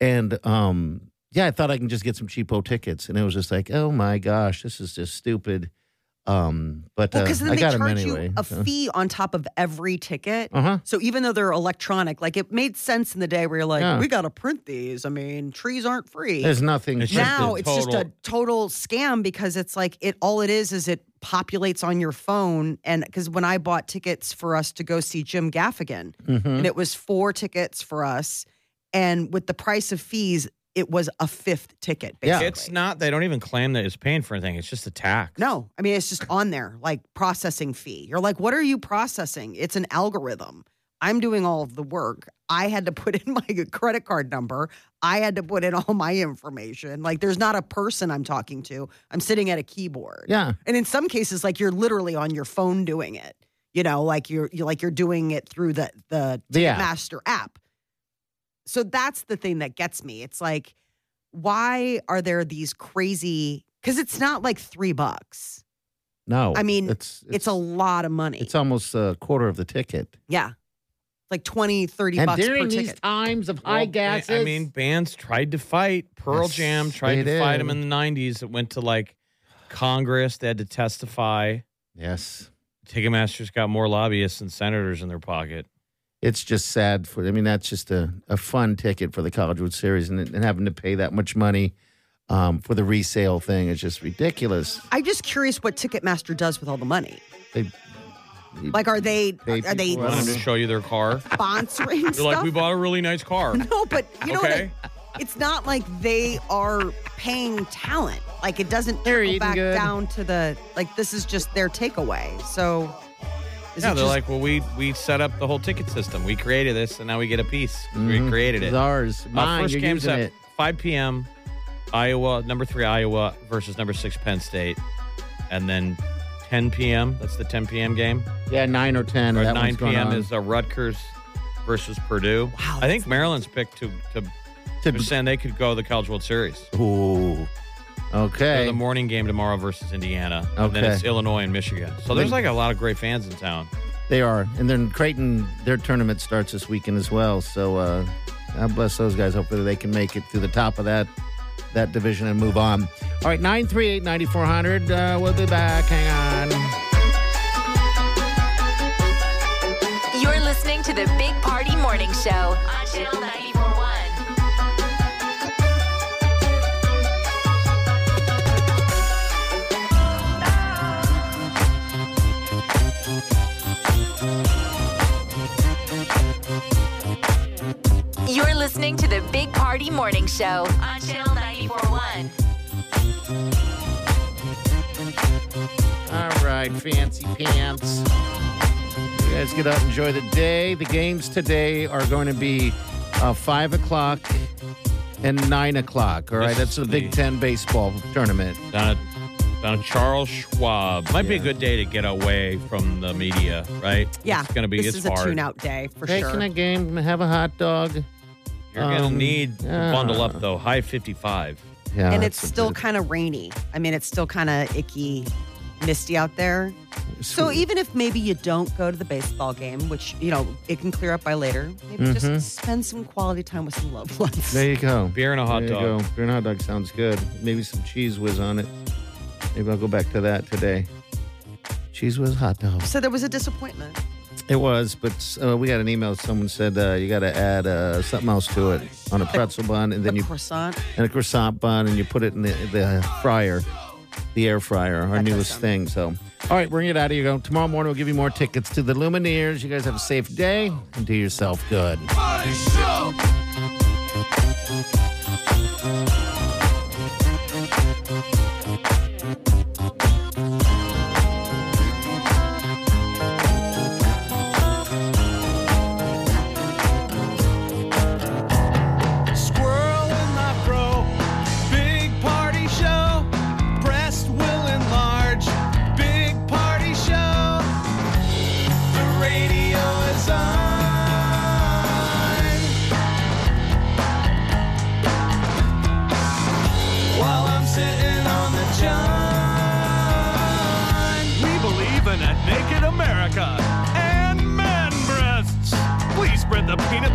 Speaker 4: and um, yeah, I thought I can just get some cheapo tickets, and it was just like, oh my gosh, this is just stupid. Um, but
Speaker 3: well,
Speaker 4: uh,
Speaker 3: because then
Speaker 4: I
Speaker 3: they
Speaker 4: got
Speaker 3: charge
Speaker 4: them anyway.
Speaker 3: you a fee on top of every ticket.
Speaker 4: Uh huh.
Speaker 3: So even though they're electronic, like it made sense in the day where you're like,
Speaker 4: Yeah.
Speaker 3: we got to print these. I mean, trees aren't free.
Speaker 4: There's nothing.
Speaker 5: It's just
Speaker 3: now
Speaker 5: a
Speaker 3: it's just a total scam because it's like it all it is is it populates on your phone and because when i bought tickets for us to go see jim gaffigan
Speaker 4: Mhm.
Speaker 3: and it was four tickets for us and with the price of fees it was a fifth ticket
Speaker 4: Yeah.
Speaker 3: basically
Speaker 5: It's not. They don't even claim that it's paying for anything. It's just a tax.
Speaker 3: no i mean it's just on there like processing fee you're like what are you processing it's an algorithm i'm doing all of the work i had to put in my credit card number i had to put in all my information like there's not a person i'm talking to i'm sitting at a keyboard
Speaker 4: Yeah.
Speaker 3: and in some cases like you're literally on your phone doing it you know like you're, you like you're doing it through the the
Speaker 4: The app.
Speaker 3: master app so that's the thing that gets me it's like why are there these crazy because it's not like three bucks
Speaker 4: No.
Speaker 3: I mean,
Speaker 4: it's
Speaker 3: it's, a lot of money
Speaker 4: it's almost a quarter of the ticket.
Speaker 3: yeah like 20 30
Speaker 4: and
Speaker 3: bucks per
Speaker 4: during these
Speaker 3: ticket
Speaker 4: times of
Speaker 5: Well,
Speaker 4: high
Speaker 5: ba-
Speaker 4: gases,
Speaker 5: I mean, bands tried to fight. Pearl
Speaker 4: Yes,
Speaker 5: Jam tried
Speaker 4: they
Speaker 5: to fight them
Speaker 4: did.
Speaker 5: in the 90s. It went to like Congress. They had to testify.
Speaker 4: yes.
Speaker 5: Ticketmaster's got more lobbyists and senators in their pocket.
Speaker 4: it's just sad for i mean that's just a, a fun ticket for the college World series and, and having to pay that much money um, for the resale thing is just ridiculous
Speaker 3: i'm just curious what ticketmaster does with all the money
Speaker 4: they,
Speaker 3: like are they
Speaker 4: Pay
Speaker 3: are they
Speaker 4: people
Speaker 5: Want them to show you their car?
Speaker 3: sponsoring
Speaker 5: You're
Speaker 3: stuff
Speaker 5: like, we bought a really nice car.
Speaker 3: No, but you know
Speaker 5: Okay.
Speaker 3: what? I- It's not like they are paying talent. Like it doesn't
Speaker 4: They're
Speaker 3: trickle
Speaker 4: eating
Speaker 3: back
Speaker 4: good.
Speaker 3: down to the like. This is just their takeaway. So is
Speaker 5: yeah,
Speaker 3: it
Speaker 5: they're
Speaker 3: just-
Speaker 5: like, well, we we set up the whole ticket system. We created this, and now we get a piece. 'cause
Speaker 4: Mhm.
Speaker 5: We created
Speaker 4: it's
Speaker 5: it.
Speaker 4: ours
Speaker 5: Uh,
Speaker 4: mine you're
Speaker 5: game's
Speaker 4: using
Speaker 5: at
Speaker 4: it
Speaker 5: 5 p.m. Iowa, number three Iowa versus number six Penn State, and then 10 p.m. That's the 10 p.m. game.
Speaker 4: yeah 9 or 10
Speaker 5: Or
Speaker 4: that
Speaker 5: 9
Speaker 4: one's going
Speaker 5: p.m.
Speaker 4: on.
Speaker 5: is uh, Rutgers versus Purdue.
Speaker 3: Wow,
Speaker 5: I think Maryland's picked to to, to saying they could go to the College World Series.
Speaker 4: Ooh.
Speaker 5: So
Speaker 4: okay
Speaker 5: the morning game tomorrow versus Indiana, and then
Speaker 4: Okay.
Speaker 5: it's Illinois and Michigan. So there's like a lot of great fans in town.
Speaker 4: they are and then creighton their tournament starts this weekend as well so uh, god bless those guys hopefully they can make it through the top of that that division and move on all right 938-9400 uh, we'll be back hang on
Speaker 2: You're listening to the Big Party Morning Show on Channel 941. You're listening to the Big Party Morning Show on Channel 941.
Speaker 4: All right, fancy pants. You guys get up, enjoy the day. The games today are going to be uh, 5 o'clock and 9 o'clock. All right,
Speaker 5: This
Speaker 4: that's the
Speaker 5: is
Speaker 4: Big
Speaker 5: the-
Speaker 4: Ten baseball tournament.
Speaker 5: Down at, down at Charles Schwab. Might be a
Speaker 4: Yeah.
Speaker 5: good day to get away from the media, right?
Speaker 3: yeah,
Speaker 5: It's going to be,
Speaker 3: This
Speaker 5: it's
Speaker 3: is
Speaker 5: hard.
Speaker 3: a tune-out day for
Speaker 4: Taking
Speaker 3: sure.
Speaker 4: a game, have a hot dog.
Speaker 5: You're going
Speaker 4: Um,
Speaker 5: to need
Speaker 4: yeah.
Speaker 5: to bundle up, though. High 55.
Speaker 4: Yeah,
Speaker 3: and
Speaker 4: that's
Speaker 3: it's
Speaker 4: a
Speaker 3: still
Speaker 4: bit-
Speaker 3: kind of rainy. I mean, it's still kind of icky misty out there. So even if maybe you don't go to the baseball game, which you know it can clear up by later, maybe
Speaker 5: Mm-hmm.
Speaker 4: Mhm.
Speaker 3: just spend some quality time with some loved ones.
Speaker 4: There you go.
Speaker 5: Beer and a hot
Speaker 4: There you
Speaker 5: dog.
Speaker 4: go. Beer and a hot dog sounds good. Maybe some cheese whiz on it. Maybe I'll go back to that today. Cheese whiz hot dogs.
Speaker 3: So there was a disappointment.
Speaker 4: It was, but uh, we got an email. Someone said uh, you got to add uh, something else to it on a pretzel bun, and then
Speaker 3: a
Speaker 4: you
Speaker 3: croissant.
Speaker 4: and a croissant bun, and you put it in the, the fryer, the air fryer, our
Speaker 3: That does
Speaker 4: newest
Speaker 3: sound
Speaker 4: thing. So, all right, we're gonna get out of here. Go tomorrow morning. We'll give you more tickets to the Lumineers. You guys have a safe day and do yourself good.
Speaker 1: Squirrel in my fro. Big party show. Breast will enlarge. Big party show. The radio is on. While I'm sitting on the john. We believe in a naked America and man breasts. Please spread the peanut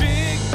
Speaker 1: Big